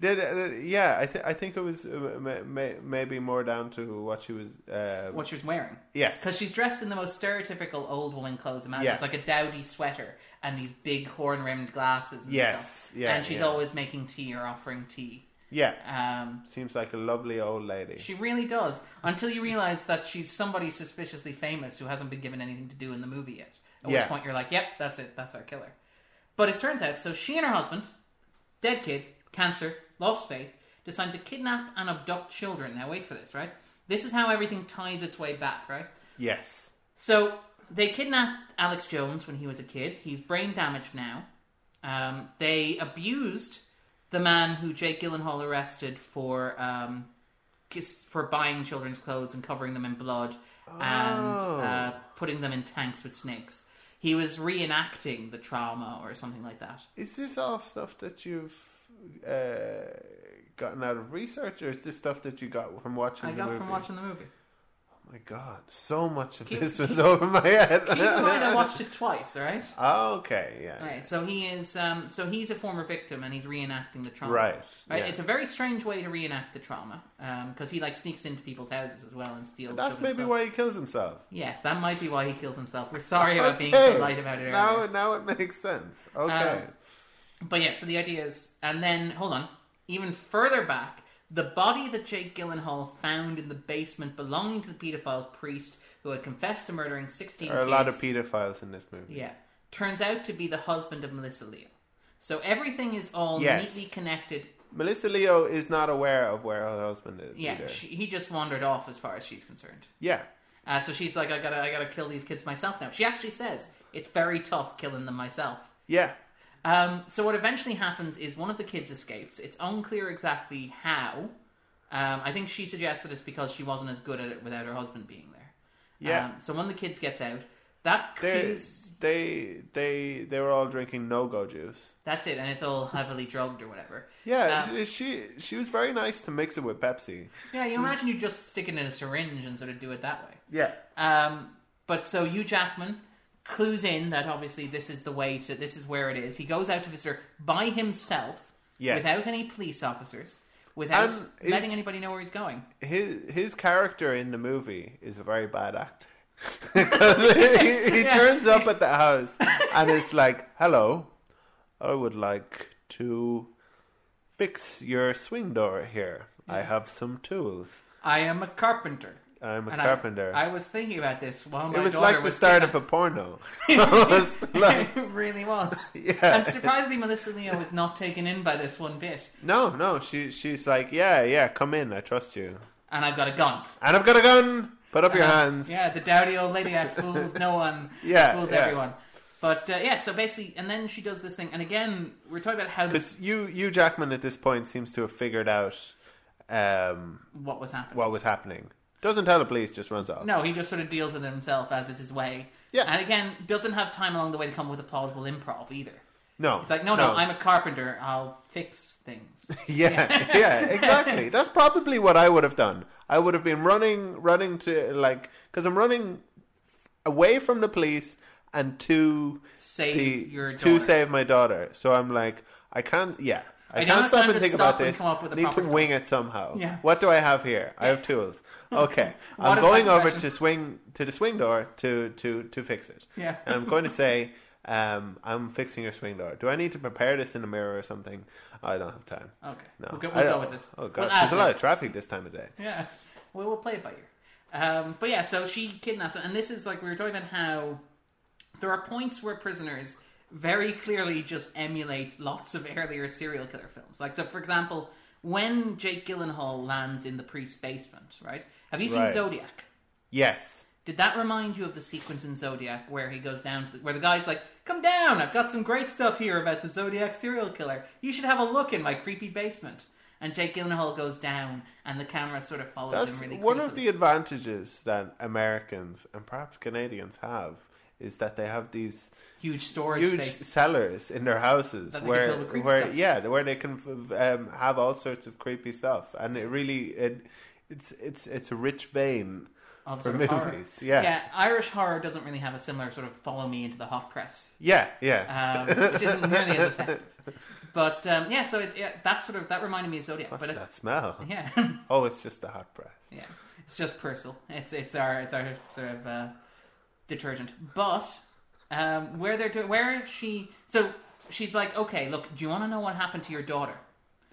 [SPEAKER 1] did, uh, yeah, I, th- I think it was uh, may- may- maybe more down to what she was. Uh,
[SPEAKER 2] What she was wearing.
[SPEAKER 1] yes.
[SPEAKER 2] Because she's dressed in the most stereotypical old woman clothes imaginable.
[SPEAKER 1] Yeah.
[SPEAKER 2] It's like a dowdy sweater and these big horn rimmed glasses and
[SPEAKER 1] Yes,
[SPEAKER 2] stuff.
[SPEAKER 1] yeah,
[SPEAKER 2] and she's
[SPEAKER 1] yeah.
[SPEAKER 2] always making tea or offering tea.
[SPEAKER 1] yeah.
[SPEAKER 2] Um,
[SPEAKER 1] Seems like a lovely old lady.
[SPEAKER 2] she really does. Until you realize that she's somebody suspiciously famous who hasn't been given anything to do in the movie yet. At
[SPEAKER 1] Yeah.
[SPEAKER 2] which point you're like, yep, that's it, that's our killer. But it turns out, so she and her husband, dead kid, cancer, lost faith, decide to kidnap and abduct children. Now, wait for this, right? This is how everything ties its way back, right?
[SPEAKER 1] yes.
[SPEAKER 2] So they kidnapped Alex Jones when he was a kid. He's brain damaged now. Um, they abused the man who Jake Gyllenhaal arrested for um, kis- for buying children's clothes and covering them in blood
[SPEAKER 1] Oh.
[SPEAKER 2] and uh, putting them in tanks with snakes. He was reenacting the trauma or something like that.
[SPEAKER 1] Is this all stuff that you've uh, gotten out of research, or is this stuff that you got from watching
[SPEAKER 2] I
[SPEAKER 1] the
[SPEAKER 2] got
[SPEAKER 1] movie?
[SPEAKER 2] from watching the movie.
[SPEAKER 1] My God, so much of
[SPEAKER 2] Keep-
[SPEAKER 1] this was
[SPEAKER 2] keep-
[SPEAKER 1] over my head.
[SPEAKER 2] Keep in mind, I watched it twice. All right.
[SPEAKER 1] (laughs) Okay, yeah.
[SPEAKER 2] All right. So he is. Um, so he's a former victim, and he's reenacting the trauma.
[SPEAKER 1] Right, yeah.
[SPEAKER 2] It's a very strange way to reenact the trauma, because he like sneaks into people's houses as well and steals.
[SPEAKER 1] That's
[SPEAKER 2] children's
[SPEAKER 1] maybe
[SPEAKER 2] clothes.
[SPEAKER 1] why he kills himself.
[SPEAKER 2] Yes, that might be why he kills himself. We're sorry about being so
[SPEAKER 1] Okay,
[SPEAKER 2] light about it earlier.
[SPEAKER 1] Now, now it makes sense. Okay.
[SPEAKER 2] Um, but yeah, so the idea is, and then hold on, even further back, the body that Jake Gyllenhaal found in the basement belonging to the pedophile priest who had confessed to murdering sixteen.
[SPEAKER 1] there are a lot of
[SPEAKER 2] kids-
[SPEAKER 1] pedophiles in this movie.
[SPEAKER 2] Yeah, turns out to be the husband of Melissa Leo. So everything is all
[SPEAKER 1] Yes.
[SPEAKER 2] neatly connected.
[SPEAKER 1] Melissa Leo is not aware of where her husband is
[SPEAKER 2] Yeah,
[SPEAKER 1] either.
[SPEAKER 2] she, he just wandered off as far as she's concerned.
[SPEAKER 1] yeah.
[SPEAKER 2] Uh, so she's like, I gotta, I gotta kill these kids myself now. She actually says it's very tough killing them myself.
[SPEAKER 1] Yeah.
[SPEAKER 2] Um, so what eventually happens is one of the kids escapes. It's unclear exactly how. Um, I think she suggests that it's because she wasn't as good at it without her husband being there.
[SPEAKER 1] Yeah.
[SPEAKER 2] Um, so one of the kids gets out. That
[SPEAKER 1] They
[SPEAKER 2] cruise,
[SPEAKER 1] they they they were all drinking no go juice.
[SPEAKER 2] that's it, and it's all heavily drugged or whatever.
[SPEAKER 1] Yeah,
[SPEAKER 2] Um,
[SPEAKER 1] she- she she was very nice to mix it with Pepsi.
[SPEAKER 2] yeah. You imagine you just stick it in a syringe and sort of do it that way.
[SPEAKER 1] Yeah.
[SPEAKER 2] Um, but so Hugh Jackman clues in that obviously this is the way to this is where it is. He goes out to visit her by himself,
[SPEAKER 1] Yes.
[SPEAKER 2] without any police officers, without
[SPEAKER 1] And is-
[SPEAKER 2] letting anybody know where he's going.
[SPEAKER 1] His his character in the movie is a very bad actor. (laughs)
[SPEAKER 2] (laughs)
[SPEAKER 1] 'Cause he, he turns up at the house and it's like, "Hello, I would like to fix your swing door here. I have some tools.
[SPEAKER 2] I am a carpenter.
[SPEAKER 1] I'm a
[SPEAKER 2] And I-
[SPEAKER 1] carpenter."
[SPEAKER 2] I, was thinking about this while my
[SPEAKER 1] it was
[SPEAKER 2] daughter
[SPEAKER 1] like the
[SPEAKER 2] was
[SPEAKER 1] start of a
[SPEAKER 2] (laughs)
[SPEAKER 1] porno. (laughs) It was like-
[SPEAKER 2] it really was.
[SPEAKER 1] (laughs) Yeah.
[SPEAKER 2] And surprisingly, Melissa Leo was not taken in by this one bit.
[SPEAKER 1] no, no, she she's like, yeah, yeah, come in, I trust you,
[SPEAKER 2] And I've got a gun.
[SPEAKER 1] and I've got a gun. Put up your
[SPEAKER 2] Uh,
[SPEAKER 1] hands.
[SPEAKER 2] Yeah, the dowdy old lady that fools no
[SPEAKER 1] (laughs)
[SPEAKER 2] one.
[SPEAKER 1] Yeah,
[SPEAKER 2] fools
[SPEAKER 1] yeah.
[SPEAKER 2] everyone. But uh, yeah, so basically, and then she does this thing, and again, we're talking about how this,
[SPEAKER 1] Because you, you Jackman at this point seems to have figured out um,
[SPEAKER 2] what was happening.
[SPEAKER 1] what was happening. Doesn't tell the police, just runs off.
[SPEAKER 2] no, he just sort of deals with it himself as is his way.
[SPEAKER 1] Yeah.
[SPEAKER 2] and again, doesn't have time along the way to come up with a plausible improv either.
[SPEAKER 1] no,
[SPEAKER 2] It's like, no, no, I'm a (laughs) carpenter. I'll fix things.
[SPEAKER 1] (laughs) yeah, (laughs) yeah, exactly. That's probably what I would have done. I would have been running, running to like because I'm running away from the police and to
[SPEAKER 2] Save
[SPEAKER 1] the-
[SPEAKER 2] your
[SPEAKER 1] to
[SPEAKER 2] daughter.
[SPEAKER 1] save my daughter. So I'm like, I can't. Yeah, I,
[SPEAKER 2] I don't
[SPEAKER 1] can't
[SPEAKER 2] have
[SPEAKER 1] stop
[SPEAKER 2] time
[SPEAKER 1] and
[SPEAKER 2] to
[SPEAKER 1] think
[SPEAKER 2] stop
[SPEAKER 1] about
[SPEAKER 2] and
[SPEAKER 1] this.
[SPEAKER 2] come up with a
[SPEAKER 1] Need to
[SPEAKER 2] proper story.
[SPEAKER 1] wing it somehow.
[SPEAKER 2] Yeah.
[SPEAKER 1] What do I have here? I have
[SPEAKER 2] (laughs)
[SPEAKER 1] tools. Okay, I'm
[SPEAKER 2] if my
[SPEAKER 1] going over
[SPEAKER 2] profession-
[SPEAKER 1] to swing to the swing door to to to fix it.
[SPEAKER 2] Yeah.
[SPEAKER 1] and I'm going to say. Um, I'm fixing your swing door. Do I need to prepare this in the mirror or something? I don't have time.
[SPEAKER 2] Okay.
[SPEAKER 1] No.
[SPEAKER 2] Uh, We'll go-
[SPEAKER 1] I
[SPEAKER 2] we'll go
[SPEAKER 1] don't-
[SPEAKER 2] with this.
[SPEAKER 1] Oh,
[SPEAKER 2] We'll
[SPEAKER 1] gosh. There's
[SPEAKER 2] add
[SPEAKER 1] a lot
[SPEAKER 2] it.
[SPEAKER 1] of traffic this time of day.
[SPEAKER 2] Yeah. (laughs) Well, we'll play it by ear. Um, but yeah, so she kidnaps him, and this is like we were talking about how there are points where prisoners very clearly just emulate lots of earlier serial killer films. Like, so for example, when Jake Gyllenhaal lands in the priest's basement, right? Have you seen
[SPEAKER 1] Right.
[SPEAKER 2] Zodiac?
[SPEAKER 1] Yes.
[SPEAKER 2] Did that remind you of the sequence in Zodiac where he goes down to the, where the guy's like, "Come down, I've got some great stuff here about the Zodiac serial killer. You should have a look in my creepy basement." And Jake Gyllenhaal goes down, and the camera sort of follows
[SPEAKER 1] That's
[SPEAKER 2] him really.
[SPEAKER 1] one of
[SPEAKER 2] creepily.
[SPEAKER 1] the advantages that Americans and perhaps Canadians have is that they have these
[SPEAKER 2] huge storage
[SPEAKER 1] huge
[SPEAKER 2] space.
[SPEAKER 1] cellars in their houses
[SPEAKER 2] That they can
[SPEAKER 1] where
[SPEAKER 2] fill with creepy
[SPEAKER 1] where
[SPEAKER 2] stuff.
[SPEAKER 1] yeah where they can um, have all sorts of creepy stuff and it really it it's it's it's a rich vein
[SPEAKER 2] Of
[SPEAKER 1] for
[SPEAKER 2] sort of horror.
[SPEAKER 1] movies yeah. yeah
[SPEAKER 2] yeah. Irish horror doesn't really have a similar sort of follow me into the hot press,
[SPEAKER 1] yeah
[SPEAKER 2] um, which isn't nearly as
[SPEAKER 1] (laughs)
[SPEAKER 2] effective. But um, yeah, so it, yeah, that sort of that reminded me of Zodiac.
[SPEAKER 1] what's
[SPEAKER 2] but it-
[SPEAKER 1] that smell
[SPEAKER 2] yeah, (laughs)
[SPEAKER 1] oh it's just the hot press
[SPEAKER 2] yeah, it's just Persil. It's it's our it's our sort of uh, detergent. But um, where they're doing where she so she's like, okay, look, do you want to know what happened to your daughter?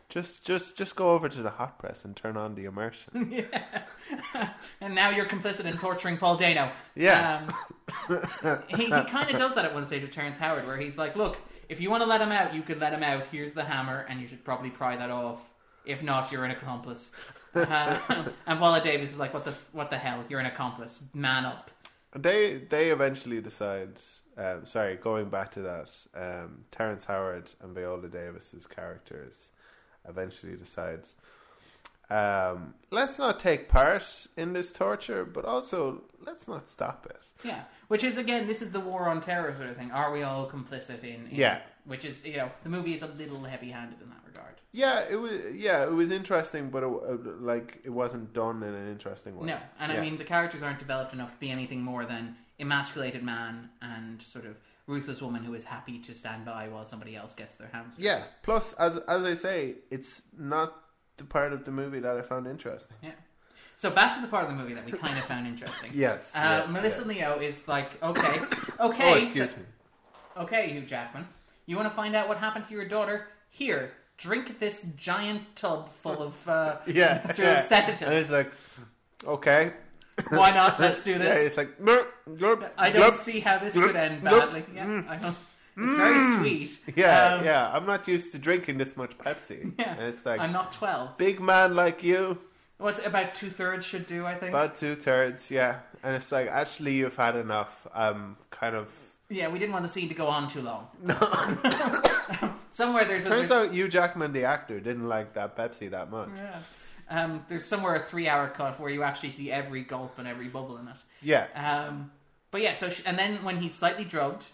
[SPEAKER 1] just just just go over to the hot press and turn on the immersion
[SPEAKER 2] And now you're complicit in torturing Paul Dano.
[SPEAKER 1] Yeah.
[SPEAKER 2] Um, he he kind of does that at one stage with Terrence Howard, where he's like, look, if you want to let him out, you can let him out. Here's the hammer, and you should probably pry that off. If not, you're an accomplice. Um, (laughs) and Paula Davis is like, what the what the hell? You're an accomplice. Man up.
[SPEAKER 1] They they eventually decide. Um, sorry, going back to that, um, Terrence Howard and Viola Davis's characters eventually decide Um, let's not take part in this torture, but also let's not stop it.
[SPEAKER 2] Yeah, which is again, this is the war on terror sort of thing. Are we all complicit in? in
[SPEAKER 1] Yeah.
[SPEAKER 2] which is you know the movie is a little heavy-handed in that regard.
[SPEAKER 1] Yeah, it was. Yeah, it was interesting, but it, w- like it wasn't done in an interesting way.
[SPEAKER 2] No, and I
[SPEAKER 1] Yeah.
[SPEAKER 2] mean the characters aren't developed enough to be anything more than emasculated man and sort of ruthless woman who is happy to stand by while somebody else gets their hands. dirty.
[SPEAKER 1] Yeah. Plus, as as I say, it's not the part of the movie that I found interesting.
[SPEAKER 2] Yeah. So back to the part of the movie that we kind of found interesting.
[SPEAKER 1] (laughs) Yes,
[SPEAKER 2] Uh,
[SPEAKER 1] yes,
[SPEAKER 2] Melissa
[SPEAKER 1] yes.
[SPEAKER 2] Leo is like,
[SPEAKER 1] (coughs)
[SPEAKER 2] okay, okay.
[SPEAKER 1] oh, excuse
[SPEAKER 2] so-
[SPEAKER 1] me.
[SPEAKER 2] Okay, Hugh Jackman. You want to find out what happened to your daughter? Here, drink this giant tub full of uh,
[SPEAKER 1] (laughs) Yeah.
[SPEAKER 2] sort of
[SPEAKER 1] yeah.
[SPEAKER 2] sedative.
[SPEAKER 1] And it's like, okay.
[SPEAKER 2] Why not? Let's
[SPEAKER 1] (laughs)
[SPEAKER 2] do
[SPEAKER 1] Yeah,
[SPEAKER 2] this.
[SPEAKER 1] it's like, "Nope, nope,
[SPEAKER 2] I don't
[SPEAKER 1] nope,
[SPEAKER 2] see how this
[SPEAKER 1] nope,
[SPEAKER 2] could end
[SPEAKER 1] nope." Mm.
[SPEAKER 2] badly. Yeah, I don't. It's very sweet.
[SPEAKER 1] Yeah,
[SPEAKER 2] Um,
[SPEAKER 1] yeah. I'm not used to drinking this much Pepsi.
[SPEAKER 2] (laughs) yeah.
[SPEAKER 1] And it's like,
[SPEAKER 2] I'm not twelve.
[SPEAKER 1] big man like you,
[SPEAKER 2] What's about two thirds should do, I think.
[SPEAKER 1] about two thirds, yeah. And it's like, actually, you've had enough. Um, kind of.
[SPEAKER 2] yeah, we didn't want the scene to go on too long. No. (laughs) somewhere there's a
[SPEAKER 1] Turns
[SPEAKER 2] there's,
[SPEAKER 1] out Hugh Jackman, the actor, didn't like that Pepsi that much.
[SPEAKER 2] yeah. um, there's somewhere a three hour cut where you actually see every gulp and every bubble in it.
[SPEAKER 1] Yeah.
[SPEAKER 2] Um, but yeah, so she, and then when he's slightly drugged,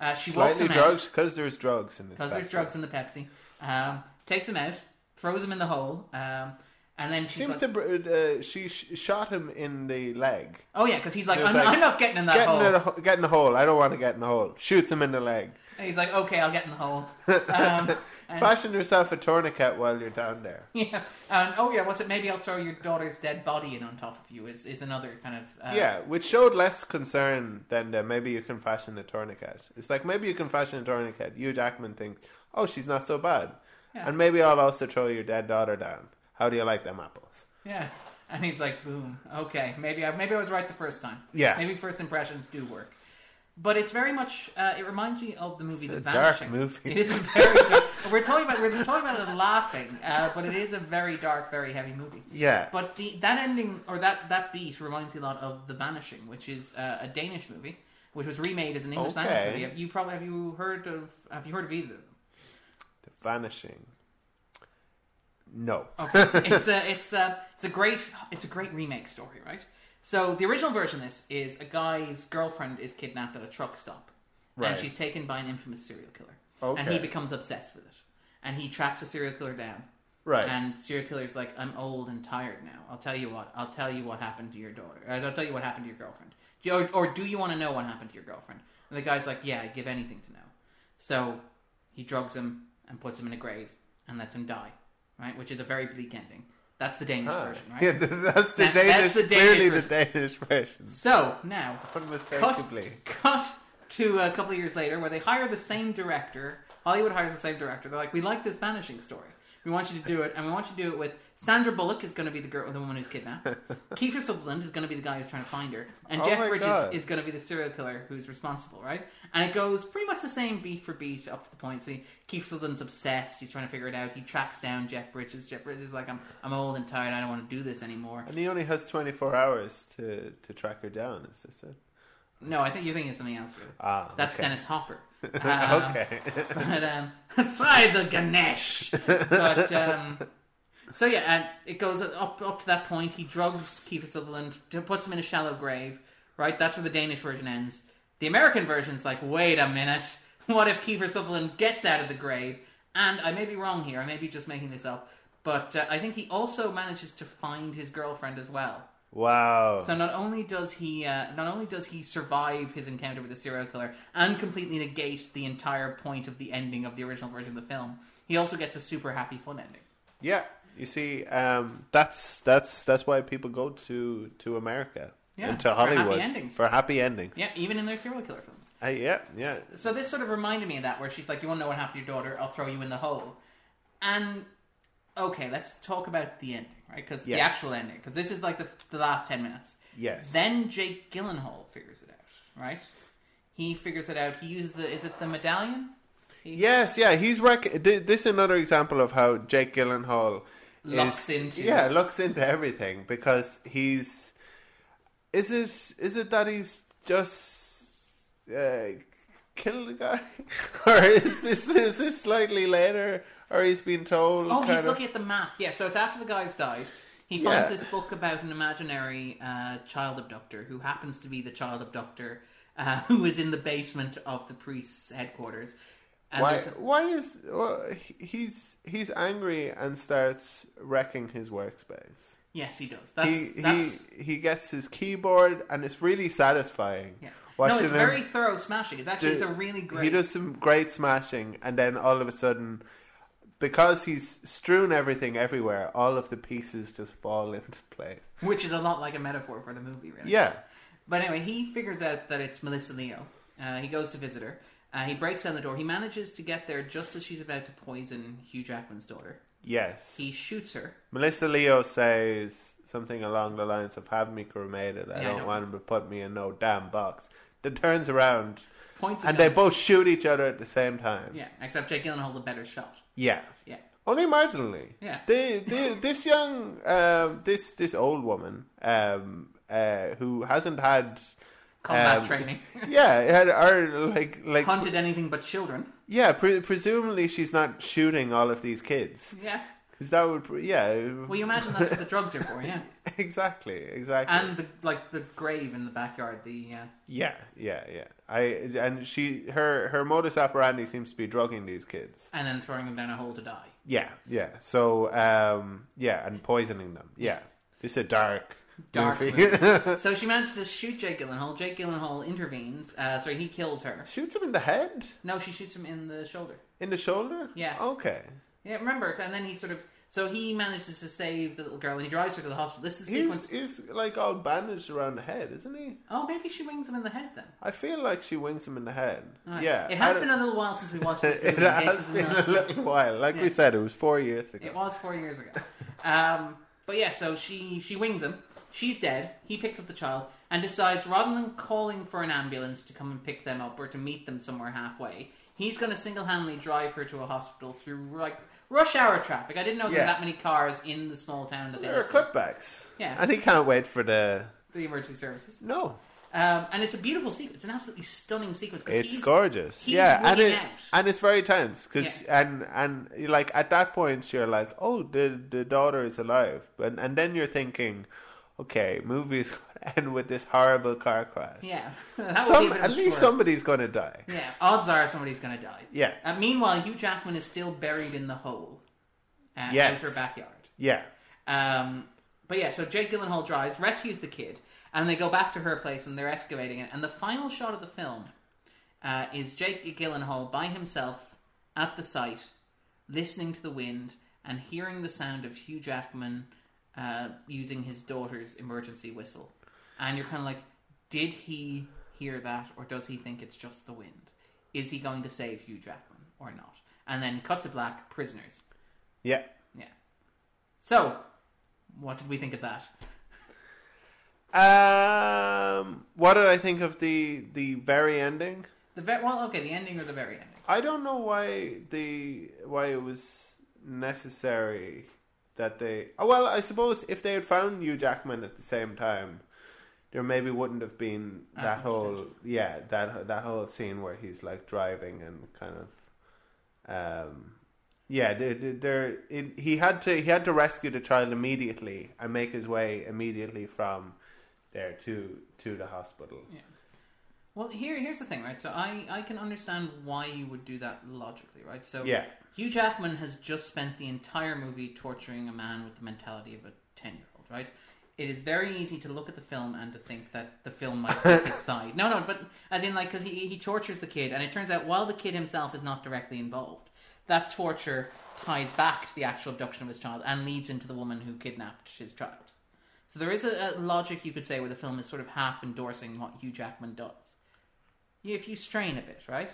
[SPEAKER 2] uh, she walks
[SPEAKER 1] Slightly
[SPEAKER 2] him
[SPEAKER 1] drugs, because there's drugs in this.
[SPEAKER 2] because there's
[SPEAKER 1] Pepsi.
[SPEAKER 2] drugs in the Pepsi. Um, takes him out, throws him in the hole, um, and then she's
[SPEAKER 1] Seems
[SPEAKER 2] like,
[SPEAKER 1] to br- uh, she sh- shot him in the leg.
[SPEAKER 2] oh yeah, because he's like,
[SPEAKER 1] It was
[SPEAKER 2] I'm,
[SPEAKER 1] like,
[SPEAKER 2] I'm not getting in that
[SPEAKER 1] Get
[SPEAKER 2] hole.
[SPEAKER 1] in, the, ho- get in the hole. I don't want to get in the hole. Shoots him in the leg.
[SPEAKER 2] And he's like, okay, I'll get in the
[SPEAKER 1] (laughs)
[SPEAKER 2] hole. Um, and-
[SPEAKER 1] Fashion yourself a tourniquet while you're down there.
[SPEAKER 2] Yeah. Um, oh yeah. What's it? Maybe I'll throw your daughter's dead body in on top of you. Is is another kind of uh,
[SPEAKER 1] Yeah, which showed less concern than the, maybe you can fashion a tourniquet. It's like maybe you can fashion a tourniquet. Hugh Jackman thinks, oh, she's not so bad. And maybe I'll also throw your dead daughter down. How do you like them apples?
[SPEAKER 2] yeah. (laughs) And he's like, boom. Okay. Maybe I maybe I was right the first time.
[SPEAKER 1] Yeah.
[SPEAKER 2] Maybe first impressions do work. But it's very much. Uh, it reminds me of the movie
[SPEAKER 1] It's
[SPEAKER 2] The
[SPEAKER 1] a dark
[SPEAKER 2] Vanishing.
[SPEAKER 1] movie.
[SPEAKER 2] It is a very (laughs) dark. we're talking about we're talking about it laughing, uh, but it is a very dark, very heavy movie.
[SPEAKER 1] Yeah.
[SPEAKER 2] But the, that ending or that that beat reminds me a lot of The Vanishing, which is uh, a Danish movie, which was remade as an English language
[SPEAKER 1] Okay.
[SPEAKER 2] movie. Have you probably have you heard of have you heard of either of them?
[SPEAKER 1] The vanishing. No. (laughs)
[SPEAKER 2] Okay. it's a it's a it's a great it's a great remake story, right? So the original version of this is a guy's girlfriend is kidnapped at a truck stop,
[SPEAKER 1] Right.
[SPEAKER 2] and she's taken by an infamous serial killer, and
[SPEAKER 1] Okay.
[SPEAKER 2] he becomes obsessed with it, and he tracks the serial killer down.
[SPEAKER 1] Right.
[SPEAKER 2] And serial killer's like, I'm old and tired now. I'll tell you what. I'll tell you what happened to your daughter. Or, I'll tell you what happened to your girlfriend. Do you, or, or do you want to know what happened to your girlfriend? And the guy's like, Yeah, I'd give anything to know. So he drugs him and puts him in a grave and lets him die. Right, which is a very bleak ending. That's the Danish version, right?
[SPEAKER 1] Yeah, that's the
[SPEAKER 2] That- that's
[SPEAKER 1] Danish.
[SPEAKER 2] the Danish
[SPEAKER 1] clearly,
[SPEAKER 2] version.
[SPEAKER 1] the Danish version.
[SPEAKER 2] So now,
[SPEAKER 1] Unmistakably.
[SPEAKER 2] Cut, cut to a couple of years later, where they hire the same director. Hollywood hires the same director. They're like, "We like this vanishing story. We want you to do it, and we want you to do it with Sandra Bullock is going to be the girl, the woman
[SPEAKER 1] (laughs)
[SPEAKER 2] who's kidnapped. Kiefer Sutherland is going to be the guy who's trying to find her, and
[SPEAKER 1] Oh
[SPEAKER 2] Jeff
[SPEAKER 1] my
[SPEAKER 2] Bridges
[SPEAKER 1] God.
[SPEAKER 2] is going to be the serial killer who's responsible, right? And it goes pretty much the same beat for beat up to the point. See, Keith Sutherland's obsessed. He's trying to figure it out. He tracks down Jeff Bridges. Jeff Bridges is like, "I'm, I'm old and tired. I don't want to do this anymore."
[SPEAKER 1] And he only has 24 hours to, to track her down, is this it?
[SPEAKER 2] No, I think you're thinking of something else. Really.
[SPEAKER 1] Ah, (laughs)
[SPEAKER 2] That's
[SPEAKER 1] okay.
[SPEAKER 2] Dennis Hopper. Um,
[SPEAKER 1] okay. (laughs)
[SPEAKER 2] But um, (laughs) try the Ganesh. But um, so yeah, and it goes up up to that point. He drugs Kiefer Sutherland, to- puts him in a shallow grave. Right, that's where the Danish version ends. The American version's like, wait a minute, (laughs) what if Kiefer Sutherland gets out of the grave? And I may be wrong here. I may be just making this up, but uh, I think he also manages to find his girlfriend as well.
[SPEAKER 1] Wow.
[SPEAKER 2] So not only does he uh, not only does he survive his encounter with the serial killer and completely negate the entire point of the ending of the original version of the film, he also gets a super happy fun ending.
[SPEAKER 1] yeah. You see, um, that's that's that's why people go to, to America
[SPEAKER 2] Yeah,
[SPEAKER 1] and
[SPEAKER 2] for
[SPEAKER 1] to
[SPEAKER 2] happy
[SPEAKER 1] Hollywood
[SPEAKER 2] endings.
[SPEAKER 1] for happy endings.
[SPEAKER 2] Yeah, even in their serial killer films.
[SPEAKER 1] Uh, yeah, yeah.
[SPEAKER 2] So this sort of reminded me of that, where she's like, "You want to know what happened to your daughter? I'll throw you in the hole." And okay, let's talk about the ending, right? Because the
[SPEAKER 1] Yes.
[SPEAKER 2] actual ending, because this is like the, the last ten minutes.
[SPEAKER 1] Yes.
[SPEAKER 2] Then Jake Gyllenhaal figures it out, right? He figures it out. He uses the is it the medallion?
[SPEAKER 1] Yes, yeah. He's rec- th- this is another example of how Jake Gyllenhaal is-
[SPEAKER 2] Locks into-
[SPEAKER 1] yeah looks into everything because he's is it is it that he's just uh, kill the guy, (laughs) or is this is this slightly later, or he's been told?
[SPEAKER 2] Oh,
[SPEAKER 1] kind
[SPEAKER 2] he's
[SPEAKER 1] of-
[SPEAKER 2] looking at the map. Yeah, so it's after the guy's died. He
[SPEAKER 1] Yeah.
[SPEAKER 2] finds this book about an imaginary uh, child abductor who happens to be the child abductor uh, (laughs) who is in the basement of the priest's headquarters. And
[SPEAKER 1] why?
[SPEAKER 2] there's a-
[SPEAKER 1] Why is well, he- he's he's angry and starts wrecking his workspace.
[SPEAKER 2] yes, he does. That's,
[SPEAKER 1] he
[SPEAKER 2] that's
[SPEAKER 1] he he gets his keyboard, and it's really satisfying.
[SPEAKER 2] yeah.
[SPEAKER 1] Watching
[SPEAKER 2] no, it's
[SPEAKER 1] him
[SPEAKER 2] very thorough smashing. It's actually it's
[SPEAKER 1] do-
[SPEAKER 2] a really great.
[SPEAKER 1] He does some great smashing, and then all of a sudden, because he's strewn everything everywhere, all of the pieces just fall (laughs) into place.
[SPEAKER 2] Which is a lot like a metaphor for the movie, really.
[SPEAKER 1] Yeah.
[SPEAKER 2] But anyway, he figures out that it's Melissa Leo. Uh, he goes to visit her. Uh, he breaks down the door. He manages to get there just as she's about to poison Hugh Jackman's daughter.
[SPEAKER 1] Yes.
[SPEAKER 2] He shoots her.
[SPEAKER 1] Melissa Leo says something along the lines of "Have me cremated. I
[SPEAKER 2] Yeah, I
[SPEAKER 1] don't
[SPEAKER 2] know.
[SPEAKER 1] want him to put me in no damn box." Then turns around,
[SPEAKER 2] Points at
[SPEAKER 1] and they
[SPEAKER 2] him.
[SPEAKER 1] both shoot each other at the same time.
[SPEAKER 2] Yeah, except Jake Gyllenhaal's a better shot.
[SPEAKER 1] Yeah.
[SPEAKER 2] Yeah.
[SPEAKER 1] Only marginally.
[SPEAKER 2] Yeah.
[SPEAKER 1] The, the, this young, um, this this old woman, um, uh, who hasn't
[SPEAKER 2] (laughs)
[SPEAKER 1] had
[SPEAKER 2] Combat
[SPEAKER 1] um,
[SPEAKER 2] training. (laughs)
[SPEAKER 1] yeah, had or like like
[SPEAKER 2] Hunted anything but children.
[SPEAKER 1] yeah. Pre- presumably, she's not shooting all of these kids.
[SPEAKER 2] Yeah.
[SPEAKER 1] Because that would, pre- yeah,
[SPEAKER 2] Well, you imagine that's what the drugs are for, yeah.
[SPEAKER 1] (laughs) exactly, exactly.
[SPEAKER 2] And the, like the grave in the backyard, the uh,
[SPEAKER 1] yeah, yeah, yeah. I and she, her, her modus operandi seems to be drugging these kids.
[SPEAKER 2] and then throwing them down a hole to die.
[SPEAKER 1] Yeah, yeah. So, um, yeah, and poisoning them. Yeah, this is a dark,
[SPEAKER 2] Dark
[SPEAKER 1] movie. (laughs)
[SPEAKER 2] movie. so she manages to shoot Jake Gyllenhaal. Jake Gyllenhaal intervenes. Uh, sorry, he kills her.
[SPEAKER 1] Shoots him in the head,
[SPEAKER 2] No, she shoots him in the shoulder.
[SPEAKER 1] in the shoulder.
[SPEAKER 2] Yeah.
[SPEAKER 1] Okay.
[SPEAKER 2] Yeah, remember? And then he sort of. So he manages to save the little girl and he drives her to the hospital. This is the
[SPEAKER 1] He's,
[SPEAKER 2] sequence.
[SPEAKER 1] he's like all bandaged around the head, isn't he?
[SPEAKER 2] Oh, maybe she wings him in the head then.
[SPEAKER 1] I feel like she wings him in the head.
[SPEAKER 2] Alright.
[SPEAKER 1] Yeah,
[SPEAKER 2] It
[SPEAKER 1] I
[SPEAKER 2] has
[SPEAKER 1] don't-
[SPEAKER 2] been a little while since we
[SPEAKER 1] (laughs)
[SPEAKER 2] watched this
[SPEAKER 1] It
[SPEAKER 2] movie. in case
[SPEAKER 1] has
[SPEAKER 2] it's
[SPEAKER 1] been
[SPEAKER 2] not-
[SPEAKER 1] a little while. Like
[SPEAKER 2] Yeah.
[SPEAKER 1] we said, it was four years ago.
[SPEAKER 2] It was four
[SPEAKER 1] (laughs)
[SPEAKER 2] years ago. Um, but yeah, so she she wings him. She's dead. He picks up the child and decides rather than calling for an ambulance to come and pick them up or to meet them somewhere halfway, he's going to single handedly drive her to a hospital through like rush hour traffic. I didn't know there
[SPEAKER 1] Yeah.
[SPEAKER 2] were that many cars in the small town that they
[SPEAKER 1] There are
[SPEAKER 2] lived in,
[SPEAKER 1] cutbacks.
[SPEAKER 2] Yeah.
[SPEAKER 1] And he can't wait for the.
[SPEAKER 2] the emergency services.
[SPEAKER 1] No.
[SPEAKER 2] Um, and it's a beautiful sequence. It's an absolutely stunning sequence. 'cause
[SPEAKER 1] It's
[SPEAKER 2] he's-
[SPEAKER 1] gorgeous.
[SPEAKER 2] he's
[SPEAKER 1] yeah. And,
[SPEAKER 2] wigging
[SPEAKER 1] it,
[SPEAKER 2] out.
[SPEAKER 1] and it's very tense. Cause, And, and you're like, at that point, you're like, oh, the, the daughter is alive. And, and then you're thinking, okay, movie's (laughs) going to end with this horrible car crash.
[SPEAKER 2] Yeah, (laughs) that would
[SPEAKER 1] Some,
[SPEAKER 2] be a bit of
[SPEAKER 1] at
[SPEAKER 2] a
[SPEAKER 1] least
[SPEAKER 2] swerve.
[SPEAKER 1] somebody's going to die.
[SPEAKER 2] Yeah, odds are somebody's going to die.
[SPEAKER 1] Yeah.
[SPEAKER 2] Uh, meanwhile, Hugh Jackman is still buried in the hole uh,
[SPEAKER 1] Yes.
[SPEAKER 2] out her backyard.
[SPEAKER 1] Yeah.
[SPEAKER 2] Um, but yeah, so Jake Gyllenhaal drives, rescues the kid, and they go back to her place and they're excavating it. And the final shot of the film uh, is Jake Gyllenhaal by himself at the site, listening to the wind and hearing the sound of Hugh Jackman uh, using his daughter's emergency whistle. And you're kind of like, did he hear that, or does he think it's just the wind? Is he going to save Hugh Jackman or not? And then cut to black, prisoners.
[SPEAKER 1] Yeah.
[SPEAKER 2] Yeah. So, what did we think of that?
[SPEAKER 1] Um, what did I think of the the very ending?
[SPEAKER 2] The very well, okay, the ending or the very ending.
[SPEAKER 1] I don't know why the why it was necessary that they. oh, Well, I suppose if they had found Hugh Jackman at the same time, there maybe wouldn't have been that
[SPEAKER 2] much
[SPEAKER 1] whole yeah that that whole scene where he's like driving and kind of um yeah there, there- there it, he had to he had to rescue the child immediately and make his way immediately from there to to the hospital.
[SPEAKER 2] Well, here here's the thing, right? So I I can understand why you would do that logically, right? So
[SPEAKER 1] Yeah.
[SPEAKER 2] Hugh Jackman has just spent the entire movie torturing a man with the mentality of a ten year old, right? It is very easy to look at the film and to think that the film might take his side. No, no, but as in like because he he tortures the kid, and it turns out while the kid himself is not directly involved, that torture ties back to the actual abduction of his child and leads into the woman who kidnapped his child. So there is a, a logic you could say where the film is sort of half endorsing what Hugh Jackman does. Yeah, if you strain a bit, right?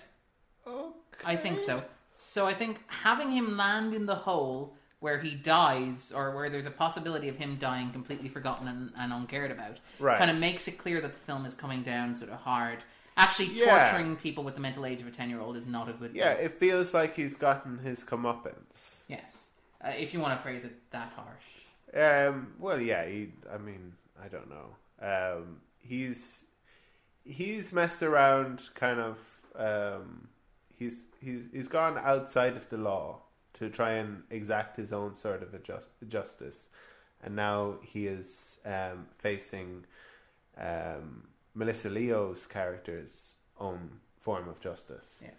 [SPEAKER 2] I think so. So I think having him land in the hole where he dies, or where there's a possibility of him dying completely forgotten and, and uncared about,
[SPEAKER 1] Right.
[SPEAKER 2] kind of makes it clear that the film is coming down sort of hard. Actually,
[SPEAKER 1] Yeah.
[SPEAKER 2] torturing people with the mental age of a 10 year old is not a good
[SPEAKER 1] Yeah,
[SPEAKER 2] thing.
[SPEAKER 1] it feels like he's gotten his comeuppance.
[SPEAKER 2] Yes. Uh, if you want to phrase it that harsh.
[SPEAKER 1] Um, well, yeah. He, I mean, I don't know. Um, he's he's messed around, kind of um, he's he's he's gone outside of the law to try and exact his own sort of a just, justice, and now he is um, facing um, Melissa Leo's character's own form of justice
[SPEAKER 2] Yeah.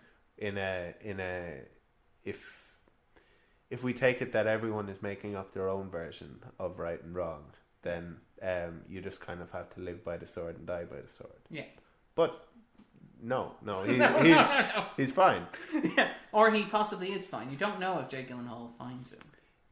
[SPEAKER 1] in a in a if if we take it that everyone is making up their own version of right and wrong, then um, you just kind of have to live by the sword and die by the sword.
[SPEAKER 2] Yeah.
[SPEAKER 1] But no, no, he,
[SPEAKER 2] (laughs) No, no,
[SPEAKER 1] he's
[SPEAKER 2] no.
[SPEAKER 1] he's fine.
[SPEAKER 2] Or he possibly is fine. You don't know if Jake Gyllenhaal finds him.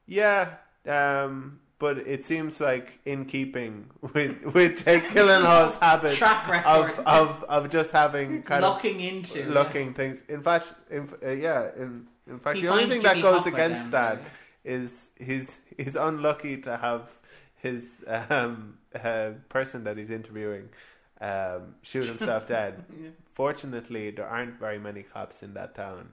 [SPEAKER 1] Yeah, um, but it seems like in keeping (laughs) with with Jake Gyllenhaal's habit
[SPEAKER 2] (laughs) Track record.
[SPEAKER 1] of, of of just having kind
[SPEAKER 2] Locking
[SPEAKER 1] of
[SPEAKER 2] into, yeah. (laughs)
[SPEAKER 1] locking things. In fact, in, uh, yeah, in in fact,
[SPEAKER 2] He
[SPEAKER 1] the only
[SPEAKER 2] finds
[SPEAKER 1] thing that
[SPEAKER 2] Jimmy
[SPEAKER 1] goes
[SPEAKER 2] Hoffa
[SPEAKER 1] against
[SPEAKER 2] down,
[SPEAKER 1] that is he's he's unlucky to have his um, (laughs) uh, person that he's interviewing um, shoot
[SPEAKER 2] (laughs)
[SPEAKER 1] himself dead. Fortunately, there aren't very many cops in that town,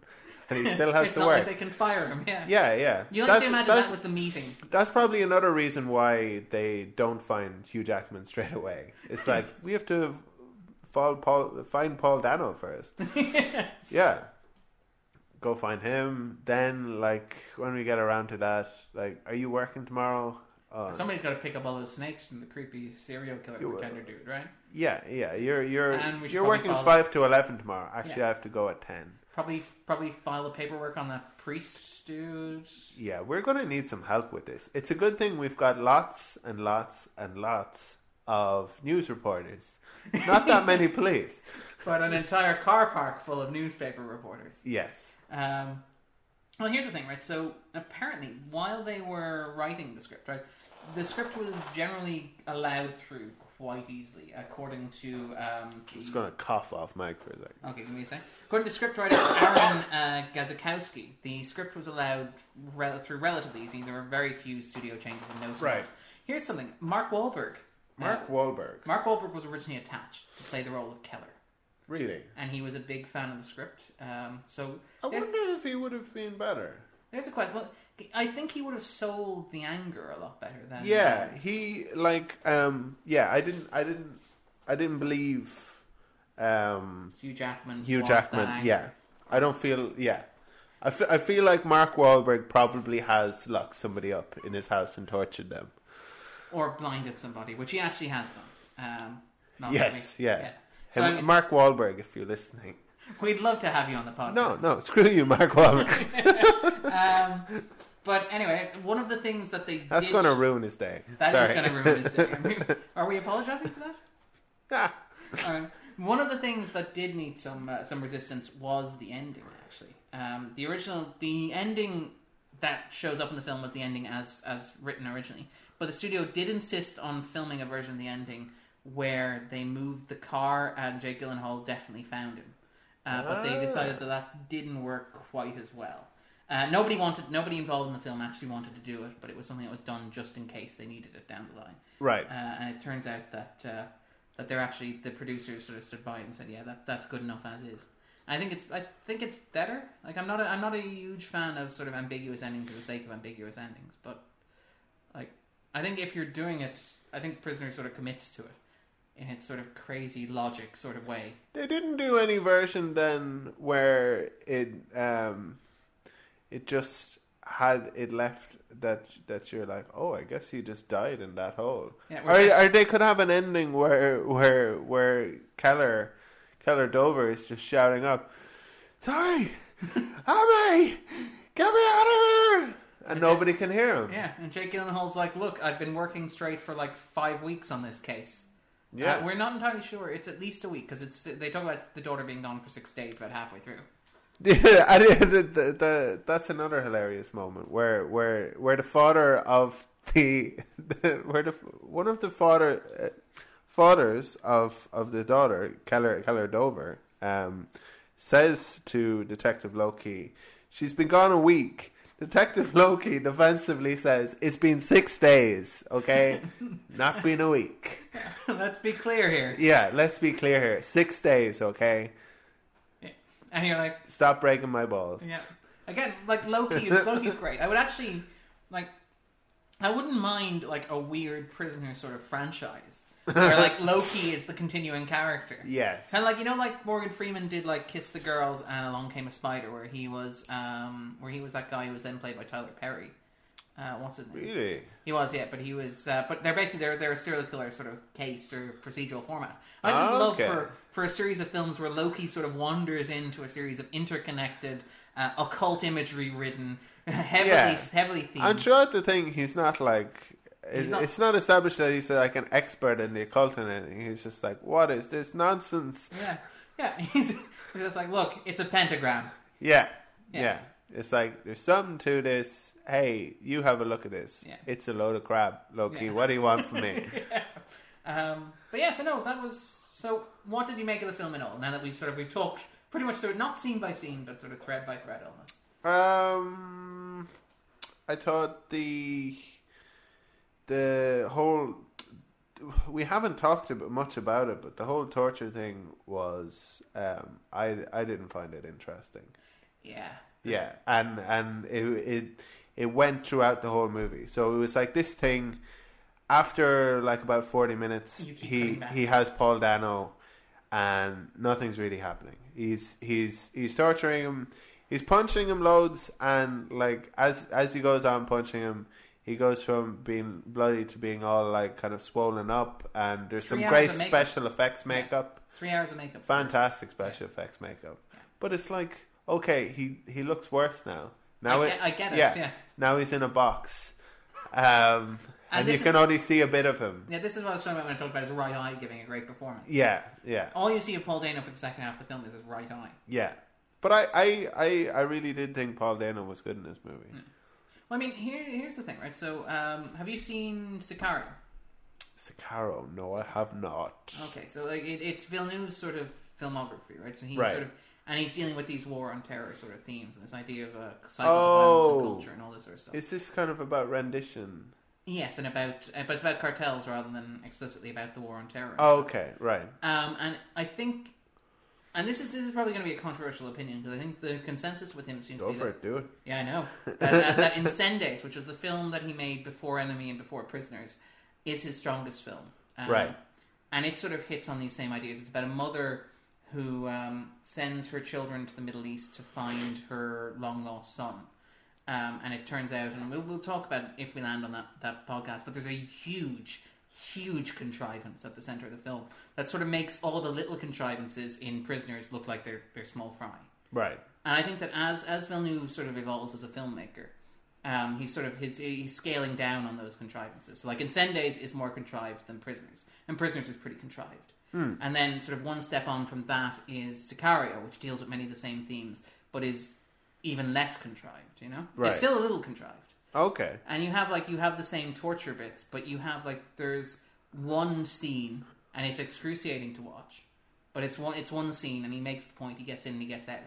[SPEAKER 1] and
[SPEAKER 2] (laughs)
[SPEAKER 1] he still has
[SPEAKER 2] it's
[SPEAKER 1] to
[SPEAKER 2] not
[SPEAKER 1] work.
[SPEAKER 2] like they can fire him. Yeah.
[SPEAKER 1] Yeah, yeah.
[SPEAKER 2] You have
[SPEAKER 1] That's-
[SPEAKER 2] to imagine
[SPEAKER 1] that's-
[SPEAKER 2] that was the meeting.
[SPEAKER 1] that's probably another reason why they don't find Hugh Jackman straight away.
[SPEAKER 2] (laughs)
[SPEAKER 1] It's like we have to fall Paul, find Paul Dano
[SPEAKER 2] (laughs)
[SPEAKER 1] first. yeah, go find him. Then, like when we get around to that, like, are you working tomorrow? Uh,
[SPEAKER 2] Somebody's got to pick up all those snakes from the creepy serial killer
[SPEAKER 1] You-
[SPEAKER 2] pretender dude, right?
[SPEAKER 1] yeah, yeah. You're you're
[SPEAKER 2] And we should
[SPEAKER 1] you're
[SPEAKER 2] probably
[SPEAKER 1] working
[SPEAKER 2] follow-
[SPEAKER 1] five to eleven tomorrow. Actually,
[SPEAKER 2] Yeah.
[SPEAKER 1] I have to go at ten.
[SPEAKER 2] Probably, probably file the paperwork on that priest dude.
[SPEAKER 1] Yeah, we're going to need some help with this. It's a good thing we've got lots and lots and lots of news reporters. Not that
[SPEAKER 2] (laughs)
[SPEAKER 1] many police.
[SPEAKER 2] But an entire car park full of newspaper reporters.
[SPEAKER 1] Yes.
[SPEAKER 2] Um, well, here's the thing, right? So apparently, while they were writing the script, right, the script was generally allowed through quite easily, according to um, the-
[SPEAKER 1] I'm just going to cough off Mike for a second.
[SPEAKER 2] Okay, give me a sec. According to scriptwriter (coughs) Aaron uh, Gazakowski, the script was allowed rel- through relatively easy. There were very few studio changes and notes.
[SPEAKER 1] Right.
[SPEAKER 2] Here's something. Mark Wahlberg.
[SPEAKER 1] Mark
[SPEAKER 2] uh,
[SPEAKER 1] Wahlberg.
[SPEAKER 2] Mark Wahlberg was originally attached to play the role of Keller,
[SPEAKER 1] Really?
[SPEAKER 2] and he was a big fan of the script. Um, so
[SPEAKER 1] I
[SPEAKER 2] there's,
[SPEAKER 1] wonder if he would have been better.
[SPEAKER 2] there's a question. Well, I think he would have sold the anger a lot better than
[SPEAKER 1] Yeah, he like um yeah, I didn't I didn't I didn't believe um
[SPEAKER 2] Hugh Jackman.
[SPEAKER 1] Hugh
[SPEAKER 2] was
[SPEAKER 1] Jackman.
[SPEAKER 2] that anger.
[SPEAKER 1] Yeah. I don't feel yeah. I fe- I feel like Mark Wahlberg probably has locked somebody up in his house and tortured them.
[SPEAKER 2] Or blinded somebody, which he actually has done. Um, not
[SPEAKER 1] Yes,
[SPEAKER 2] really-
[SPEAKER 1] yeah.
[SPEAKER 2] So,
[SPEAKER 1] Hey,
[SPEAKER 2] I mean-
[SPEAKER 1] Mark Wahlberg, if you're listening.
[SPEAKER 2] We'd love to have you on the podcast.
[SPEAKER 1] No, no, screw you, Mark
[SPEAKER 2] (laughs)
[SPEAKER 1] Wahlberg.
[SPEAKER 2] But anyway, one of the things that they
[SPEAKER 1] That's
[SPEAKER 2] did,
[SPEAKER 1] going to ruin his day.
[SPEAKER 2] that
[SPEAKER 1] Sorry.
[SPEAKER 2] is going to
[SPEAKER 1] (laughs)
[SPEAKER 2] ruin his day. I mean, are we apologizing for that? (laughs)
[SPEAKER 1] Ah,
[SPEAKER 2] Um, one of the things that did need some uh, some resistance was the ending. Actually, um, the original the ending that shows up in the film was the ending as as written originally, but the studio did insist on filming a version of the ending where they moved the car and Jake Gyllenhaal definitely found him. Uh, but they decided that that didn't work quite as well. Uh, nobody wanted, nobody involved in the film actually wanted to do it, but it was something that was done just in case they needed it down the line.
[SPEAKER 1] Right.
[SPEAKER 2] Uh, and it turns out that uh, that they're actually the producers sort of stood by and said, "Yeah, that, that's good enough as is." I think it's I think it's better. Like I'm not a, I'm not a huge fan of sort of ambiguous endings for the sake of ambiguous endings, but like I think if you're doing it, I think Prisoner sort of commits to it in its sort of crazy logic sort of way.
[SPEAKER 1] They didn't do any version then where it um it just had it left that that you're like, oh, I guess he just died in that hole.
[SPEAKER 2] Yeah,
[SPEAKER 1] or,
[SPEAKER 2] where-
[SPEAKER 1] or they could have an ending where where where Keller Keller Dover is just shouting up, "Sorry,
[SPEAKER 2] (laughs)
[SPEAKER 1] Abby, get me out of here!" And nobody can hear him.
[SPEAKER 2] Yeah, and Jake Gyllenhaal's like, "Look, I've been working straight for like five weeks on this case."
[SPEAKER 1] Yeah.
[SPEAKER 2] Uh, we're not entirely sure. It's at least a week because it's they talk about the daughter being gone for six days, about halfway through.
[SPEAKER 1] Yeah, (laughs) I did- the, the, the, that's another hilarious moment where where where the father of the, (laughs) where the one of the father uh, fathers of of the daughter Keller Keller Dover um, says to Detective Loki, she's been gone a week. Detective (laughs) Loki defensively says, "It's been six days, okay, not been a week."
[SPEAKER 2] (laughs) Let's be clear here.
[SPEAKER 1] Yeah, let's be clear here. Six days, okay.
[SPEAKER 2] And you're like,
[SPEAKER 1] Stop breaking my balls.
[SPEAKER 2] yeah. Again, like Loki is Loki's great. I would actually like, I wouldn't mind like a weird prisoner sort of franchise where like Loki is the continuing character.
[SPEAKER 1] Yes.
[SPEAKER 2] Kind of like you know, like Morgan Freeman did, like Kiss the Girls and Along Came a Spider, where he was, um, where he was that guy who was then played by Tyler Perry. Uh, what's his name?
[SPEAKER 1] Really?
[SPEAKER 2] He was, yeah, but he was, uh, but they're basically they're they're a serial killer sort of case or procedural format. I just
[SPEAKER 1] Ah,
[SPEAKER 2] love
[SPEAKER 1] okay.
[SPEAKER 2] for for a series of films where Loki sort of wanders into a series of interconnected, uh, occult imagery ridden, (laughs) heavily
[SPEAKER 1] Yeah.
[SPEAKER 2] heavily themed.
[SPEAKER 1] And throughout the thing, he's not like.
[SPEAKER 2] He's
[SPEAKER 1] it-
[SPEAKER 2] not-
[SPEAKER 1] It's not established that he's like an expert in the occult and anything. He's just like, what is this nonsense?
[SPEAKER 2] Yeah, yeah. (laughs) He's, he's just like, look, it's a pentagram.
[SPEAKER 1] Yeah.
[SPEAKER 2] Yeah.
[SPEAKER 1] Yeah. It's like there's something to this. Hey, you have a look at this.
[SPEAKER 2] Yeah.
[SPEAKER 1] It's a load of crap, Loki.
[SPEAKER 2] Yeah.
[SPEAKER 1] What do you want from
[SPEAKER 2] (laughs)
[SPEAKER 1] me?
[SPEAKER 2] Um, but yeah, so no, that was so. What did you make of the film at all? Now that we've sort of we've talked pretty much through it, not scene by scene, but sort of thread by thread almost.
[SPEAKER 1] um, I thought the the whole we haven't talked about much about it, but the whole torture thing was um, I I didn't find it interesting.
[SPEAKER 2] Yeah,
[SPEAKER 1] Yeah, and and it it it went throughout the whole movie. So it was like this thing. After like about forty minutes,
[SPEAKER 2] You keep coming
[SPEAKER 1] he
[SPEAKER 2] back.
[SPEAKER 1] he has Paul Dano, and nothing's really happening. He's he's he's torturing him. He's punching him loads, and like as as he goes on punching him, he goes from being bloody to being all like kind of swollen up. And there's
[SPEAKER 2] Three
[SPEAKER 1] some
[SPEAKER 2] hours
[SPEAKER 1] great
[SPEAKER 2] of makeup.
[SPEAKER 1] special effects makeup
[SPEAKER 2] three hours of makeup.
[SPEAKER 1] fantastic special effects makeup. But it's like, okay, he he looks worse now. Now
[SPEAKER 2] I get- I get it, yeah.
[SPEAKER 1] Now he's in a box, um, and, you
[SPEAKER 2] this
[SPEAKER 1] can
[SPEAKER 2] is-
[SPEAKER 1] only see a bit of him.
[SPEAKER 2] Yeah, this is what I was talking about when I talked about his right eye giving a great performance.
[SPEAKER 1] Yeah, yeah,
[SPEAKER 2] All you see of Paul Dano for the second half of the film is his right eye.
[SPEAKER 1] yeah. But I, I, I, I really did think Paul Dano was good in this movie.
[SPEAKER 2] Hmm. Well, I mean, here, here's the thing, right? So, um, have you seen Sicario?
[SPEAKER 1] Sicaro, no, I have not.
[SPEAKER 2] Okay, so like it, it's Villeneuve's sort of filmography, right? So he
[SPEAKER 1] Right.
[SPEAKER 2] sort of and he's dealing with these war on terror sort of themes and this idea of uh, cycles of violence
[SPEAKER 1] Oh.
[SPEAKER 2] and culture and all this sort of stuff.
[SPEAKER 1] Is this kind of about rendition?
[SPEAKER 2] Yes, and about uh, but it's about cartels rather than explicitly about the war on terror.
[SPEAKER 1] Oh, okay, right.
[SPEAKER 2] Um, and I think, and this is this is probably going to be a controversial opinion because I think the consensus with him seems
[SPEAKER 1] Go
[SPEAKER 2] to be
[SPEAKER 1] for
[SPEAKER 2] that-
[SPEAKER 1] it, do it.
[SPEAKER 2] yeah, I know. That, that, that Incendies, which was the film that he made before Enemy and before Prisoners, is his strongest film. Um,
[SPEAKER 1] Right.
[SPEAKER 2] And it sort of hits on these same ideas. It's about a mother who um, sends her children to the Middle East to find her long lost son. Um, and it turns out, and we'll, we'll talk about it if we land on that, that podcast, but there's a huge, huge contrivance at the center of the film that sort of makes all the little contrivances in Prisoners look like they're, they're small fry.
[SPEAKER 1] Right.
[SPEAKER 2] And I think that as as Villeneuve sort of evolves as a filmmaker, um, he's sort of his he's scaling down on those contrivances. So like Incendies is more contrived than Prisoners, and Prisoners is pretty contrived. And then sort of one step on from that is Sicario, which deals with many of the same themes, but is even less contrived. You know,
[SPEAKER 1] Right.
[SPEAKER 2] it's still a little contrived
[SPEAKER 1] Okay.
[SPEAKER 2] and you have like you have the same torture bits, but you have like there's one scene, and it's excruciating to watch. But it's one it's one scene, and he makes the point. He gets in, and he gets out.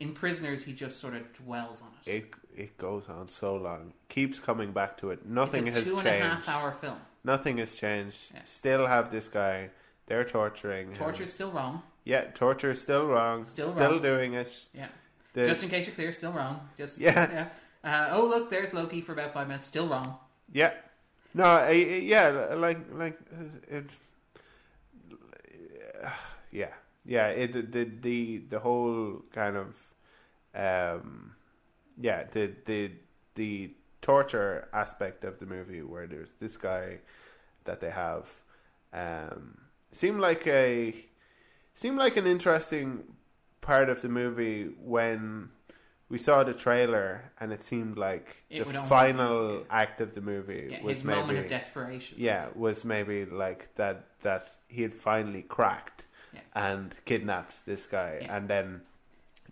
[SPEAKER 2] In Prisoners, he just sort of dwells on it.
[SPEAKER 1] It it goes on so long, keeps coming back to it.
[SPEAKER 2] It's a
[SPEAKER 1] Nothing has
[SPEAKER 2] two and
[SPEAKER 1] changed.
[SPEAKER 2] a half hour film.
[SPEAKER 1] Nothing has changed.
[SPEAKER 2] Yeah.
[SPEAKER 1] Still have this guy. They're torturing him.
[SPEAKER 2] Torture's still wrong.
[SPEAKER 1] Yeah, torture's still wrong.
[SPEAKER 2] Still
[SPEAKER 1] Still,
[SPEAKER 2] wrong.
[SPEAKER 1] doing it.
[SPEAKER 2] Yeah.
[SPEAKER 1] The-
[SPEAKER 2] Just in case you're clear, still wrong. Just
[SPEAKER 1] Yeah.
[SPEAKER 2] yeah. Uh, oh look, there's Loki for about five minutes. Still wrong.
[SPEAKER 1] Yeah. No, I, I- yeah, like like uh, it. Yeah, yeah. It the the the whole kind of, um, yeah. The the the torture aspect of the movie where there's this guy that they have, um, seemed like a seemed like an interesting part of the movie when we saw the trailer and it seemed like
[SPEAKER 2] It would
[SPEAKER 1] the
[SPEAKER 2] only-
[SPEAKER 1] final act of the movie
[SPEAKER 2] Yeah,
[SPEAKER 1] was
[SPEAKER 2] his
[SPEAKER 1] maybe
[SPEAKER 2] moment of desperation.
[SPEAKER 1] yeah was maybe like that that he had finally cracked
[SPEAKER 2] Yeah.
[SPEAKER 1] and kidnapped this guy
[SPEAKER 2] Yeah.
[SPEAKER 1] and then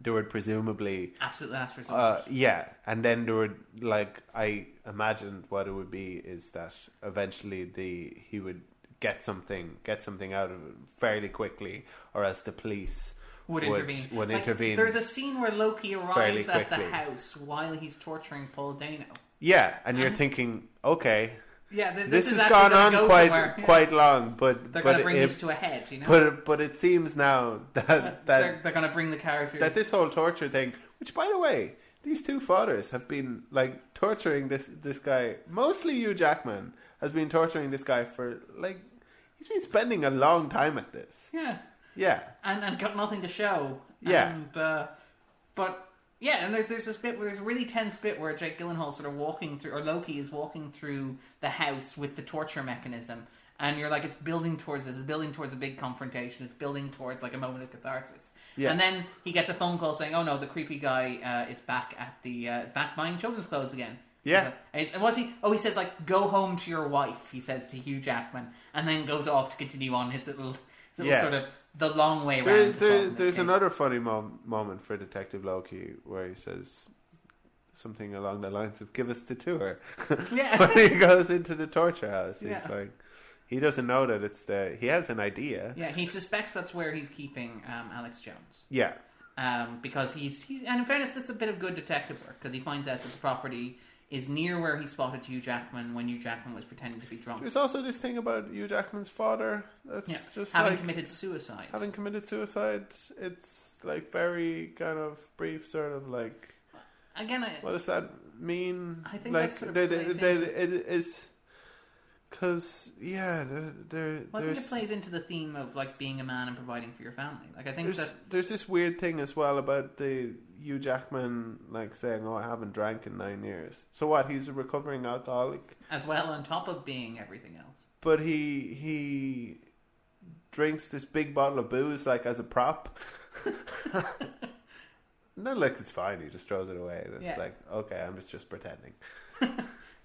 [SPEAKER 1] there would presumably
[SPEAKER 2] Absolute last resort.
[SPEAKER 1] uh, yeah, and then there would like I imagined what it would be is that eventually the he would get something get something out of it fairly quickly, or else the police
[SPEAKER 2] would intervene.
[SPEAKER 1] Would
[SPEAKER 2] Like,
[SPEAKER 1] intervene.
[SPEAKER 2] There's a scene where Loki arrives at the
[SPEAKER 1] quickly.
[SPEAKER 2] house while he's torturing Paul Dano.
[SPEAKER 1] yeah, and you're thinking, okay,
[SPEAKER 2] Yeah, th-
[SPEAKER 1] this,
[SPEAKER 2] Uh-huh. is
[SPEAKER 1] has gone
[SPEAKER 2] actually gonna
[SPEAKER 1] on
[SPEAKER 2] go
[SPEAKER 1] quite
[SPEAKER 2] somewhere. Yeah.
[SPEAKER 1] quite long, but
[SPEAKER 2] They're
[SPEAKER 1] but
[SPEAKER 2] going to bring
[SPEAKER 1] it,
[SPEAKER 2] this to a head, you know.
[SPEAKER 1] but but it seems now that
[SPEAKER 2] they're
[SPEAKER 1] that
[SPEAKER 2] they're going to bring the characters.
[SPEAKER 1] that this whole torture thing, which by the way. These two fathers have been like torturing this this guy. Mostly Hugh Jackman has been torturing this guy for like He's been spending a long time at this.
[SPEAKER 2] Yeah.
[SPEAKER 1] Yeah.
[SPEAKER 2] and and got nothing to show.
[SPEAKER 1] Yeah.
[SPEAKER 2] And, uh, but yeah, and there's there's this bit where there's a really tense bit where Jake Gyllenhaal sort of walking through, or Loki is walking through the house with the torture mechanism, and you're like, it's building towards this, it's building towards a big confrontation, it's building towards like a moment of catharsis.
[SPEAKER 1] Yeah.
[SPEAKER 2] And then he gets a phone call saying, "Oh no, the creepy guy uh, is back at the uh, is back buying children's clothes again."
[SPEAKER 1] Yeah.
[SPEAKER 2] And, it's- and what's he? Oh, he says like, "Go home to your wife," he says to Hugh Jackman, and then goes off to continue on his little, his little
[SPEAKER 1] Yeah.
[SPEAKER 2] sort of the long way around.
[SPEAKER 1] There,
[SPEAKER 2] to
[SPEAKER 1] there-
[SPEAKER 2] solving this
[SPEAKER 1] there's
[SPEAKER 2] case.
[SPEAKER 1] another funny mom- moment for Detective Loki where he says something along the lines of "Give us the tour."
[SPEAKER 2] (laughs) Yeah.
[SPEAKER 1] (laughs) when he goes into the torture house, he's
[SPEAKER 2] Yeah.
[SPEAKER 1] like, he doesn't know that it's the. He has an idea.
[SPEAKER 2] Yeah, he suspects that's where he's keeping um, Alex Jones.
[SPEAKER 1] Yeah.
[SPEAKER 2] Um, because he's, he's, and in fairness, that's a bit of good detective work because he finds out that the property is near where he spotted Hugh Jackman when Hugh Jackman was pretending to be drunk.
[SPEAKER 1] There's also this thing about Hugh Jackman's father. That's
[SPEAKER 2] Yeah,
[SPEAKER 1] just
[SPEAKER 2] having
[SPEAKER 1] like
[SPEAKER 2] committed suicide.
[SPEAKER 1] having committed suicide. It's like very kind of brief, sort of like
[SPEAKER 2] Again, I,
[SPEAKER 1] what does that mean?
[SPEAKER 2] I think
[SPEAKER 1] like
[SPEAKER 2] that sort of
[SPEAKER 1] they,
[SPEAKER 2] plays
[SPEAKER 1] they-
[SPEAKER 2] into-
[SPEAKER 1] it is because yeah, there, there
[SPEAKER 2] well, I think it
[SPEAKER 1] there's
[SPEAKER 2] plays into the theme of like being a man and providing for your family. Like I think
[SPEAKER 1] there's,
[SPEAKER 2] that
[SPEAKER 1] there's this weird thing as well about the Hugh Jackman like saying, "Oh, I haven't drank in nine years." So what? He's a recovering alcoholic,
[SPEAKER 2] as well, on top of being everything else.
[SPEAKER 1] but he he drinks this big bottle of booze like as a
[SPEAKER 2] (laughs)
[SPEAKER 1] prop. Not like it's fine. He just throws it away, and it's
[SPEAKER 2] Yeah.
[SPEAKER 1] like, okay, I'm just just pretending.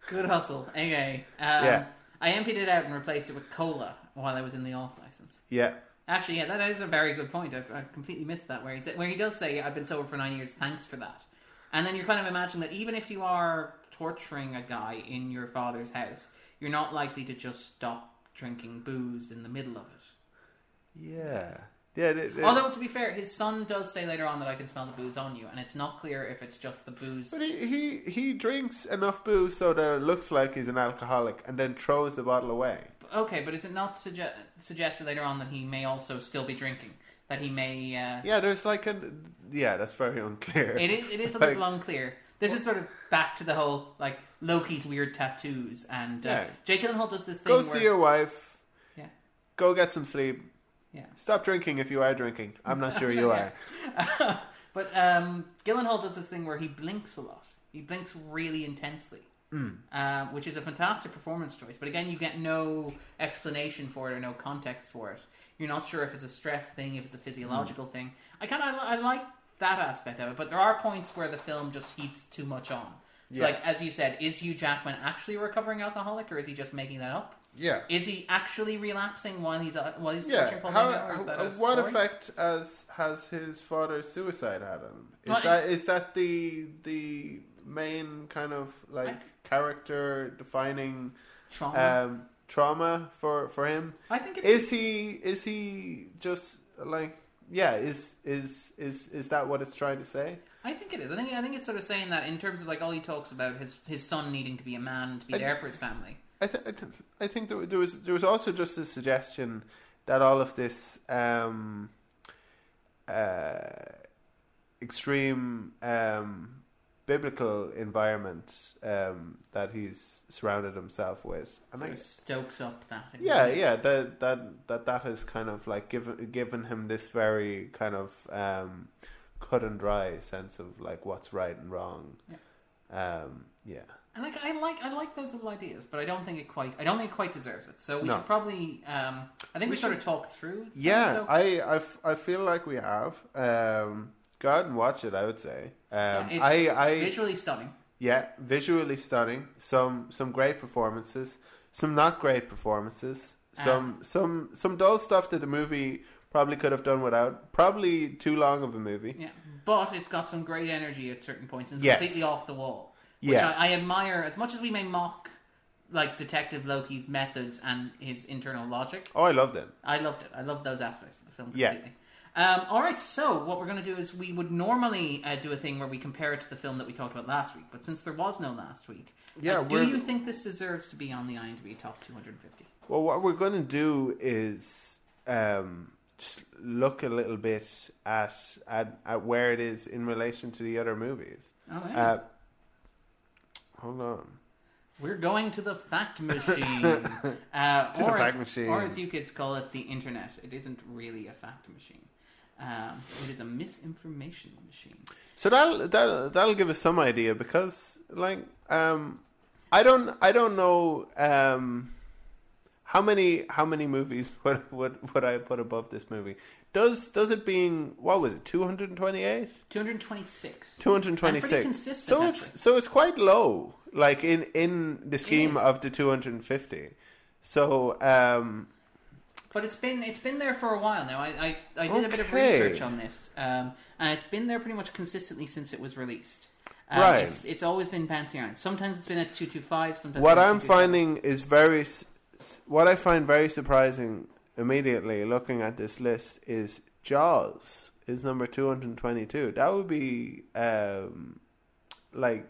[SPEAKER 2] Good hustle. Anyway, um,
[SPEAKER 1] Yeah.
[SPEAKER 2] I emptied it out and replaced it with cola while I was in the off license.
[SPEAKER 1] Yeah,
[SPEAKER 2] Actually, yeah, that is a very good point. I, I completely missed that. Where, he's, where he does say, "I've been sober for nine years. Thanks for that." And then you kind of imagine that even if you are torturing a guy in your father's house, you're not likely to just stop drinking booze in the middle of it.
[SPEAKER 1] yeah, yeah. they- they-
[SPEAKER 2] Although, to be fair, his son does say later on that I can smell the booze on you, and it's not clear if it's just the booze.
[SPEAKER 1] But he, he he drinks enough booze so that it looks like he's an alcoholic, and then throws the bottle away.
[SPEAKER 2] Okay, but is it not suge- suggested later on that he may also still be drinking? That he may. Uh,
[SPEAKER 1] Yeah, there's like a yeah, that's very unclear.
[SPEAKER 2] It is. It is a
[SPEAKER 1] Like-
[SPEAKER 2] little unclear. This is sort of back to the whole like Loki's weird tattoos, and uh,
[SPEAKER 1] Yeah.
[SPEAKER 2] Jake Gyllenhaal does this thing.
[SPEAKER 1] Go
[SPEAKER 2] where,
[SPEAKER 1] see your wife.
[SPEAKER 2] Yeah.
[SPEAKER 1] Go get some sleep.
[SPEAKER 2] Yeah.
[SPEAKER 1] Stop drinking if you are drinking. I'm not sure
[SPEAKER 2] (laughs)
[SPEAKER 1] you are.
[SPEAKER 2] But um, Gyllenhaal does this thing where he blinks a lot. He blinks really intensely,
[SPEAKER 1] Hmm.
[SPEAKER 2] uh, which is a fantastic performance choice. But again, you get no explanation for it or no context for it. You're not sure if it's a stress thing, if it's a physiological
[SPEAKER 1] Hmm.
[SPEAKER 2] thing. I kind of I like that aspect of it, but there are points where the film just heaps too much on. It's
[SPEAKER 1] Yeah.
[SPEAKER 2] like as you said, is Hugh Jackman actually a recovering alcoholic, or is he just making that up?
[SPEAKER 1] Yeah.
[SPEAKER 2] Is he actually relapsing while he's uh, while he's
[SPEAKER 1] Yeah.
[SPEAKER 2] torturing Paul
[SPEAKER 1] How,
[SPEAKER 2] Dano, or is that a
[SPEAKER 1] uh, what
[SPEAKER 2] story?
[SPEAKER 1] effect has has his father's suicide had on him? Is
[SPEAKER 2] Well,
[SPEAKER 1] that is that the the main kind of like character defining
[SPEAKER 2] Trauma.
[SPEAKER 1] um, trauma for for him?
[SPEAKER 2] Uh-huh. I think it's-
[SPEAKER 1] is he is he just like yeah is is is is that what it's trying to say?
[SPEAKER 2] I think it is. I think I think it's sort of saying that in terms of like all he talks about his his son needing to be a man to be
[SPEAKER 1] I-
[SPEAKER 2] there for his family.
[SPEAKER 1] I, th- I, th- I think there, there was there was also just a suggestion that all of this um, uh, extreme um, biblical environment um, that he's surrounded himself with, and
[SPEAKER 2] Sort
[SPEAKER 1] I,
[SPEAKER 2] of stokes up that.
[SPEAKER 1] yeah, yeah, that that that that has kind of like given given him this very kind of um, cut and dry sense of like what's right and wrong. Um, yeah.
[SPEAKER 2] And like I like I like those little ideas, but I don't think it quite I don't think it quite deserves it. So we
[SPEAKER 1] No.
[SPEAKER 2] should probably um I think we, sort of talk through. them,
[SPEAKER 1] Yeah,
[SPEAKER 2] so-
[SPEAKER 1] I, I, f- I feel like we have. Um, go out and watch it. I would say. Um,
[SPEAKER 2] it's,
[SPEAKER 1] I,
[SPEAKER 2] it's
[SPEAKER 1] I,
[SPEAKER 2] visually stunning.
[SPEAKER 1] yeah, visually stunning. Some, some great performances. Some not great performances.
[SPEAKER 2] Ah.
[SPEAKER 1] Some, some, some dull stuff that the movie probably could have done without. Probably too long of a movie.
[SPEAKER 2] Yeah, but it's got some great energy at certain points. and It's
[SPEAKER 1] Yes.
[SPEAKER 2] completely off the wall, which
[SPEAKER 1] Yeah.
[SPEAKER 2] I, I admire. As much as we may mock like Detective Loki's methods and his internal logic,
[SPEAKER 1] Oh, I loved it.
[SPEAKER 2] I loved it. I loved those aspects of the film
[SPEAKER 1] Yeah.
[SPEAKER 2] completely. Um, all right, so what we're going to do is we would normally uh, do a thing where we compare it to the film that we talked about last week, but since there was no last week,
[SPEAKER 1] Yeah,
[SPEAKER 2] uh, do
[SPEAKER 1] we're-
[SPEAKER 2] you think this deserves to be on the IMDb top 250?
[SPEAKER 1] Well, what we're going to do is um, just look a little bit at, at at where it is Uh, in relation to the other movies.
[SPEAKER 2] Oh, yeah.
[SPEAKER 1] Uh, hold on.
[SPEAKER 2] We're going to
[SPEAKER 1] (laughs)
[SPEAKER 2] the fact machine. uh,
[SPEAKER 1] To the
[SPEAKER 2] or as,
[SPEAKER 1] fact machine.
[SPEAKER 2] Or as you kids call it, the internet. It isn't really a fact machine. Um, it is a misinformation machine.
[SPEAKER 1] So that'll, that'll that'll give us some idea because like um I don't I don't know um how many how many movies (laughs) would would, would I put above this movie? Does does it being what was it, two hundred and twenty eight?
[SPEAKER 2] 226.
[SPEAKER 1] Two hundred and twenty
[SPEAKER 2] And pretty
[SPEAKER 1] six.
[SPEAKER 2] consistent,
[SPEAKER 1] So it's so it's quite low, like in, in the scheme
[SPEAKER 2] is.
[SPEAKER 1] of the two hundred and fifty. So um
[SPEAKER 2] But it's been it's been there for a while now. I I, I did a bit of
[SPEAKER 1] Okay.
[SPEAKER 2] research on this, um, and it's been there pretty much consistently since it was released. Um,
[SPEAKER 1] Right.
[SPEAKER 2] It's, it's always been bouncing around. Sometimes it's been at two two five. Sometimes
[SPEAKER 1] what
[SPEAKER 2] it's at
[SPEAKER 1] I'm
[SPEAKER 2] 225.
[SPEAKER 1] finding is very s- s- what I find very surprising immediately looking at this list is Jaws is number 222. That would be um like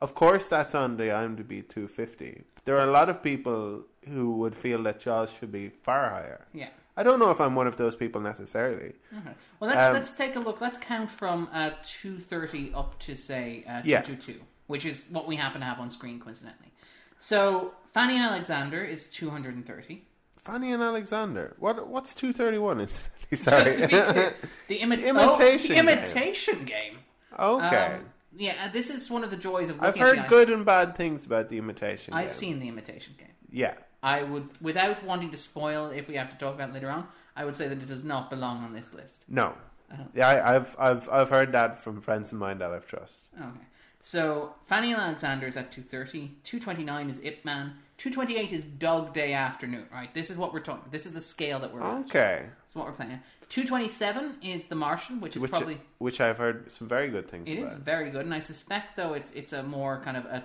[SPEAKER 1] of course that's on the IMDb 250. There are a lot of people who would feel that Jaws should be far higher.
[SPEAKER 2] Yeah.
[SPEAKER 1] I don't know if I'm one of those people necessarily.
[SPEAKER 2] Mhm. Well, let's
[SPEAKER 1] Um,
[SPEAKER 2] let's take a look. Let's count from uh, two thirty up to say uh, two
[SPEAKER 1] Yeah.
[SPEAKER 2] two two, which is what we happen to have on screen coincidentally. So Fanny Alexander is two hundred and thirty.
[SPEAKER 1] Fanny and Alexander. What what's 231 (laughs) incidentally? Sorry.
[SPEAKER 2] The, imi-
[SPEAKER 1] Imitation
[SPEAKER 2] oh,
[SPEAKER 1] Game.
[SPEAKER 2] the imitation game.
[SPEAKER 1] (laughs) okay.
[SPEAKER 2] Um, yeah, and this is one of the joys of.
[SPEAKER 1] I've
[SPEAKER 2] Looking at
[SPEAKER 1] heard
[SPEAKER 2] the
[SPEAKER 1] good and bad things about the imitation.
[SPEAKER 2] I've
[SPEAKER 1] Game.
[SPEAKER 2] seen the imitation game.
[SPEAKER 1] Yeah,
[SPEAKER 2] I would, without wanting to spoil, if we have to talk about it later on, I would say that it does not belong on this list.
[SPEAKER 1] no,
[SPEAKER 2] Uh-huh.
[SPEAKER 1] yeah, I, I've I've I've heard that from friends of mine that I've trust.
[SPEAKER 2] Okay. So Fanny Alexander is at 230. 229 is Ip Man. 228 is Dog Day Afternoon, right? This is what we're talking This is the scale that we're at.
[SPEAKER 1] Okay,
[SPEAKER 2] This is what we're playing at. 227 is The Martian, which is
[SPEAKER 1] which
[SPEAKER 2] probably.
[SPEAKER 1] which I've heard some very good things.
[SPEAKER 2] It
[SPEAKER 1] about.
[SPEAKER 2] is very good, and I suspect though it's it's a more kind of a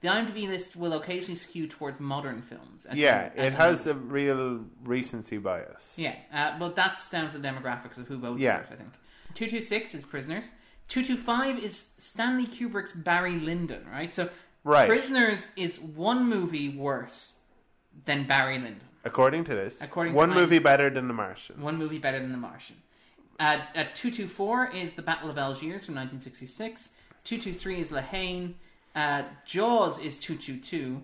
[SPEAKER 2] the IMDb list will occasionally skew towards modern films. as
[SPEAKER 1] Yeah,
[SPEAKER 2] an-
[SPEAKER 1] it
[SPEAKER 2] as an
[SPEAKER 1] has a real recency bias.
[SPEAKER 2] Yeah, uh, but that's down to the demographics of who votes
[SPEAKER 1] Yeah.
[SPEAKER 2] for it, I think. 226 is Prisoners. 225 is Stanley Kubrick's Barry Lyndon, right? So
[SPEAKER 1] Right.
[SPEAKER 2] Prisoners is one movie worse than Barry Lyndon.
[SPEAKER 1] According to this,
[SPEAKER 2] According to
[SPEAKER 1] one
[SPEAKER 2] my-
[SPEAKER 1] movie better than The Martian.
[SPEAKER 2] One movie better than The Martian. Uh, at 224 is The Battle of Algiers from 1966. 223 is La Haine. Uh, Jaws is 222.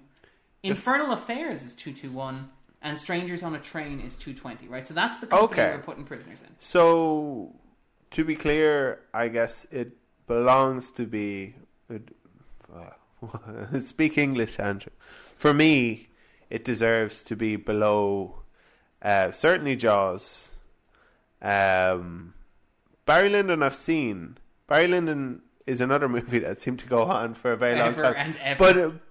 [SPEAKER 2] Infernal Affairs is 221. And Strangers on a Train is 220, right? So that's the company
[SPEAKER 1] Okay.
[SPEAKER 2] we're putting prisoners in.
[SPEAKER 1] So, to be clear, I guess it belongs to be. it- uh, (laughs) speak English, Andrew. For me, it deserves to be below uh, certainly Jaws. Um, Barry Lyndon, I've seen. Barry Lyndon is another (laughs) movie that seemed to go on for a very
[SPEAKER 2] Ever
[SPEAKER 1] long time.
[SPEAKER 2] and ever.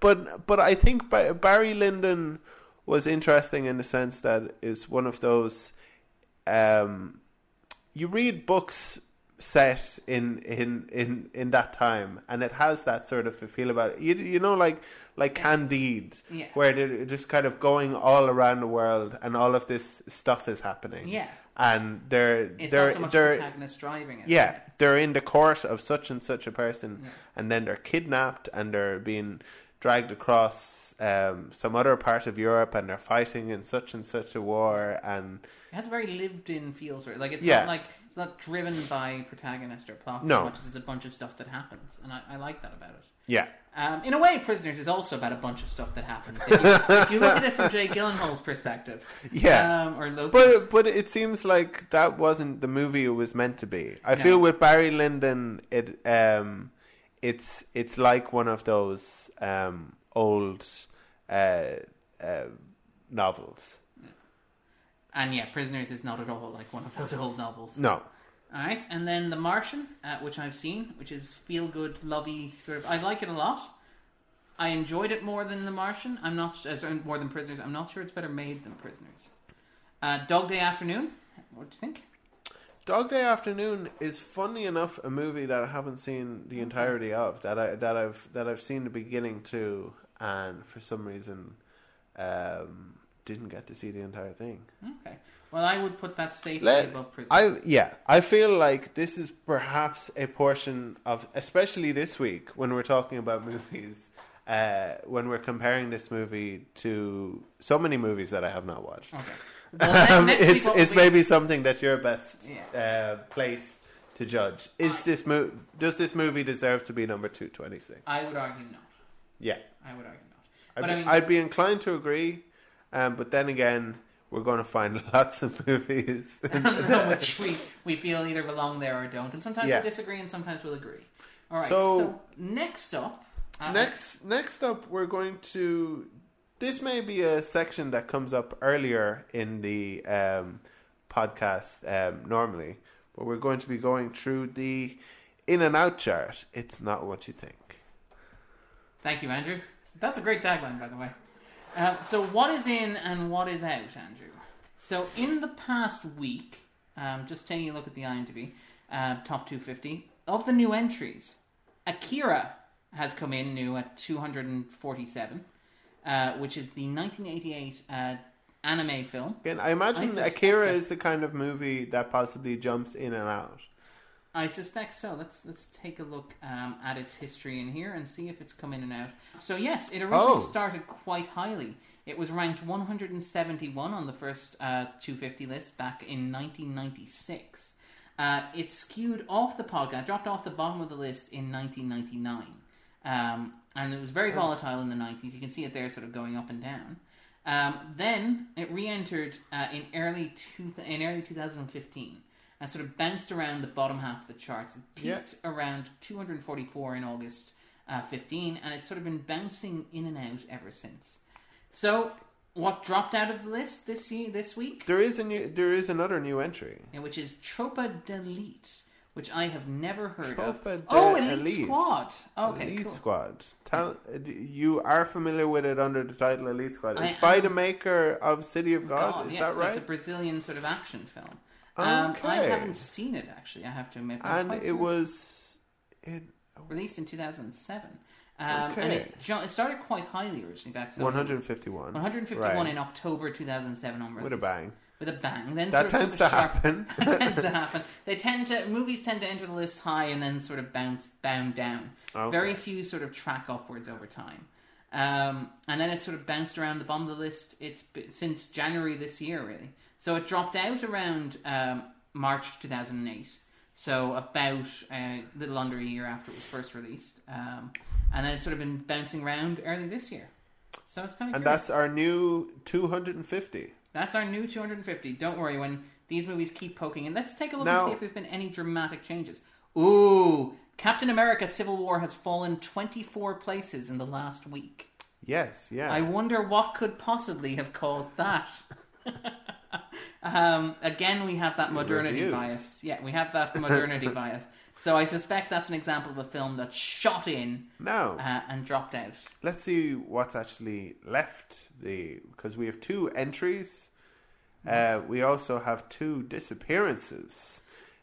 [SPEAKER 1] But but but I think Ba- Barry Lyndon was interesting in the sense that it's one of those. Um, you read books set in in in in that time and it has that sort of feel about it you, you know like like candide
[SPEAKER 2] Yeah.
[SPEAKER 1] where they're just kind of going all around the world and all of this stuff is happening
[SPEAKER 2] Yeah.
[SPEAKER 1] and they're
[SPEAKER 2] It's
[SPEAKER 1] they're
[SPEAKER 2] not so much the
[SPEAKER 1] they're
[SPEAKER 2] protagonist driving it.
[SPEAKER 1] yeah they're in the course of such and such a person and then they're kidnapped and they're being dragged across um, some other part of Europe and they're fighting in such and such a war and
[SPEAKER 2] It has a very lived-in feel to it. Like it's
[SPEAKER 1] Yeah.
[SPEAKER 2] not like it's not driven by protagonist or plot
[SPEAKER 1] No.
[SPEAKER 2] so much as it's a bunch of stuff that happens, and I, I like that about it.
[SPEAKER 1] yeah
[SPEAKER 2] Um, in a way, Prisoners is also about a bunch of stuff that happens. If you, if you look at it
[SPEAKER 1] (laughs)
[SPEAKER 2] from Jay Gyllenhaal's perspective,
[SPEAKER 1] Yeah.
[SPEAKER 2] um, or Lopez,
[SPEAKER 1] But uh, but it seems like that wasn't the movie it was meant to be. I feel with Barry Lyndon, it um, it's it's like one of those um old uh, uh novels.
[SPEAKER 2] and yeah, Prisoners is not at all like one of those old novels.
[SPEAKER 1] No,
[SPEAKER 2] All right, and then The Martian, uh, which I've seen, which is feel good, lovey sort of. I like it a lot. I enjoyed it more than The Martian. I'm not uh, sorry, more than Prisoners. I'm not sure it's better made than Prisoners. Uh, Dog Day Afternoon. What do you think?
[SPEAKER 1] Dog Day Afternoon is funny enough a movie that I haven't seen the entirety of that I that I've that I've seen the beginning to, and for some reason, um, didn't get to see the entire thing.
[SPEAKER 2] Okay. Well, I would put that safely
[SPEAKER 1] Let-
[SPEAKER 2] above Prisoners.
[SPEAKER 1] I yeah, I feel like this is perhaps a portion of, especially this week when we're talking about (laughs) movies, uh, when we're comparing this movie to so many movies that I have not watched.
[SPEAKER 2] Okay. Well, ne-
[SPEAKER 1] Um,
[SPEAKER 2] next week
[SPEAKER 1] (laughs) it's
[SPEAKER 2] what
[SPEAKER 1] it's
[SPEAKER 2] we-
[SPEAKER 1] maybe something that you're best
[SPEAKER 2] Yeah.
[SPEAKER 1] uh, place to judge. Is this mo- does this movie deserve to be number two twenty six?
[SPEAKER 2] I would argue not.
[SPEAKER 1] Yeah.
[SPEAKER 2] I would argue not.
[SPEAKER 1] I'd,
[SPEAKER 2] But
[SPEAKER 1] be,
[SPEAKER 2] I mean-
[SPEAKER 1] I'd be inclined to agree, um, but then again, we're going to find (laughs) lots of movies.
[SPEAKER 2] which we, we feel either belong there or don't. And sometimes
[SPEAKER 1] Yeah.
[SPEAKER 2] we'll disagree and sometimes we'll agree. All right. So,
[SPEAKER 1] So-
[SPEAKER 2] next up. uh,
[SPEAKER 1] next, next up, we're going to. This may be a section that comes up earlier in the um, podcast um, normally, but we're going to be going through the in and out chart. It's not what you think.
[SPEAKER 2] Thank you, Andrew. That's a great tagline, by the way. Uh, so, what is in and what is out, Andrew? So, in the past week, um, just taking a look at the IMDb uh, top 250 of the new entries, Akira has come in new at 247, uh, which is the 1988 uh, anime film.
[SPEAKER 1] Again, I imagine
[SPEAKER 2] I
[SPEAKER 1] Akira
[SPEAKER 2] suspect so.
[SPEAKER 1] is the kind of movie that possibly jumps in and out.
[SPEAKER 2] I suspect so. Let's let's take a look um, at its history in here and see if it's come in and out. So yes, it originally
[SPEAKER 1] Oh.
[SPEAKER 2] started quite highly. It was ranked 171 on the first uh, 250 list back in 1996. Uh, it skewed off the podcast, dropped off the bottom of the list in 1999, um, and it was very volatile in the 90s. You can see it there, sort of going up and down. Um, then it re-entered uh, in early two in early 2015 and sort of bounced around the bottom half of the charts. It peaked
[SPEAKER 1] Yeah.
[SPEAKER 2] around 244 in August uh, 15, and it's sort of been bouncing in and out ever since. So, what dropped out of the list this year, this week,
[SPEAKER 1] There is a new, there is another new entry.
[SPEAKER 2] Yeah, which is Tropa Delete, which I have never heard of.
[SPEAKER 1] Tropa
[SPEAKER 2] oh,
[SPEAKER 1] de
[SPEAKER 2] Elite,
[SPEAKER 1] Elite.
[SPEAKER 2] Squad. Okay,
[SPEAKER 1] Elite
[SPEAKER 2] cool.
[SPEAKER 1] Squad. Tell, uh, you are familiar with it under the title Elite Squad.
[SPEAKER 2] I
[SPEAKER 1] It's by
[SPEAKER 2] am.
[SPEAKER 1] the maker of City of God.
[SPEAKER 2] God,
[SPEAKER 1] is
[SPEAKER 2] yeah,
[SPEAKER 1] that
[SPEAKER 2] so
[SPEAKER 1] right?
[SPEAKER 2] It's a Brazilian sort of action film. Um, I
[SPEAKER 1] Okay.
[SPEAKER 2] haven't seen it actually. I have to admit. but I'm
[SPEAKER 1] and
[SPEAKER 2] quite
[SPEAKER 1] it
[SPEAKER 2] curious.
[SPEAKER 1] was. It,
[SPEAKER 2] released in 2007. Um, And
[SPEAKER 1] Okay.
[SPEAKER 2] it, jo- it started quite highly originally back so
[SPEAKER 1] 151.
[SPEAKER 2] 151
[SPEAKER 1] Right.
[SPEAKER 2] in October 2007 on release.
[SPEAKER 1] With a bang.
[SPEAKER 2] With a bang. Then
[SPEAKER 1] That
[SPEAKER 2] sort of
[SPEAKER 1] tends
[SPEAKER 2] took a
[SPEAKER 1] to
[SPEAKER 2] sharp-
[SPEAKER 1] happen.
[SPEAKER 2] (laughs) that tends to happen. They tend to movies tend to enter the list high and then sort of bounce bound down.
[SPEAKER 1] Okay.
[SPEAKER 2] Very few sort of track upwards over time. Um, and then it sort of bounced around the bottom of the list. It's b- since January this year really. So it dropped out around um, March 2008. So about a little under a year after it was first released. Um, and then it's sort of been bouncing around early this year. So it's kind of
[SPEAKER 1] And that's our new 250.
[SPEAKER 2] that's our new 250. Don't worry when these movies keep poking. And let's take a look and
[SPEAKER 1] Now-
[SPEAKER 2] see if there's been any dramatic changes. Ooh, Captain America Civil War has fallen 24 places in the last week.
[SPEAKER 1] Yes, yeah.
[SPEAKER 2] I wonder what could possibly have caused that. (laughs) um, again, we have that modernity
[SPEAKER 1] Reviews.
[SPEAKER 2] bias. Yeah, we have that modernity (laughs) bias. So I suspect that's an example of a film that shot in
[SPEAKER 1] now,
[SPEAKER 2] uh, and dropped out.
[SPEAKER 1] let's see what's actually left the because we have two entries. Uh, we also have two disappearances.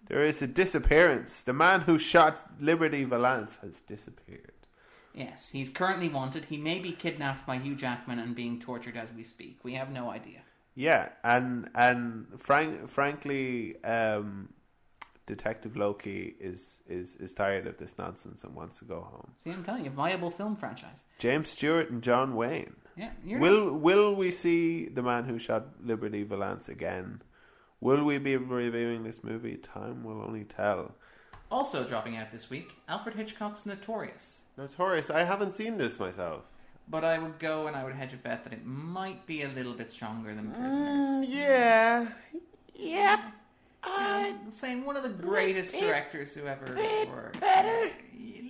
[SPEAKER 1] There is a disappearance. The man who shot Liberty Valance has disappeared.
[SPEAKER 2] Yes, he's currently wanted. He may be kidnapped by Hugh Jackman and being tortured as we speak. We have no idea.
[SPEAKER 1] Yeah, and and frank, frankly, um, Detective Loki is, is is tired of this nonsense and wants to go home.
[SPEAKER 2] See, I'm telling you, viable film franchise.
[SPEAKER 1] James Stewart and John Wayne.
[SPEAKER 2] Yeah, you're
[SPEAKER 1] Will will we see the man who shot Liberty Valance again? Will we be reviewing this movie? Time will only tell.
[SPEAKER 2] also dropping out this week. Alfred Hitchcock's Notorious,
[SPEAKER 1] Notorious, I haven't seen this myself.
[SPEAKER 2] but I would go and I would hedge a bet that it might be a little bit stronger than Prisoners.
[SPEAKER 1] Yeah, Mm.
[SPEAKER 2] I'm saying one of the greatest directors who ever worked. Better,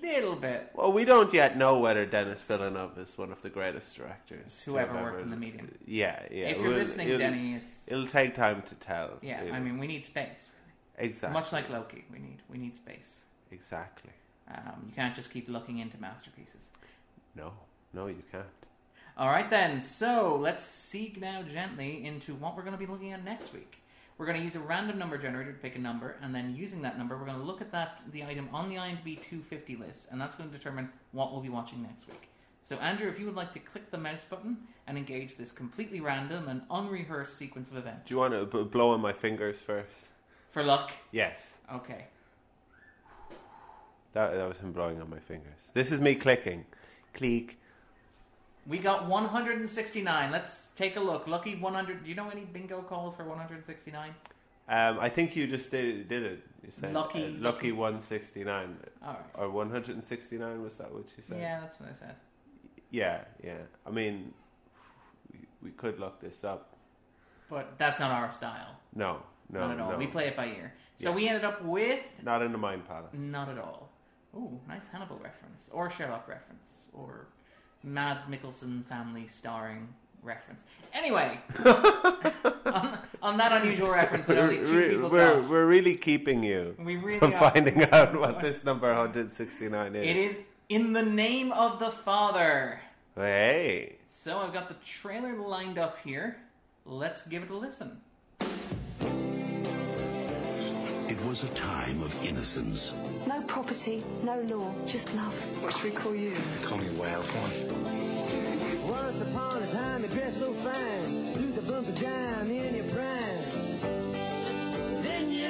[SPEAKER 2] little bit.
[SPEAKER 1] Well, we don't yet know whether Dennis Villeneuve is one of the greatest directors. to
[SPEAKER 2] Whoever
[SPEAKER 1] have
[SPEAKER 2] worked
[SPEAKER 1] ever-
[SPEAKER 2] in the medium.
[SPEAKER 1] Yeah, yeah.
[SPEAKER 2] If you're
[SPEAKER 1] We'll-
[SPEAKER 2] listening,
[SPEAKER 1] it'll-
[SPEAKER 2] Denny, it's-
[SPEAKER 1] It'll take time to tell.
[SPEAKER 2] Yeah,
[SPEAKER 1] really.
[SPEAKER 2] I mean, we need space.
[SPEAKER 1] exactly.
[SPEAKER 2] Much like Loki, we need we need space.
[SPEAKER 1] Exactly.
[SPEAKER 2] Um, you can't just keep looking into masterpieces.
[SPEAKER 1] No, no, you can't.
[SPEAKER 2] All right, then. So let's seek now gently into what we're going to be looking at next week. We're going to use a random number generator to pick a number, and then using that number, we're going to look at that the item on the IMDb 250 list, and that's going to determine what we'll be watching next week. So, Andrew, if you would like to click the mouse button and engage this completely random and unrehearsed sequence of events.
[SPEAKER 1] Do you want to b- blow on my fingers first?
[SPEAKER 2] For luck.
[SPEAKER 1] Yes.
[SPEAKER 2] Okay.
[SPEAKER 1] That, that was him blowing on my fingers. This is me clicking. Click.
[SPEAKER 2] We got 169. Let's take a look. Lucky 100. Do you know any bingo calls for 169?
[SPEAKER 1] Um, I think you just did, did it. You said
[SPEAKER 2] Lucky-
[SPEAKER 1] uh, lucky 169.
[SPEAKER 2] All right.
[SPEAKER 1] Or 169, was that what you said?
[SPEAKER 2] Yeah, that's what I said.
[SPEAKER 1] Yeah, yeah. I mean, we, we could look this up.
[SPEAKER 2] But that's not our style.
[SPEAKER 1] No, no,
[SPEAKER 2] not at all.
[SPEAKER 1] no.
[SPEAKER 2] We play it by ear. So
[SPEAKER 1] Yes.
[SPEAKER 2] we ended up with
[SPEAKER 1] Not in the Mind Palace.
[SPEAKER 2] not at all. Ooh, nice Hannibal reference, or Sherlock reference, or Mads Mikkelsen family starring reference.
[SPEAKER 1] (laughs)
[SPEAKER 2] Anyway, on, on that unusual reference that only two
[SPEAKER 1] Re-
[SPEAKER 2] people
[SPEAKER 1] we're,
[SPEAKER 2] got,
[SPEAKER 1] we're really keeping you
[SPEAKER 2] We really
[SPEAKER 1] from
[SPEAKER 2] are.
[SPEAKER 1] finding out what this number 169 is.
[SPEAKER 2] it is in the name of the Father.
[SPEAKER 1] Hey.
[SPEAKER 2] So I've got the trailer lined up here. Let's give it a listen.
[SPEAKER 12] It was a time of innocence.
[SPEAKER 13] No property, no law, just love. What should we call you?
[SPEAKER 12] Call me Wales. Come on.
[SPEAKER 14] Once upon a time, you dressed so fine. You could bump a dime in your prime. Then you.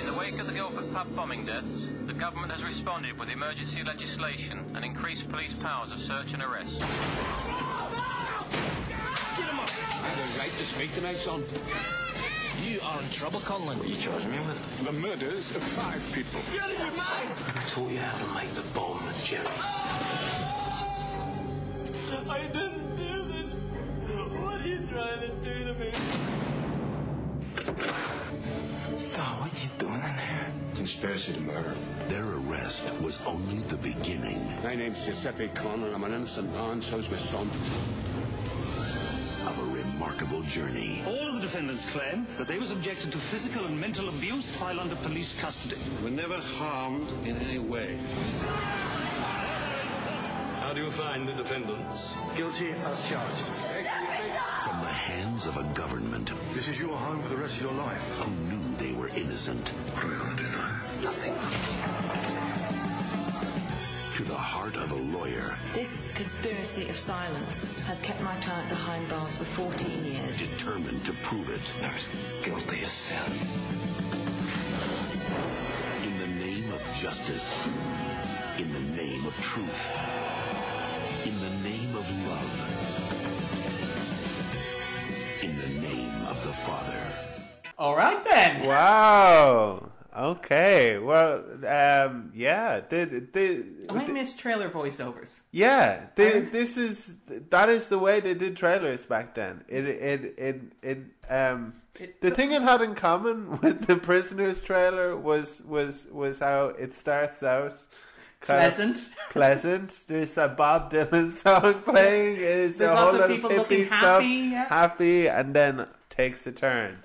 [SPEAKER 15] In the wake of the Guildford pub bombing deaths, the government has responded with emergency legislation and increased police powers of search and arrest.
[SPEAKER 16] I had a right to speak to my son. You are in trouble, Conlon. What are you charging me with? The murders of five people.
[SPEAKER 12] I taught you how to make the bomb, Jerry.
[SPEAKER 14] Ah! I didn't do this. What are you trying to do to me?
[SPEAKER 12] Star, what you doing in there? Conspiracy to murder. Their arrest was only the beginning. My name's Giuseppe Connor. I'm an innocent man. So's my son. Of a remarkable journey.
[SPEAKER 17] All of the defendants claim that they were subjected to physical and mental abuse while under police custody.
[SPEAKER 12] We're never harmed in any way.
[SPEAKER 17] How do you find the defendants?
[SPEAKER 12] Guilty as charged. From the hands of a government. This is your home for the rest of your life. Who knew they were innocent? What are we going to do now? Nothing. To the heart of a lawyer
[SPEAKER 18] This conspiracy of silence has kept my client behind bars for 14 years.
[SPEAKER 12] determined to prove it. They're as guilty as sin. In the name of justice. In the name of truth. In the name of love. In the name of the Father.
[SPEAKER 2] All right then.
[SPEAKER 1] Wow. Okay. Well, um, yeah. Did, did,
[SPEAKER 2] I miss trailer voiceovers.
[SPEAKER 1] Yeah, they, this is that is the way they did trailers back then. It it it it um the thing it had in common (laughs) with the prisoners trailer was was was how it starts out kind of
[SPEAKER 2] Pleasant.
[SPEAKER 1] pleasant. There's a Bob Dylan song playing. It's
[SPEAKER 2] There's
[SPEAKER 1] a
[SPEAKER 2] lots
[SPEAKER 1] whole
[SPEAKER 2] of
[SPEAKER 1] lot of
[SPEAKER 2] people
[SPEAKER 1] 50s
[SPEAKER 2] looking
[SPEAKER 1] stuff,
[SPEAKER 2] happy, yeah.
[SPEAKER 1] happy, and then takes a turn.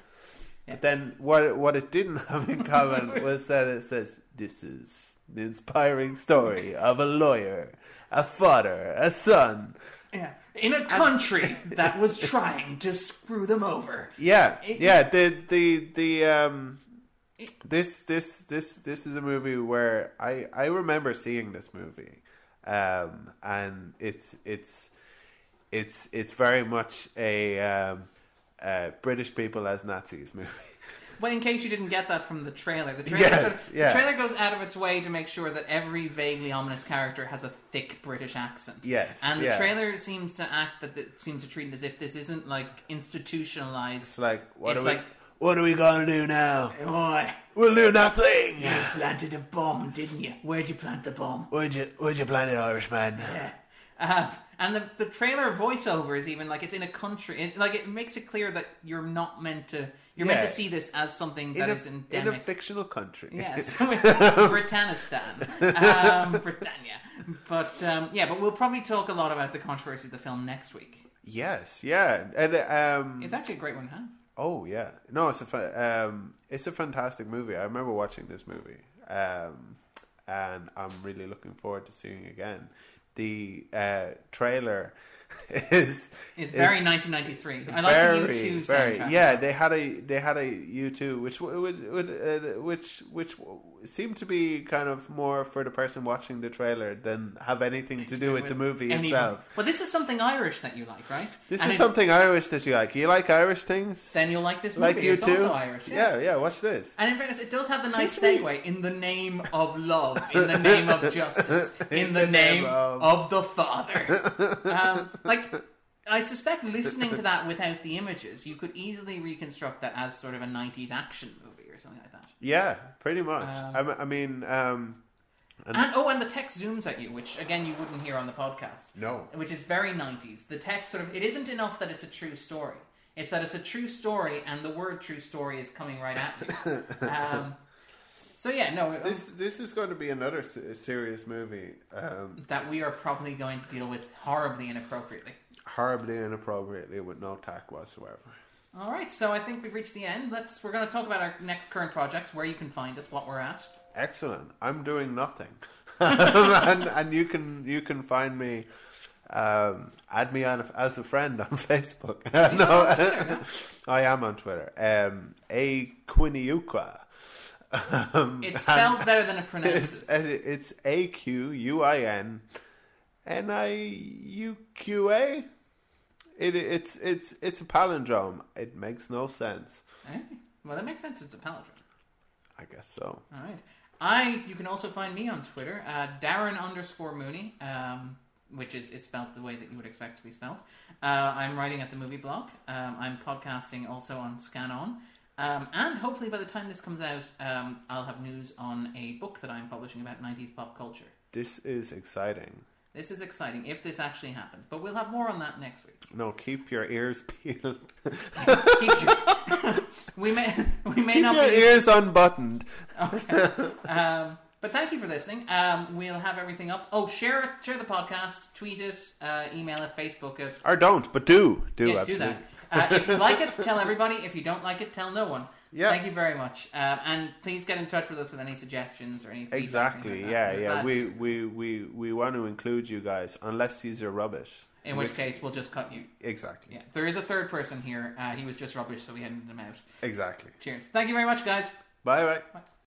[SPEAKER 1] But then what what it didn't have in
[SPEAKER 2] (laughs)
[SPEAKER 1] common was that it says this is the inspiring story of a lawyer, a father, a son.
[SPEAKER 2] Yeah. In a (laughs) country that was trying to screw them over.
[SPEAKER 1] Yeah,
[SPEAKER 2] It-
[SPEAKER 1] yeah. The the the um, this this this this is a movie where I I remember seeing this movie, um, and it's it's it's it's very much a um, uh, British people as Nazis movie. (laughs)
[SPEAKER 2] Well, in case you didn't get that from the trailer, the trailer,
[SPEAKER 1] Yes,
[SPEAKER 2] sort of-
[SPEAKER 1] yeah.
[SPEAKER 2] the trailer goes out of its way to make sure that every vaguely ominous character has a thick British accent.
[SPEAKER 1] Yes,
[SPEAKER 2] and the
[SPEAKER 1] yeah.
[SPEAKER 2] trailer seems to act that it seems to treat it as if this isn't like institutionalized.
[SPEAKER 1] It's like what
[SPEAKER 2] It's
[SPEAKER 1] are we
[SPEAKER 2] like-
[SPEAKER 1] what are we gonna do now?
[SPEAKER 2] Oi,
[SPEAKER 1] We'll do nothing.
[SPEAKER 2] You planted a bomb, didn't you? Where'd you plant the bomb?
[SPEAKER 1] Where'd you Where'd you plan it, Irishman?
[SPEAKER 2] Yeah. (laughs) Uh, and the, the trailer voiceover is even like it's in a country, it, like it makes it clear that you're not meant to. You're meant
[SPEAKER 1] Yeah.
[SPEAKER 2] to see this as something
[SPEAKER 1] In
[SPEAKER 2] that
[SPEAKER 1] a,
[SPEAKER 2] is
[SPEAKER 1] in a
[SPEAKER 2] endemic.
[SPEAKER 1] (laughs) fictional country.
[SPEAKER 2] Yes, (laughs) Britannistan, um, Britannia. But um, yeah, but we'll probably talk a lot about the controversy of the film next week.
[SPEAKER 1] (laughs) Yes, yeah, and um,
[SPEAKER 2] It's actually a great one, huh?
[SPEAKER 1] oh yeah, no, it's a fa- um, it's a fantastic movie. I remember watching this movie, um, and I'm really looking forward to seeing it again. The uh, trailer (laughs) is
[SPEAKER 2] It's
[SPEAKER 1] is
[SPEAKER 2] very 1993. I like the U2 soundtrack.
[SPEAKER 1] Yeah, they had a they had a U two, which w- would would uh, which which w- seemed to be kind of more for the person watching the trailer than have anything to do with the movie
[SPEAKER 2] Anyway.
[SPEAKER 1] itself.
[SPEAKER 2] Well, this is something Irish that you like, right?
[SPEAKER 1] This
[SPEAKER 2] And
[SPEAKER 1] is
[SPEAKER 2] it-
[SPEAKER 1] something Irish that you like. You like Irish things?
[SPEAKER 2] Then you'll like this movie.
[SPEAKER 1] Like you
[SPEAKER 2] it's
[SPEAKER 1] too?
[SPEAKER 2] also Irish.
[SPEAKER 1] yeah, yeah, watch this.
[SPEAKER 2] And in fairness, it does have the nice
[SPEAKER 1] Seems to
[SPEAKER 2] segue in the name of love, in the name of justice, (laughs) in, the, name, of... the (laughs) Father. Um, like, I suspect listening to that without the images, you could easily reconstruct that as sort of a 90s action movie or something like that.
[SPEAKER 1] Yeah, pretty much.
[SPEAKER 2] Um,
[SPEAKER 1] I m- I, mean, um,
[SPEAKER 2] And, oh, and the text zooms at you, which again you wouldn't hear on the podcast.
[SPEAKER 19] No.
[SPEAKER 2] Which is very nineties. The text sort of it isn't enough that it's a true story. It's that it's a true story, and the word "true story" is coming right (laughs) at you. um, so yeah, no, it-
[SPEAKER 1] This this is going to be another s- serious movie. Um,
[SPEAKER 2] that we are probably going to deal with horribly inappropriately.
[SPEAKER 1] horribly inappropriately with no tact whatsoever.
[SPEAKER 2] All right, so I think we've reached the end. Let's we're going to talk about our next current projects, where you can find us, what we're at.
[SPEAKER 1] Excellent. I'm doing nothing, (laughs) and, and you can you can find me. Um, add me on as a friend on (laughs) Facebook. no, (laughs) I am on Twitter. Um, a Quiniuqua. (laughs) Um, (laughs)
[SPEAKER 2] It's spelled
[SPEAKER 1] and-
[SPEAKER 2] better than it (laughs) pronounces.
[SPEAKER 1] It's A Q U I N N I U Q A. It it's it's it's a palindrome. It makes no sense.
[SPEAKER 2] Eh? Well, that makes sense. It's a palindrome.
[SPEAKER 1] I guess so.
[SPEAKER 2] All right. I you can also find me on Twitter, uh, Darren underscore Mooney, um, which is, is spelled the way that you would expect to be spelled. Uh, I'm writing at the Movie Blog. Um, I'm podcasting also on Scan On, um, and hopefully by the time this comes out, um, I'll have news on a book that I'm publishing about 90s pop culture.
[SPEAKER 1] This is exciting.
[SPEAKER 2] This is exciting if this actually happens, but we'll have more on that next week.
[SPEAKER 1] No, keep your ears (laughs) peeled. (laughs)
[SPEAKER 2] (laughs) We may we may
[SPEAKER 1] keep
[SPEAKER 2] not
[SPEAKER 1] your
[SPEAKER 2] be
[SPEAKER 1] ears unbuttoned.
[SPEAKER 2] Okay. um, but thank you for listening. Um, we'll have everything up. Oh, share it, share the podcast, tweet it, uh, email it, Facebook it.
[SPEAKER 1] Or don't, but do do
[SPEAKER 2] yeah, do
[SPEAKER 1] absolutely.
[SPEAKER 2] that. Uh, if you like it, tell everybody. If you don't like it, tell no one.
[SPEAKER 1] Yeah.
[SPEAKER 2] Thank you very much. Um, and please get in touch with us with any suggestions or any feedback or
[SPEAKER 1] Exactly.
[SPEAKER 2] anything like
[SPEAKER 1] yeah,
[SPEAKER 2] that. We're
[SPEAKER 1] yeah.
[SPEAKER 2] glad-
[SPEAKER 1] We, we we we want to include you guys, unless these are rubbish.
[SPEAKER 2] in which case, we'll just cut you.
[SPEAKER 1] exactly,
[SPEAKER 2] Yeah. There is a third person here. Uh, he was just rubbish, so we edited him out.
[SPEAKER 1] exactly.
[SPEAKER 2] Cheers. Thank you very much, guys.
[SPEAKER 1] Bye bye.